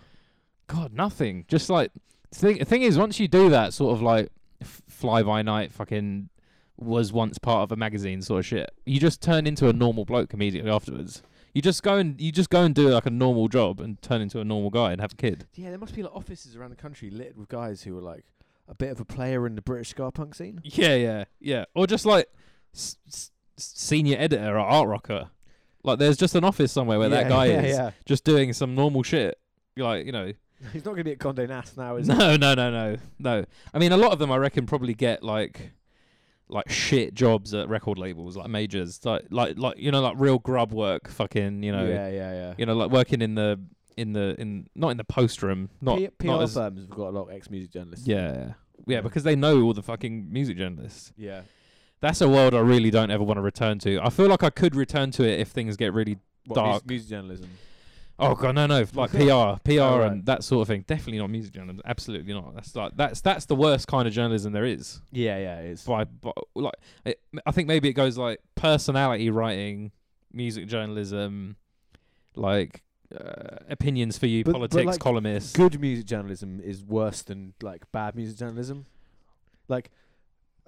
A: God, nothing. Just like thing. Thing is, once you do that sort of like f- fly by night, fucking was once part of a magazine sort of shit. You just turn into a normal bloke immediately afterwards. You just go and you just go and do like a normal job and turn into a normal guy and have a kid.
B: Yeah, there must be like offices around the country littered with guys who were like a bit of a player in the British ska punk scene.
A: Yeah, yeah, yeah. Or just like s- s- senior editor at Art Rocker. Like, there's just an office somewhere where that guy
B: yeah,
A: is
B: Yeah,
A: just doing some normal shit. You're Like, you know,
B: yeah. He's not gonna be at Condé Nast now, Oh, is he?
A: no, no, no, no, no. I mean, a lot of them, I reckon, probably get like, like shit jobs at record labels, like majors, like, like, like you know, like real grub work, fucking, you know,
B: yeah, yeah, yeah.
A: you know, like working in the, in the, in not in the post room, not,
B: P- PR
A: not as,
B: firms have got a lot of ex-music journalists.
A: yeah, yeah, yeah, because they know all the fucking music journalists.
B: yeah.
A: That's a world I really don't ever want to return to. I feel like I could return to it if things get really.
B: What,
A: Dark.
B: Music, music journalism.
A: Oh god, no, no, like PR, PR,
B: Oh, right.
A: and that sort of thing. Definitely not music journalism. Absolutely not. That's like that's that's the worst kind of journalism there is.
B: Yeah, yeah, it is.
A: By, by like, it, I think maybe it goes like personality writing, music journalism, like uh, opinions for you,
B: But- but,
A: politics
B: like,
A: columnists.
B: good music journalism is worse than like bad music journalism. Like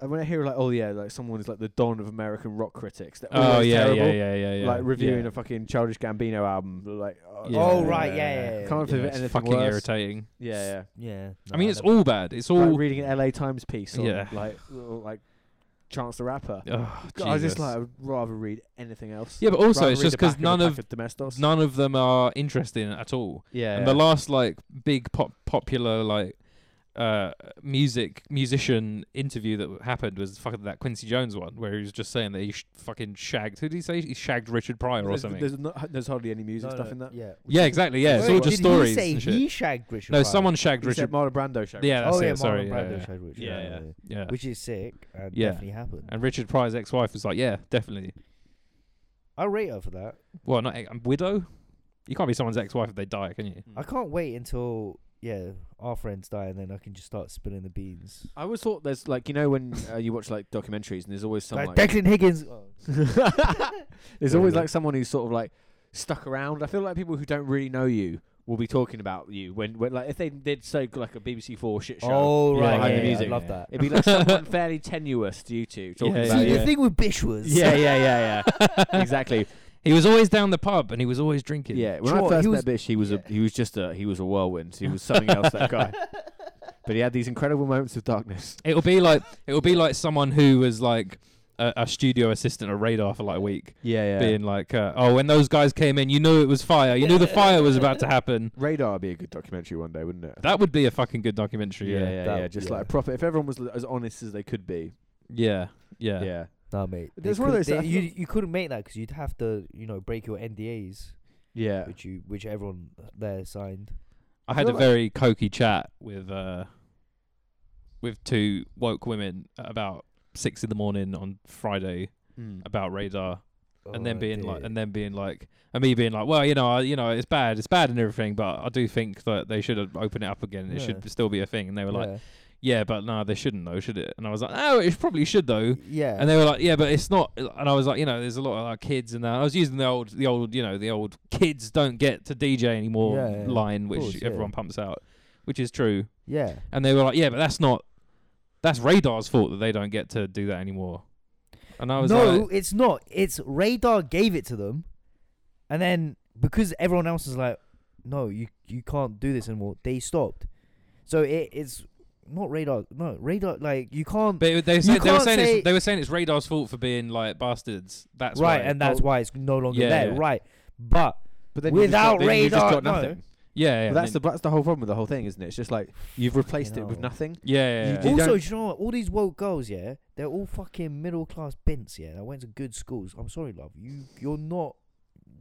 B: uh, when I hear like, oh yeah, like someone is like the don of American rock critics. They're
A: oh
B: always
A: yeah,
B: terrible.
A: yeah, yeah, yeah, yeah.
B: Like reviewing
A: yeah.
B: a fucking Childish Gambino album, like oh,
A: Yeah.
C: Oh, right, yeah, yeah, yeah,
B: Can't
C: yeah.
B: think of
A: It's
B: anything
A: fucking
B: worse.
A: irritating.
B: Yeah, yeah.
C: Yeah.
A: I mean,
C: no,
A: it's
C: never-
A: all bad. It's all.
B: Like reading an LA Times piece on
A: Yeah.
B: like little, like Chance the Rapper. Oh,
A: Ugh,
B: God, I was just
A: Jesus.
B: like, I'd rather read anything else.
A: Yeah, but also
B: Rather
A: it's
B: read
A: just
B: the back
A: because none
B: a
A: of
B: pack Domestos.
A: none of them are interesting at all.
B: yeah,
A: And the last like big pop popular like uh music musician interview that w- happened was fucking that Quincy Jones one where he was just saying that he sh- fucking shagged who did he say he shagged Richard Pryor or
B: there's,
A: something.
B: There's, not, there's hardly any music
C: no,
B: stuff
C: no,
B: in that.
C: Yeah.
A: yeah, exactly. Yeah, it's
C: Wait,
A: all just
C: did
A: stories.
C: He say
A: and shit.
C: he shagged Richard.
A: no,
C: Pryor?
A: someone shagged Richard.
B: Richard Marlon Brando show.
A: Yeah, that's
C: oh yeah,
A: it. Sorry.
C: Marlon
A: yeah,
C: Brando
A: yeah.
C: shagged Richard.
A: Yeah, yeah, yeah.
C: Which is sick and
A: Yeah.
C: definitely happened.
A: And Richard Pryor's ex-wife was like, "Yeah, definitely."
C: I rate her for that.
A: Well, not ex- um, widow. You can't be someone's ex-wife if they die, can you?
C: I can't wait until yeah our friends die and then I can just start spilling the beans.
B: I always thought there's like you know when uh, you watch like documentaries and there's always some
C: Like
B: like
C: Declan Higgins.
B: there's always like someone who's sort of like stuck around. I feel like people who don't really know you will be talking about you when, when like if they did so like a BBC Four shit show.
D: Oh
B: Yeah,
D: right,
B: behind the
D: yeah, yeah,
B: music.
D: I love that.
B: It'd be like someone fairly tenuous to you two talking
A: Yeah,
B: about
A: yeah,
C: See,
B: you.
C: the thing with Bish was.
B: Yeah, yeah, yeah, yeah. exactly.
A: He was always down the pub and he was always drinking.
B: Yeah. When
C: Sure,
B: I first
C: he
B: met Bish, he was a, he was just a he was a whirlwind. He was something else. That guy. But he had these incredible moments of darkness.
A: It'll be like it'll be like someone who was like a, a studio assistant at Radar for like a week,
B: Yeah, yeah.
A: being like, uh, "Oh, when those guys came in, you knew it was fire. You knew the fire was about to happen."
B: Radar would be a good documentary one day, wouldn't it?
A: That would be a fucking good documentary.
B: yeah,
A: Yeah,
B: yeah,
A: yeah,
B: yeah.
D: that-
B: just
D: yeah.
B: like a proper. If everyone was l- as honest as they could be,
A: yeah.
B: yeah.
D: Nah, mate.
B: There's one of those that I
D: They,
A: uh,
D: you
B: thought-
D: you couldn't make that because you'd have to you know break your NDAs,
B: Yeah.
D: which you which everyone there signed.
A: I had a
B: feel like-
A: very cokey chat with uh, with two woke women at about six in the morning on Friday
B: Hmm.
A: about Radar. and then
D: Oh,
A: being like,
D: dear.
A: and then being like, and me being like, well, you know, I, you know, it's bad, it's bad and everything, but I do think that they should have opened it up again. It
D: Yeah.
A: should still be a thing. And they were like,
D: Yeah.
A: yeah, but no, they shouldn't though, should it? And I was like, oh, it probably should though.
D: yeah,
A: And they were like, yeah, but it's not. And I was like, you know, there's a lot of like, kids and that. I was using the old, the old, you know, the old kids don't get to DJ anymore
D: Yeah, yeah.
A: line, which
D: course, yeah.
A: everyone pumps out, which is true.
D: yeah.
A: And they were like, yeah, but that's not. That's Radar's fault that they don't get to do that anymore. And I was
D: no,
A: like,
D: it's not. It's Radar gave it to them, and then because everyone else is like, no, you you can't do this anymore. They stopped. So it, it's not Radar. No, Radar. Like you can't.
A: But it- they, said, they were
D: can't
A: saying
D: say-
A: it's, they were saying it's Radar's fault for being like bastards. That's
D: right,
A: why.
D: and that's
A: Oh,
D: why it's no longer
A: Yeah,
D: there.
A: yeah.
D: Right, but
B: But then you just
D: Without
B: got- then you just
D: radar,
B: got
D: no.
B: nothing.
A: yeah. yeah
B: Well, that's
A: I mean-
B: the that's the whole problem with the whole thing, isn't it? It's just like you've replaced it with
D: hell.
B: nothing.
A: yeah. yeah,
B: you
A: yeah.
B: did-
D: also,
B: don't-
D: do you know what? All these woke girls, yeah, they're all fucking middle class bints, yeah. They went to good schools. I'm sorry, love. You, you're not.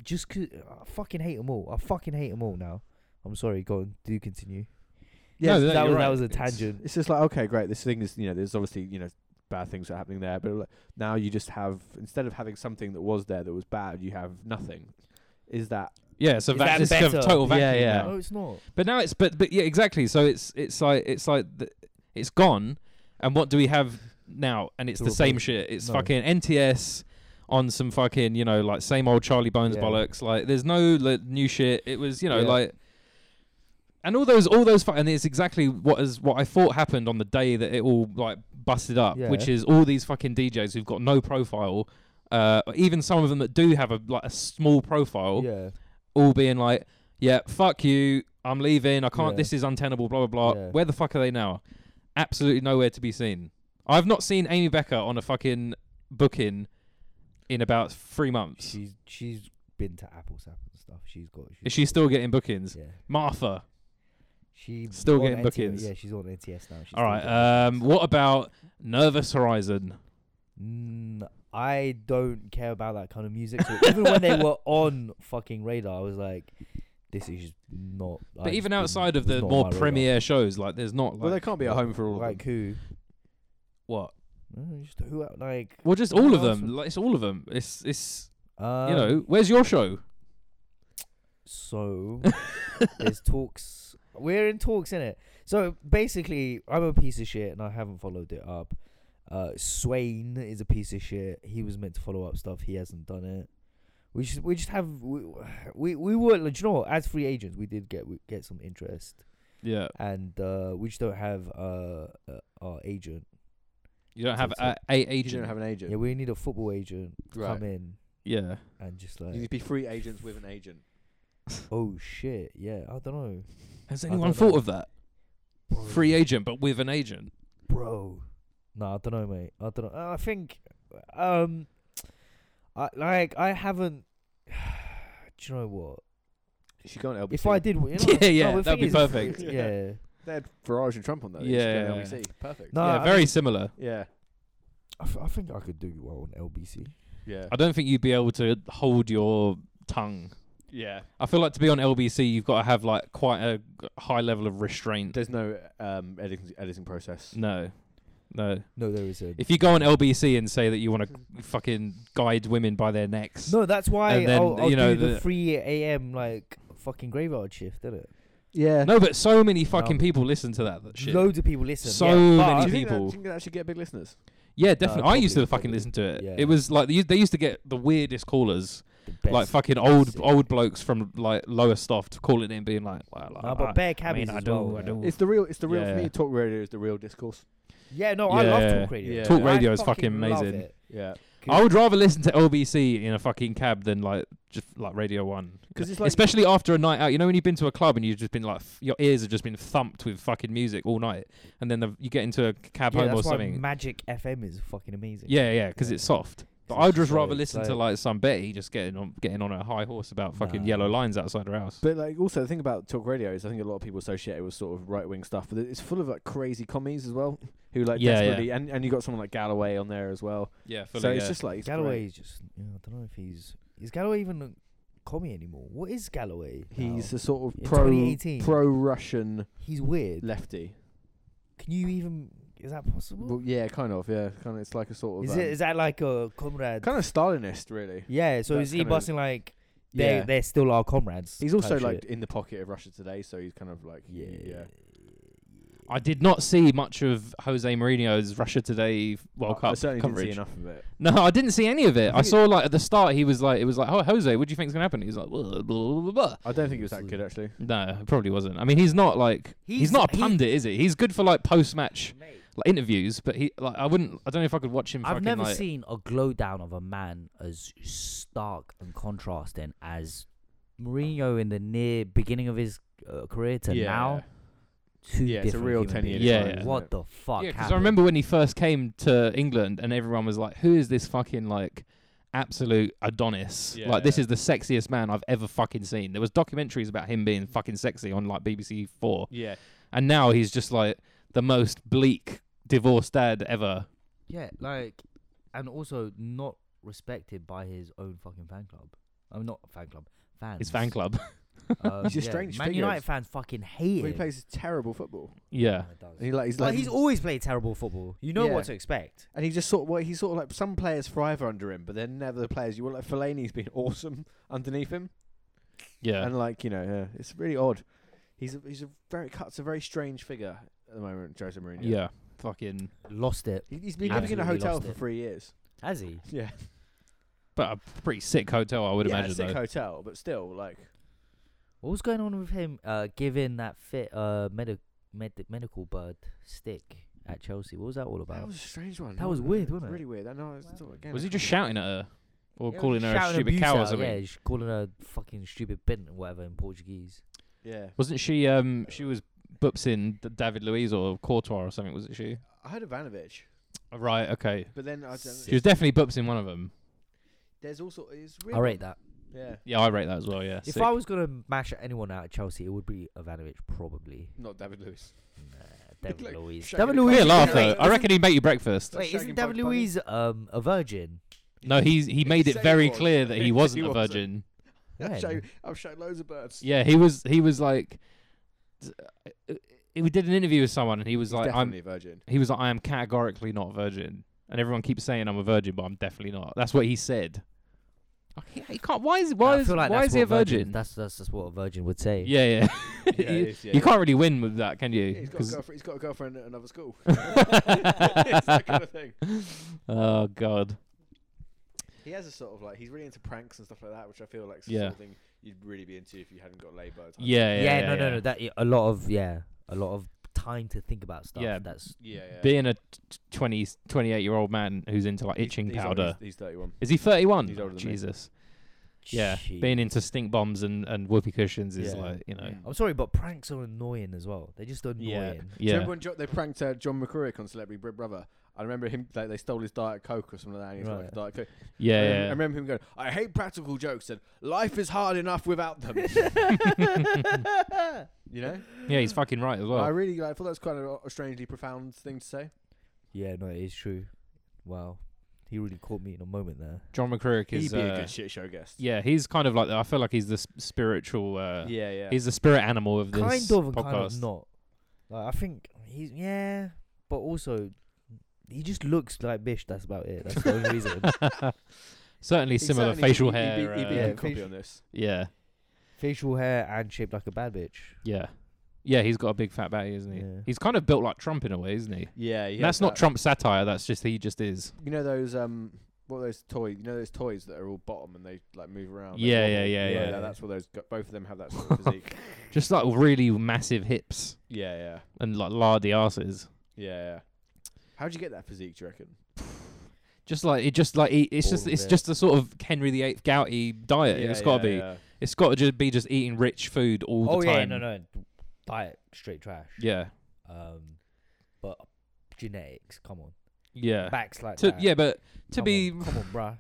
D: Just 'cause- I fucking hate them all. I fucking hate them all now. I'm sorry. Go on. Do continue.
A: Yeah,
D: Yes,
A: no,
D: that
A: you're
D: was that
A: right.
D: was a
A: It's-
D: tangent.
B: It's just like okay, great. This thing is you know there's obviously you know bad things that are happening there, but like, now you just have instead of having something that was there that was bad, you have nothing. Is that
A: yeah. So
D: Is
A: that
D: that
A: is kind
D: better?
A: of total vacuum.
B: Yeah, yeah.
A: now.
D: No, it's not.
A: But now it's but but yeah, exactly. So it's it's like it's like the, it's gone, and what do we have now? And it's
D: To
A: the same
D: replace-
A: shit. It's
D: no.
A: fucking NTS on some fucking you know like same old Charlie Bones
D: Yeah.
A: bollocks. Like there's no like, new shit. It was you know
B: Yeah.
A: like. And all those, all those, fu- and it's exactly what is what I thought happened on the day that it all like busted up,
D: Yeah.
A: which is all these fucking DJs who've got no profile, uh, even some of them that do have a like a small profile,
D: Yeah.
A: all being like, "Yeah, fuck you, I'm leaving. I can't.
D: Yeah.
A: This is untenable." Blah blah blah.
D: Yeah.
A: Where the fuck are they now? Absolutely nowhere to be seen. I've not seen Amy Becker on a fucking booking in about three months.
D: She's she's been to Apple Sap and stuff. She's got.
A: is she still getting bookings?
D: Yeah.
A: Martha.
D: She
A: Still
D: on
A: getting
D: NTS
A: bookings.
D: Yeah, she's on NTS now. She's
A: all right. Um, what about Nervous Horizon?
D: Mm, I don't care about that kind of music. So even when they were on fucking radar, I was like, this is just not.
A: But even outside of the more premier shows, like there's not like
B: well? They can't be at home for all of
D: like
B: them.
D: who?
A: what?
D: Mm, Just who? out- Like
A: Well, just all of
D: What else
A: them. Like, it's all of them. It's it's
D: um,
A: you know. Where's your show?
D: So
E: uh,
D: there's talks. We're in talks in it. So basically, I'm a piece of shit and I haven't followed it up. Uh, Swain is a piece of shit. He was meant to follow up stuff. He hasn't done it. We just we just have we we, we were do you know what? as free agents we did get we get some interest
A: Yeah,
D: and uh, we just don't have uh, uh our agent.
A: you don't have
D: That's
A: a,
D: it.
A: a
B: You don't
A: agent.
B: have an agent.
D: Yeah, we need a football agent to
B: Right.
D: come in
A: yeah.
D: and just
B: You need to
D: like
B: be free agents with an agent.
D: oh shit yeah I don't know
A: Has
D: I
A: anyone
D: don't
A: thought
D: know.
A: of that?
D: Bro.
A: Free agent, but with an agent.
D: bro. No, I don't know, mate. I don't know. I think, um, I like I haven't. Do you know what?
B: You should go on LBC.
D: If I did, you know,
A: Yeah, yeah,
D: no, the
A: that'd
D: thing
A: be
D: is, if-
A: perfect.
D: Yeah, yeah.
B: they had Farage and Trump on that.
A: Yeah,
B: Yeah,
A: yeah,
B: LBC. Perfect.
D: no,
A: yeah,
D: Ah, I
A: very
D: mean,
A: similar.
B: Yeah,
D: I, th- I think I could do well on LBC.
B: yeah,
A: I don't think you'd be able to hold your tongue.
B: yeah.
A: I feel like to be on LBC, you've got to have like quite a g- high level of restraint.
B: There's no um, editing editing process.
A: No, no.
D: No, there is a.
A: If you go on LBC and say that you want to fucking guide women by their necks,
D: no, that's why
A: And then,
D: I'll, I'll
A: you know,
D: do the,
A: the-
D: three a.m. like fucking graveyard shift, did it?
B: Yeah.
A: No, but so many fucking
D: No.
A: people listen to that, that shit.
D: Loads of people listen.
A: So
D: yeah,
A: many
D: but-
B: Do you think that-
A: people-
B: do you think that actually get big listeners?
A: yeah, definitely. I used to
D: probably,
A: fucking
D: probably.
A: listen to it.
D: Yeah.
A: It was like they used, they used to get the weirdest callers
D: the best.
A: like fucking old
D: classic.
A: old blokes from like lower stuff to calling in, being like, well,
D: Nah,
A: uh, I-
D: but bear cabbies
A: I
D: as
A: do,
D: well.
A: I
D: yeah.
A: do.
B: It's the real. It's the real
A: Yeah.
B: for me. Talk radio is the real discourse.
D: Yeah, no, I love
A: Yeah,
D: talk radio.
B: yeah.
A: Talk
D: I
A: radio is fucking
D: love
A: amazing.
D: it.
B: Yeah,
A: I would rather listen to LBC in a fucking cab than like just like Radio One,
B: 'Cause it's like-
A: especially after a night out. You know when you've been to a club and you've just been like, f- your ears have just been thumped with fucking music all night, and then the, you get into a cab
C: yeah,
A: home or
C: that's why
A: something.
C: Magic FM is fucking amazing.
A: yeah, yeah, because
C: Yeah.
A: it's soft. But
C: It's
A: I'd just
C: slow,
A: rather
C: it's
A: listen to
C: slow.
A: like some Betty just getting on getting on a high horse about fucking
C: Nah.
A: yellow lines outside her house.
B: but like also the thing about talk radio is I think a lot of people associate it with sort of right wing stuff, but it's full of like crazy commies as well, who like
A: Yeah, yeah.
B: desperately and and you got someone like Galloway on there as well.
A: yeah,
B: So
A: fully,
B: it's
A: yeah.
B: just like it's great.
C: Galloway's just. Yeah, I don't know if he's is Galloway even a commie anymore. What is Galloway? now?
B: He's a sort of
C: In
B: pro
C: 2018.
B: pro Russian
C: he's weird.
B: lefty.
C: Can you even? Is that possible?
B: Well, yeah, kind of. Yeah, kind of. It's like a sort of
C: is it?
B: um,
C: Is that like a comrade?
B: kind of Stalinist, really.
C: yeah. So
B: that's
C: is he
B: kinda-
C: busting like they
B: yeah.
C: they're still our comrades?
B: He's
C: type
B: also
C: shit?
B: like in the pocket of Russia today, so he's kind of like
C: yeah.
B: yeah.
A: I did not see much of Jose Mourinho's Russia Today World
B: I, I
A: Cup
B: certainly
A: coverage.
B: didn't see enough of it.
A: No, I didn't see any of it. I
B: think it-
A: saw like at the start he was like, it was like, oh Jose, what do you think's gonna happen? He was like, blah, blah, blah, blah, blah.
B: I don't think it was that good actually.
A: no, it probably wasn't. I mean, he's not like he's,
C: He's-
A: not a
C: he-
A: pundit, is he? He's good for like post match
C: Mate,
A: like, interviews, but he like I wouldn't. I don't know if I could watch him.
D: I've
A: fucking,
D: never
A: like,
D: seen a glow down of a man as stark and contrasting as Mourinho in the near beginning of his uh, career to now. Two
B: Yeah, it's a
D: different
B: real
D: human
B: 10 year
D: beings.
A: Yeah, decline, yeah.
D: What
B: isn't
D: the fuck?
A: Yeah, because
D: happened?
A: I remember when he first came to England and everyone was like, who is this fucking like absolute Adonis? Like, this
B: Yeah.
A: is the sexiest man I've ever fucking seen. There was documentaries about him being fucking sexy on like BBC Four.
B: Yeah,
A: and now he's just like the most bleak divorced dad ever.
D: Yeah, like, and also not respected by his own fucking fan club. I'm not fan club. Fans.
A: His fan club.
D: Um,
B: He's a
D: yeah,
B: strange
D: Man
B: figure.
D: United fans fucking hate
B: Well, he
D: him.
B: plays terrible football.
A: yeah.
D: Yeah, it does.
B: And he like he's
D: Like,
B: like
D: he's always played terrible football. You know
B: Yeah.
D: what to expect.
B: and he just sort of well, he's sort of like some players thrive under him, but they're never the players you want. Like Fellaini's been awesome underneath him,
A: Yeah.
B: and like you know, yeah, it's really odd. He's a, he's a very cuts a very strange figure at the moment, Jose Mourinho.
A: yeah. Fucking.
D: Lost it.
B: He- he's been living in a
D: Absolutely
B: hotel
D: lost
B: for
D: it.
B: three years.
D: Has he?
B: Yeah,
A: But a pretty sick hotel, I would
B: yeah,
A: imagine.
B: sick
A: Though.
B: hotel, but still like
D: What was going on with him uh, giving that fit uh, medi- med- medical bird stick at Chelsea? What was that all
B: that
D: about?
B: was a strange one.
D: That was weird, wasn't it?
B: Really weird. I know. it's- it's all again,
A: Was
B: I
A: he just
B: can't-
A: shouting at her? Or
D: Yeah,
A: calling her a
D: shouting
A: stupid
D: abuse
A: cow
D: at
A: or
D: her,
A: something?
D: Yeah, just calling her fucking stupid bint or whatever in Portuguese.
B: Yeah.
A: Wasn't she, um, she was bupsing D- David Luiz or Courtois or something, wasn't she?
B: I heard Ivanovic,
A: Oh, Right, okay.
B: but then I
A: She was
B: don't,
A: definitely bupsing one of them.
B: there's also it's weird.
D: I rate that.
B: Yeah,
A: Yeah, I rate that as well, yeah.
D: If
A: sick.
D: I was gonna mash at anyone out at Chelsea, it would be Ivanovic probably.
B: not David Lewis.
D: Nah, David
B: like
D: Luiz.
B: shagging
D: David
B: a
A: Be
D: Luiz.
A: a
B: cock.
A: laugh,
B: Yeah,
A: though.
B: like,
A: I reckon he'd make you breakfast.
D: Wait,
B: shagging
D: isn't David
B: Bugs Bunny.
D: Luiz um, a virgin?
A: No, he's he made
B: said
A: it
B: he
A: very
B: was.
A: clear that
B: He
A: he wasn't a
B: wasn't.
A: virgin.
B: I've
D: When?
B: shot, I've shot loads of birds.
A: Yeah, he was. He was like, uh, we did an interview with someone, and he was
B: He's
A: like,
B: definitely a virgin.
A: "I'm." He was like, "I am categorically not a virgin," and everyone keeps saying I'm a virgin, but I'm definitely not. That's what he said. Oh, He, he can't. Why is why
D: I
A: is
D: feel like
A: why
D: that's
A: is he a
D: what virgins-
A: virgin?
D: That's, that's that's what a virgin would say.
A: yeah, yeah. you,
B: Yeah, it is, yeah,
A: you
B: yeah.
A: can't really win with that, can
B: Yeah,
A: you?
B: he's got a
A: 'Cause-
B: girlfriend. He's got a girlfriend at another school. it's that kind of thing.
A: oh god.
B: He has a sort of like he's really into pranks and stuff like that, which I feel like is the
A: Yeah.
B: sort of thing you'd really be into if you hadn't got laid by the time.
A: Yeah, yeah,
D: Yeah,
A: yeah.
D: no,
A: yeah.
D: no, no. That a lot of yeah, a lot of time to think about stuff.
A: Yeah.
D: that's
B: yeah, yeah.
A: Being a t- 20, 28 year old man who's into like
B: He's-
A: itching
B: he's old-
A: powder.
B: He's, he's 31.
A: is he thirty one?
B: he's older than me.
A: Jesus. Yeah,
D: Shit.
A: being into stink bombs and and whoopee cushions is
D: Yeah.
A: like you know.
B: Mm.
D: I'm sorry, but pranks are annoying as well. They're just annoying.
A: Yeah.
B: Do you
A: Yeah.
B: remember when jo- they pranked uh, John McCormick on Celebrity Big Brother? I remember him like they stole his diet coke or something like that. And he's got, like a
D: Right.
B: diet coke. I,
A: Yeah,
B: remember,
A: yeah.
B: I remember him going, "I hate practical jokes," and life is hard enough without them. you know,
A: Yeah, he's fucking right as well.
B: I really like, thought that was quite a, a strangely profound thing to say.
D: Yeah, no, it is true. Wow, he really caught me in a moment there.
A: John McCrick is.
B: He'd be
A: uh,
B: a good shit show guest.
A: yeah, he's kind of like. the- I feel like he's the s- spiritual. Uh,
B: yeah, yeah.
A: He's the spirit animal of this
D: Kind of and
A: podcast.
D: kind of not. Like I think he's yeah, but also he just looks like Bish. That's about it. That's the only reason.
A: Certainly
B: He'd
A: similar
B: certainly-
A: facial
B: he'd
A: hair.
B: Be, he'd be
A: uh,
B: a
D: Yeah,
B: good copy
D: facial-
B: on this.
A: yeah,
D: Facial hair and shaped like a bad bitch.
A: yeah, yeah. He's got a big fat belly, isn't he?
D: Yeah. uh,
A: He's kind of built like Trump in a way, isn't he?
B: Yeah, yeah.
A: that's not Trump satire. That's just he just is.
B: You know those um what are those toy? You know those toys that are all bottom and they like move around. they
A: Yeah, yeah,
B: wobble?
A: yeah, yeah,
B: that-
A: yeah.
B: That's what those. Got, both of them have that sort of physique.
A: Just like really massive hips
B: yeah, yeah,
A: and like lardy asses.
B: yeah, yeah. How'd you get that physique? Do you reckon?
A: Just like it, just like eat, it's
D: All
A: just
D: of
A: it's
D: it.
A: just the sort of Henry VIII gouty diet. Oh, it's got to be. It's got to just be just eating rich food all
D: oh
A: the
D: yeah,
A: time.
D: no, no, diet straight trash.
A: Yeah,
D: Um, but genetics, come on,
A: yeah.
D: backs like
A: To,
D: that.
A: yeah, but to
D: come
A: be
D: on, come on, bruh.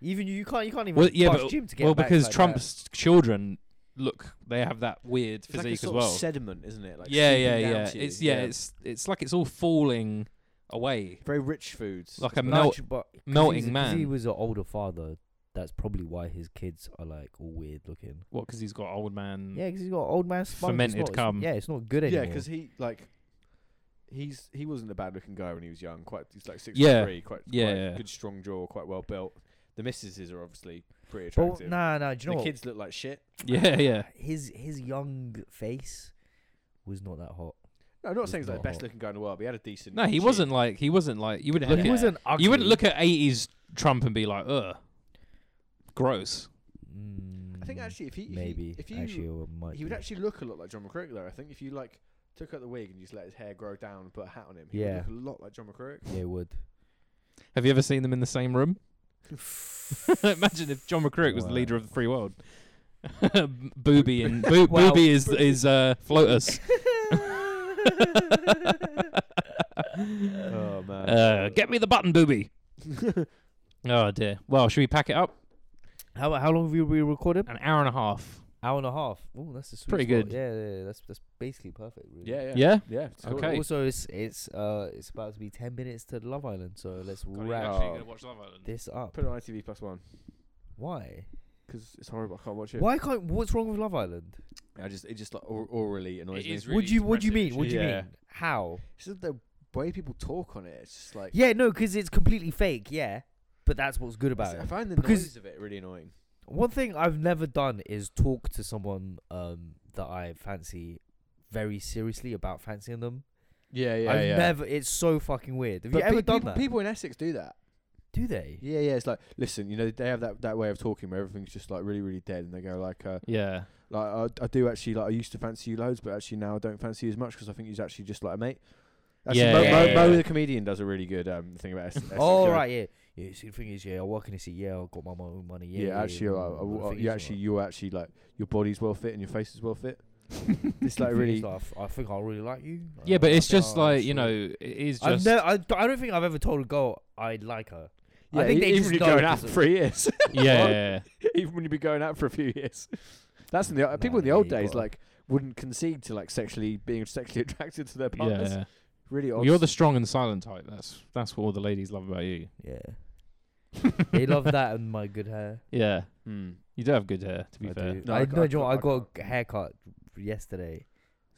D: Even you, you can't, you can't even
A: Well, yeah,
D: bust
A: but-
D: gym to get
A: well
D: backs
A: because
D: like that.
A: Trump's children look they have that weird
B: It's like a
A: physique
B: sort
A: as
B: of
A: well.
B: sediment, isn't it? Like
A: yeah,
B: seeping
A: yeah,
B: down
A: yeah.
B: to you.
A: It's yeah, it's it's like it's all falling away,
B: very rich foods.
A: like a
D: But
A: melt.
D: actually- but 'cause he's-
A: melting
D: 'cause He
A: man.
D: was an older father. That's probably why his kids are like all weird looking.
A: What? Because he's got old man.
D: Yeah, because he's got old man spunk.
A: Mm. Fermented
D: it's not,
A: cum.
D: It's, yeah, it's not good anymore.
B: Yeah, because he like he's he wasn't a bad looking guy when he was young. Quite he's like six
A: Yeah.
B: foot three, quite
A: Yeah,
B: quite
A: yeah.
B: good strong jaw, quite well built. The missuses are obviously pretty
D: but
B: attractive.
D: nah, nah. Do you know
B: the
D: what?
B: kids look like shit.
A: yeah, yeah.
D: His his young face was not that hot.
B: No, I'm not
D: He's
B: saying he's like the
D: not
B: best
D: hot.
B: looking guy in the world, but he had a decent
A: No, he
B: chin.
A: wasn't like he wasn't like you wouldn't look
D: he
A: at
D: wasn't ugly.
A: you wouldn't look at eighties Trump and be like, ugh, gross.
B: I think
D: Mm,
B: actually if he if he-
D: maybe
B: if you
D: actually it might
B: he would
D: be.
B: actually look a lot like John McCrick though. I think if you like took out the wig and you just let his hair grow down and put a hat on him, he
D: Yeah.
B: would look a lot like John McCrick.
D: yeah it would.
A: Have you ever seen them in the same room? Imagine if John McCrick was the leader of the free world. Booby and Bo-
D: Wow.
A: Booby is is uh, Floatus.
B: Oh man.
A: Uh, get me the button, Booby. oh dear. Well, should we pack it up?
D: How how long have you been recording?
A: An hour and a half.
D: Hour and a half. Oh, that's a sweet
A: Pretty
D: spot.
A: good.
D: Yeah, yeah, yeah, that's that's basically perfect. Really.
B: yeah, yeah.
A: Yeah.
B: Yeah. it's cool.
A: Okay.
D: Also, it's it's uh it's about to be ten minutes to Love Island, so let's wrap this up.
B: Put it on ITV plus one.
D: Why?
B: Because it's horrible. I can't watch it.
D: Why can't? What's wrong with Love Island?
B: I just it just like or- orally annoys
A: It
B: me.
A: is
D: what do you What do you
A: depressing,
D: mean? What do you
B: actually.
D: mean? How?
B: It's just the way people talk on it. It's just like
D: Yeah, no, because it's completely fake. Yeah, but that's what's good about
B: I
D: it.
B: find the
D: Because-
B: noise of it really annoying.
D: One thing I've never done is talk to someone um that I fancy very seriously about fancying them.
B: Yeah,
D: I've never. It's so fucking weird. Have you ever done
B: people,
D: that?
B: People in Essex do that.
D: do they?
B: Yeah, yeah. It's like listen, you know, they have that, that way of talking where everything's just like really, really dead, and they go like, uh,
A: Yeah.
B: like I, I do actually like I used to fancy you loads, but actually now I don't fancy you as much because I think he's actually just like a mate. Actually,
A: Yeah,
B: Mo,
A: yeah,
B: Mo,
A: yeah,
B: Mo
A: yeah.
B: the comedian does a really good um thing about Essex. Essex
D: Oh
B: yeah.
D: right, yeah. Yeah, see the thing is, yeah, I work in this. Yeah, I got my mo- own money. Yeah,
B: Yeah, actually,
D: yeah,
B: uh,
D: mm, but the
B: uh,
D: thing
B: you
D: is,
B: actually,
D: like,
B: you're actually like your body's well fit and your face is well fit. it's
D: the
B: like
D: thing is,
B: really
D: like, I f- I think I really like you.
A: Yeah,
D: Uh,
A: but
D: I
A: it's
D: think
A: just
D: I-
A: like you
D: sort
A: know,
D: of-
A: it is
D: I've
A: just.
D: never. I, d- I don't think I've ever told a girl I like her. I think
B: e-
D: they
B: even
D: just
B: when you're
D: know
B: going out
D: because
B: for
D: of-
B: three years,
A: yeah, yeah, yeah.
B: even when you've been going out for a few years, that's in the
D: Nah,
B: people in the
D: yeah,
B: old
D: you
B: days
D: gotta-
B: like wouldn't concede to like sexually being sexually attracted to their
A: yeah,
B: partners.
A: yeah.
B: Really odd.
A: Well, you're the strong and silent type. That's that's what all the ladies love about you.
D: Yeah, they love that and my good hair.
A: Yeah,
B: Hmm.
A: you do have good hair. To be
D: I
A: fair.
D: do.
B: No,
D: I,
B: I
D: no,
B: can't-
D: do you know what?
B: I
D: I got
B: can't.
D: a haircut yesterday.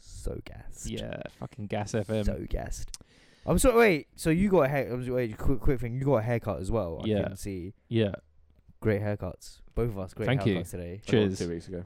D: So gassed.
A: Yeah, um, fucking gas FM.
D: So gassed. I'm sorry. Wait. So you got a hair? I'm sorry, Wait. Quick, quick thing. You got a haircut as well. I
A: Yeah.
D: can see.
A: yeah,
D: Great haircuts. Both of us. Great
A: Thank you.
D: haircuts today.
B: I got it
A: cheers.
B: Two weeks ago.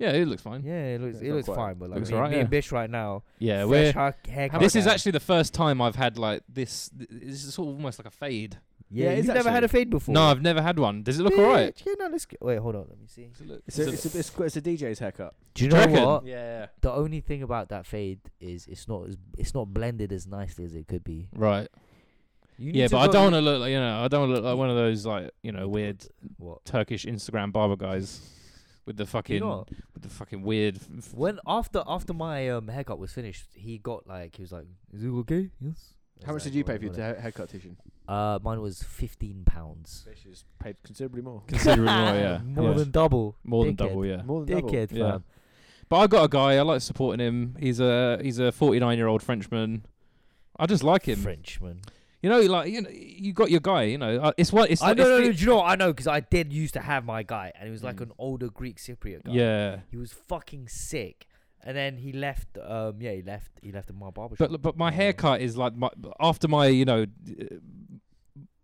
A: Yeah, it looks fine.
D: Yeah, it looks
B: It's
D: it
B: not
D: looks
B: quite-
D: fine, but like
A: looks
D: me,
A: alright,
D: me and
A: yeah.
D: Bish right now.
A: Yeah,
D: fresh
A: we're.
D: ha- haircut.
A: this is
D: now.
A: actually the first time I've had like this. th- This is sort of almost like a fade.
D: yeah.
B: Yeah, it
D: you've
B: is
D: never had
B: actually.
D: a fade before.
A: No, I've never had one. Does it look alright?
D: Bitch, Yeah, no. Let's go. wait. Hold on. Let me see.
B: It's a, it's, a, it's, it's a DJ's haircut.
D: Do you
A: Do you
D: know
A: reckon?
D: what?
B: Yeah.
D: The only thing about that fade is it's not as it's not blended as nicely as it could be.
A: Right.
D: You
A: Yeah,
D: need
A: but I
D: go-
A: don't want to look like you know. I don't want to look like one of those like you know weird
D: What?
A: Turkish Instagram barber guys with the
D: You
A: fucking
D: know, what?
A: with the fucking weird. f- f-
D: when after after my um, haircut was finished, he got like he was like, "Is it okay?" Yes. I
B: How much
D: was
B: did
D: like,
B: you
D: "Oh,
B: pay for your
D: whatever."
B: ta- haircut, Titian?
D: Uh, mine was fifteen pounds.
B: Fish paid considerably more.
A: Considerably more, yeah.
D: More
A: Yeah.
D: than double.
A: More than
D: Dickhead.
A: double, yeah.
B: More than double.
D: Dickhead,
A: Yeah.
D: fam.
A: But I got a guy. I like supporting him. He's a he's a 49 year old Frenchman. I just like him.
D: Frenchman.
A: You know, like you know, you got your guy. You know, uh, it's what it's.
D: I
A: like-
D: know, no,
A: it's
D: no,
A: the-
D: do you know what? I know because I did used to have my guy, and he was like
B: Mm.
D: an older Greek Cypriot guy.
A: Yeah,
D: he was fucking sick, and then he left. Um, yeah, he left. He left in my barbershop.
A: but but my
D: Uh,
A: haircut is like my after my you know d-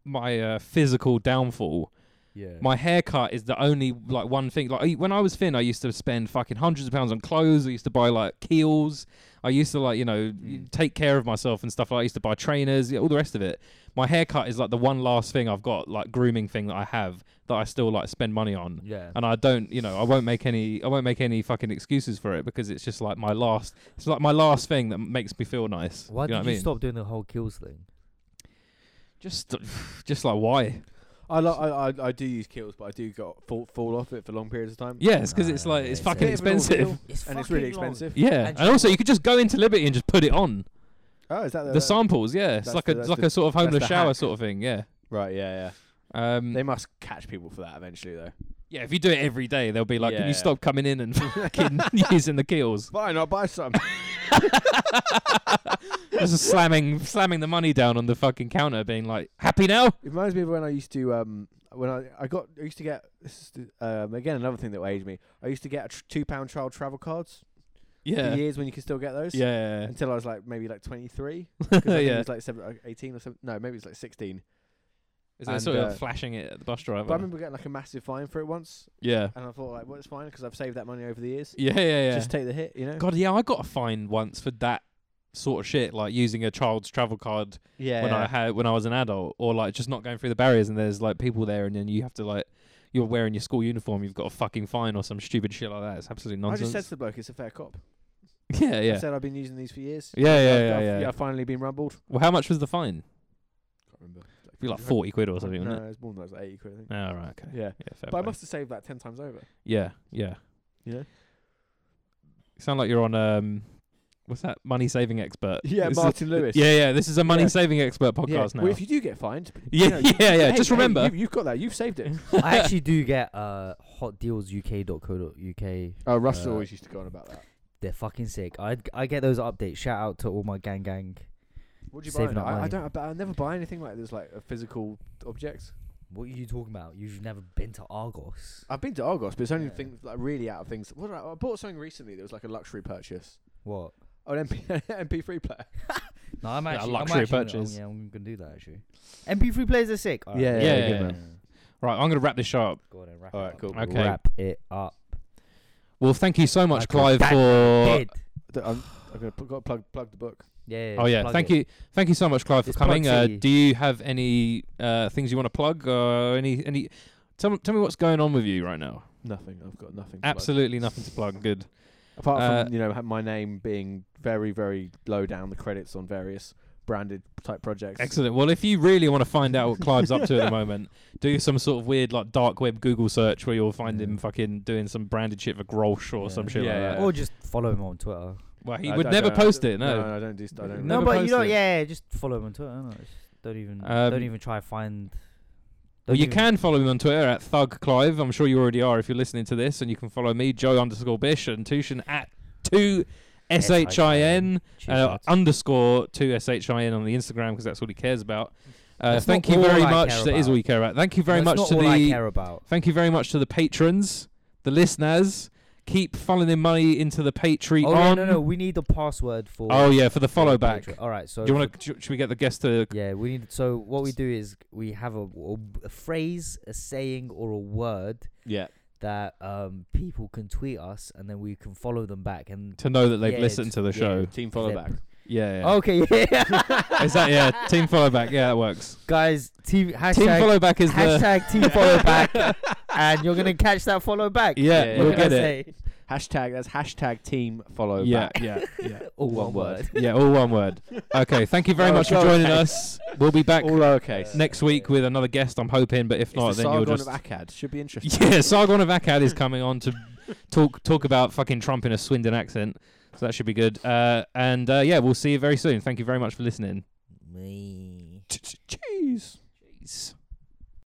A: my uh, physical downfall.
F: Yeah.
A: my haircut is the only like one thing. Like I- when I was thin, I used to spend fucking hundreds of pounds on clothes. I used to buy like keels. I used to like you know
B: Mm.
A: take care of myself and stuff. Like, I used to buy trainers, yeah, all the rest of it. My haircut is like the one last thing I've got, like grooming thing that I have that I still like spend money on.
F: yeah.
A: And I don't, you know, I won't make any, I won't make any fucking excuses for it because it's just like my last, it's like my last thing that makes me feel nice.
D: Why
A: you know
D: did
A: what
D: you
A: I mean?
D: stop doing the whole kills thing?
A: Just, just like why?
B: I, lo- I, I I do use kills, but I do got fall, fall off it for long periods of time.
A: Yes, because it's like it's
D: Nice.
A: fucking
B: Bit of an ordeal,
A: expensive.
D: It's
B: and it's really expensive.
A: Yeah,
D: And
A: and,
D: you know
A: also
D: what?
A: you could just go into Liberty and just put it on
B: Oh, is that the,
A: the samples. Yeah, it's
B: that's
A: like
B: the-
A: a it's
B: that's
A: like
B: the-
A: a sort of homeless
B: the
A: shower
B: hack.
A: sort of thing. Yeah.
B: Right, yeah, yeah.
A: Um,
B: They must catch people for that eventually, though.
A: yeah, if you do it every day, they'll be like, "Can
B: Yeah.
A: you stop coming in and fucking using the keels?"
B: Fine, I'll buy some.
A: Just slamming, slamming the money down on the fucking counter, being like, "Happy now?"
B: It reminds me of when I used to um when I I got I used to get this is the- um again another thing that aged me. I used to get a tr- two pound child travel cards.
A: Yeah,
B: The years when you could still get those.
A: yeah,
B: Until I was like maybe like twenty three. It
A: yeah. Oh,
B: was like seven, like, eighteen or something. No, maybe it's like sixteen.
A: Is that
B: and,
A: sort
B: uh,
A: of flashing it at the bus driver?
B: But I remember getting like a massive fine for it once,
A: yeah,
B: and I thought like, well, it's fine because I've saved that money over the years.
A: yeah, yeah, yeah.
B: Just take the hit, you know.
A: God, yeah, I got a fine once for that sort of shit, like using a child's travel card
B: yeah.
A: when I had when I was an adult, or like just not going through the barriers and there's like people there, and then you have to like you're wearing your school uniform, you've got a fucking fine or some stupid shit like that. It's absolute
B: I
A: nonsense.
B: just said to the bloke, it's a fair cop.
A: yeah,
B: I
A: yeah,
B: said I've been using these for years.
A: yeah, yeah,
B: I've-
A: yeah,
B: I've-
A: yeah.
B: I've finally been rumbled.
A: Well, how much was the fine?
B: Can't remember.
A: It'd be like forty quid or
B: No,
A: something, wouldn't it?
B: it's more than that. It's like eighty quid. I think.
A: Oh, right, okay.
B: Yeah.
A: Yeah, fair
B: But I
A: play.
B: must have saved that ten times over.
A: yeah, yeah.
B: You know?
A: You sound like you're on um, what's that money saving expert?
B: Yeah,
A: This is-
B: Martin Lewis.
A: Yeah, yeah. This is a money
B: Yeah.
A: saving expert
B: Yeah.
A: podcast now.
B: Well, if you do get fined,
A: yeah,
B: you know, you-
A: yeah, yeah,
B: hey,
A: Just
B: hey,
A: remember.
B: you, have got that. You've saved it.
D: I actually do get uh, hotdealsuk.co.uk.
B: Oh, Russell
D: Uh,
B: always used to go on about that.
D: They're fucking sick. I I get those updates. Shout out to all my gang gang.
B: What do you
D: saving
B: buy?
D: up
B: I, I
D: money.
B: don't. I, bu- I never buy anything like this, like a physical object.
D: What are you talking about? You've never been to Argos.
B: I've been to Argos, but it's only
D: Yeah.
B: things like really out of things. What did I, I bought something recently that was like a luxury purchase.
D: What?
B: Oh, an MP, MP3 player.
D: No, I'm
A: Yeah, luxury
D: actually. I'm actually gonna-
A: purchase.
D: oh, yeah, I'm gonna do that actually. MP3 players are sick. Alright,
B: Yeah,
A: yeah, Yeah, yeah, yeah. Right, I'm gonna wrap this show up.
D: Go on and wrap
B: All
D: it
B: right,
D: up.
B: cool.
A: Okay.
D: Wrap it up.
A: Well, thank you so much, Clive,
D: Like a bad
A: for.
D: Dead.
B: D- I'm, I'm gonna pl- got plug plug the book.
D: Yeah.
A: Oh yeah,
D: plug
A: thank
D: it.
A: you, thank you so much, Clive, for
D: It's
A: coming. Uh,
D: proxy.
A: do you have any uh, things you want to plug? Uh, any any? Tell, me- tell me what's going on with you right now.
B: Nothing. I've got nothing. to plug.
A: Absolutely nothing to plug. Good.
B: Apart
A: Uh,
B: from you know ha- my name being very very low down the credits on various branded type projects.
A: Excellent. Well, if you really want to find out what Clive's up to at the moment, do some sort of weird like dark web Google search where you'll find
D: Yeah.
A: him fucking doing some branded shit for Grolsch or
D: Yeah.
A: some shit
B: Yeah,
A: like
B: yeah.
A: that.
D: Or just follow him on Twitter.
A: Well, he
B: I-
A: would
B: I
A: never
B: don't-
A: post
B: I
A: it.
B: don't-
A: No.
B: I don't do. St- I don't.
D: No,
A: Never
D: but you
A: post
D: know,
A: it.
D: yeah, yeah, just follow him on Twitter. I don't, know, just don't even,
A: Um,
D: don't even try to find.
A: Well,
D: don't
A: you
D: even-
A: can follow me on Twitter at Thug Clive. I'm sure you already are if you're listening to this, and you can follow me Joe underscore Bish and Tushin at two S H I N
D: Cheers,
A: uh,
D: lads.
A: underscore two S H I N on the Instagram because that's all he cares about. Uh,
D: That's
A: thank
D: not
A: you very
D: all I
A: much.
D: care
A: That is
D: about.
A: all you care about. Thank you very
D: That's
A: much
D: not
A: to
D: all
A: the
D: I care about.
A: thank you very much to the patrons, the listeners. Keep funneling money into the Patreon.
D: Oh no, no, no. We need the password for.
A: Oh, yeah, for the follow
D: for
A: back.
D: Patreon. All right, so
A: Do you want to? Should we get the guest to?
D: Yeah, we need. So what we do is we have a, a phrase, a saying, or a word
B: Yeah.
D: that um people can tweet us, and then we can follow them back. And
A: To know that they've
D: Yeah,
A: listened to the
D: yeah.
A: show.
B: Team follow
D: Flip.
B: back.
A: Yeah. yeah.
D: okay, yeah, Oh.
A: Is that yeah? Team follow back. Yeah, that works.
D: guys, team hashtag
A: team follow back is the
D: hashtag team follow back, and you're gonna catch that follow back.
A: Yeah,
B: Yeah,
A: you'll
B: yeah.
D: What can I
A: get it.
D: say?
B: Hashtag that's hashtag team follow
A: Yeah,
B: back.
A: yeah, yeah.
D: All
B: One
D: one
B: word.
D: word.
A: Yeah, all one word. Okay, thank you very
B: Oh,
A: much for
B: okay.
A: joining us. We'll be back
B: All lowercase.
A: next week with another guest, I'm hoping, but if
B: It's
A: not,
B: the
A: then you'll
B: Sargon
A: just.
B: of Akkad. Should be interesting.
A: Yeah, Sargon of Akkad is coming on to talk talk about fucking Trump in a Swindon accent. So that should be good. Uh, and uh, yeah, we'll see you very soon. Thank you very much for listening.
D: Me.
A: Cheese. Cheese.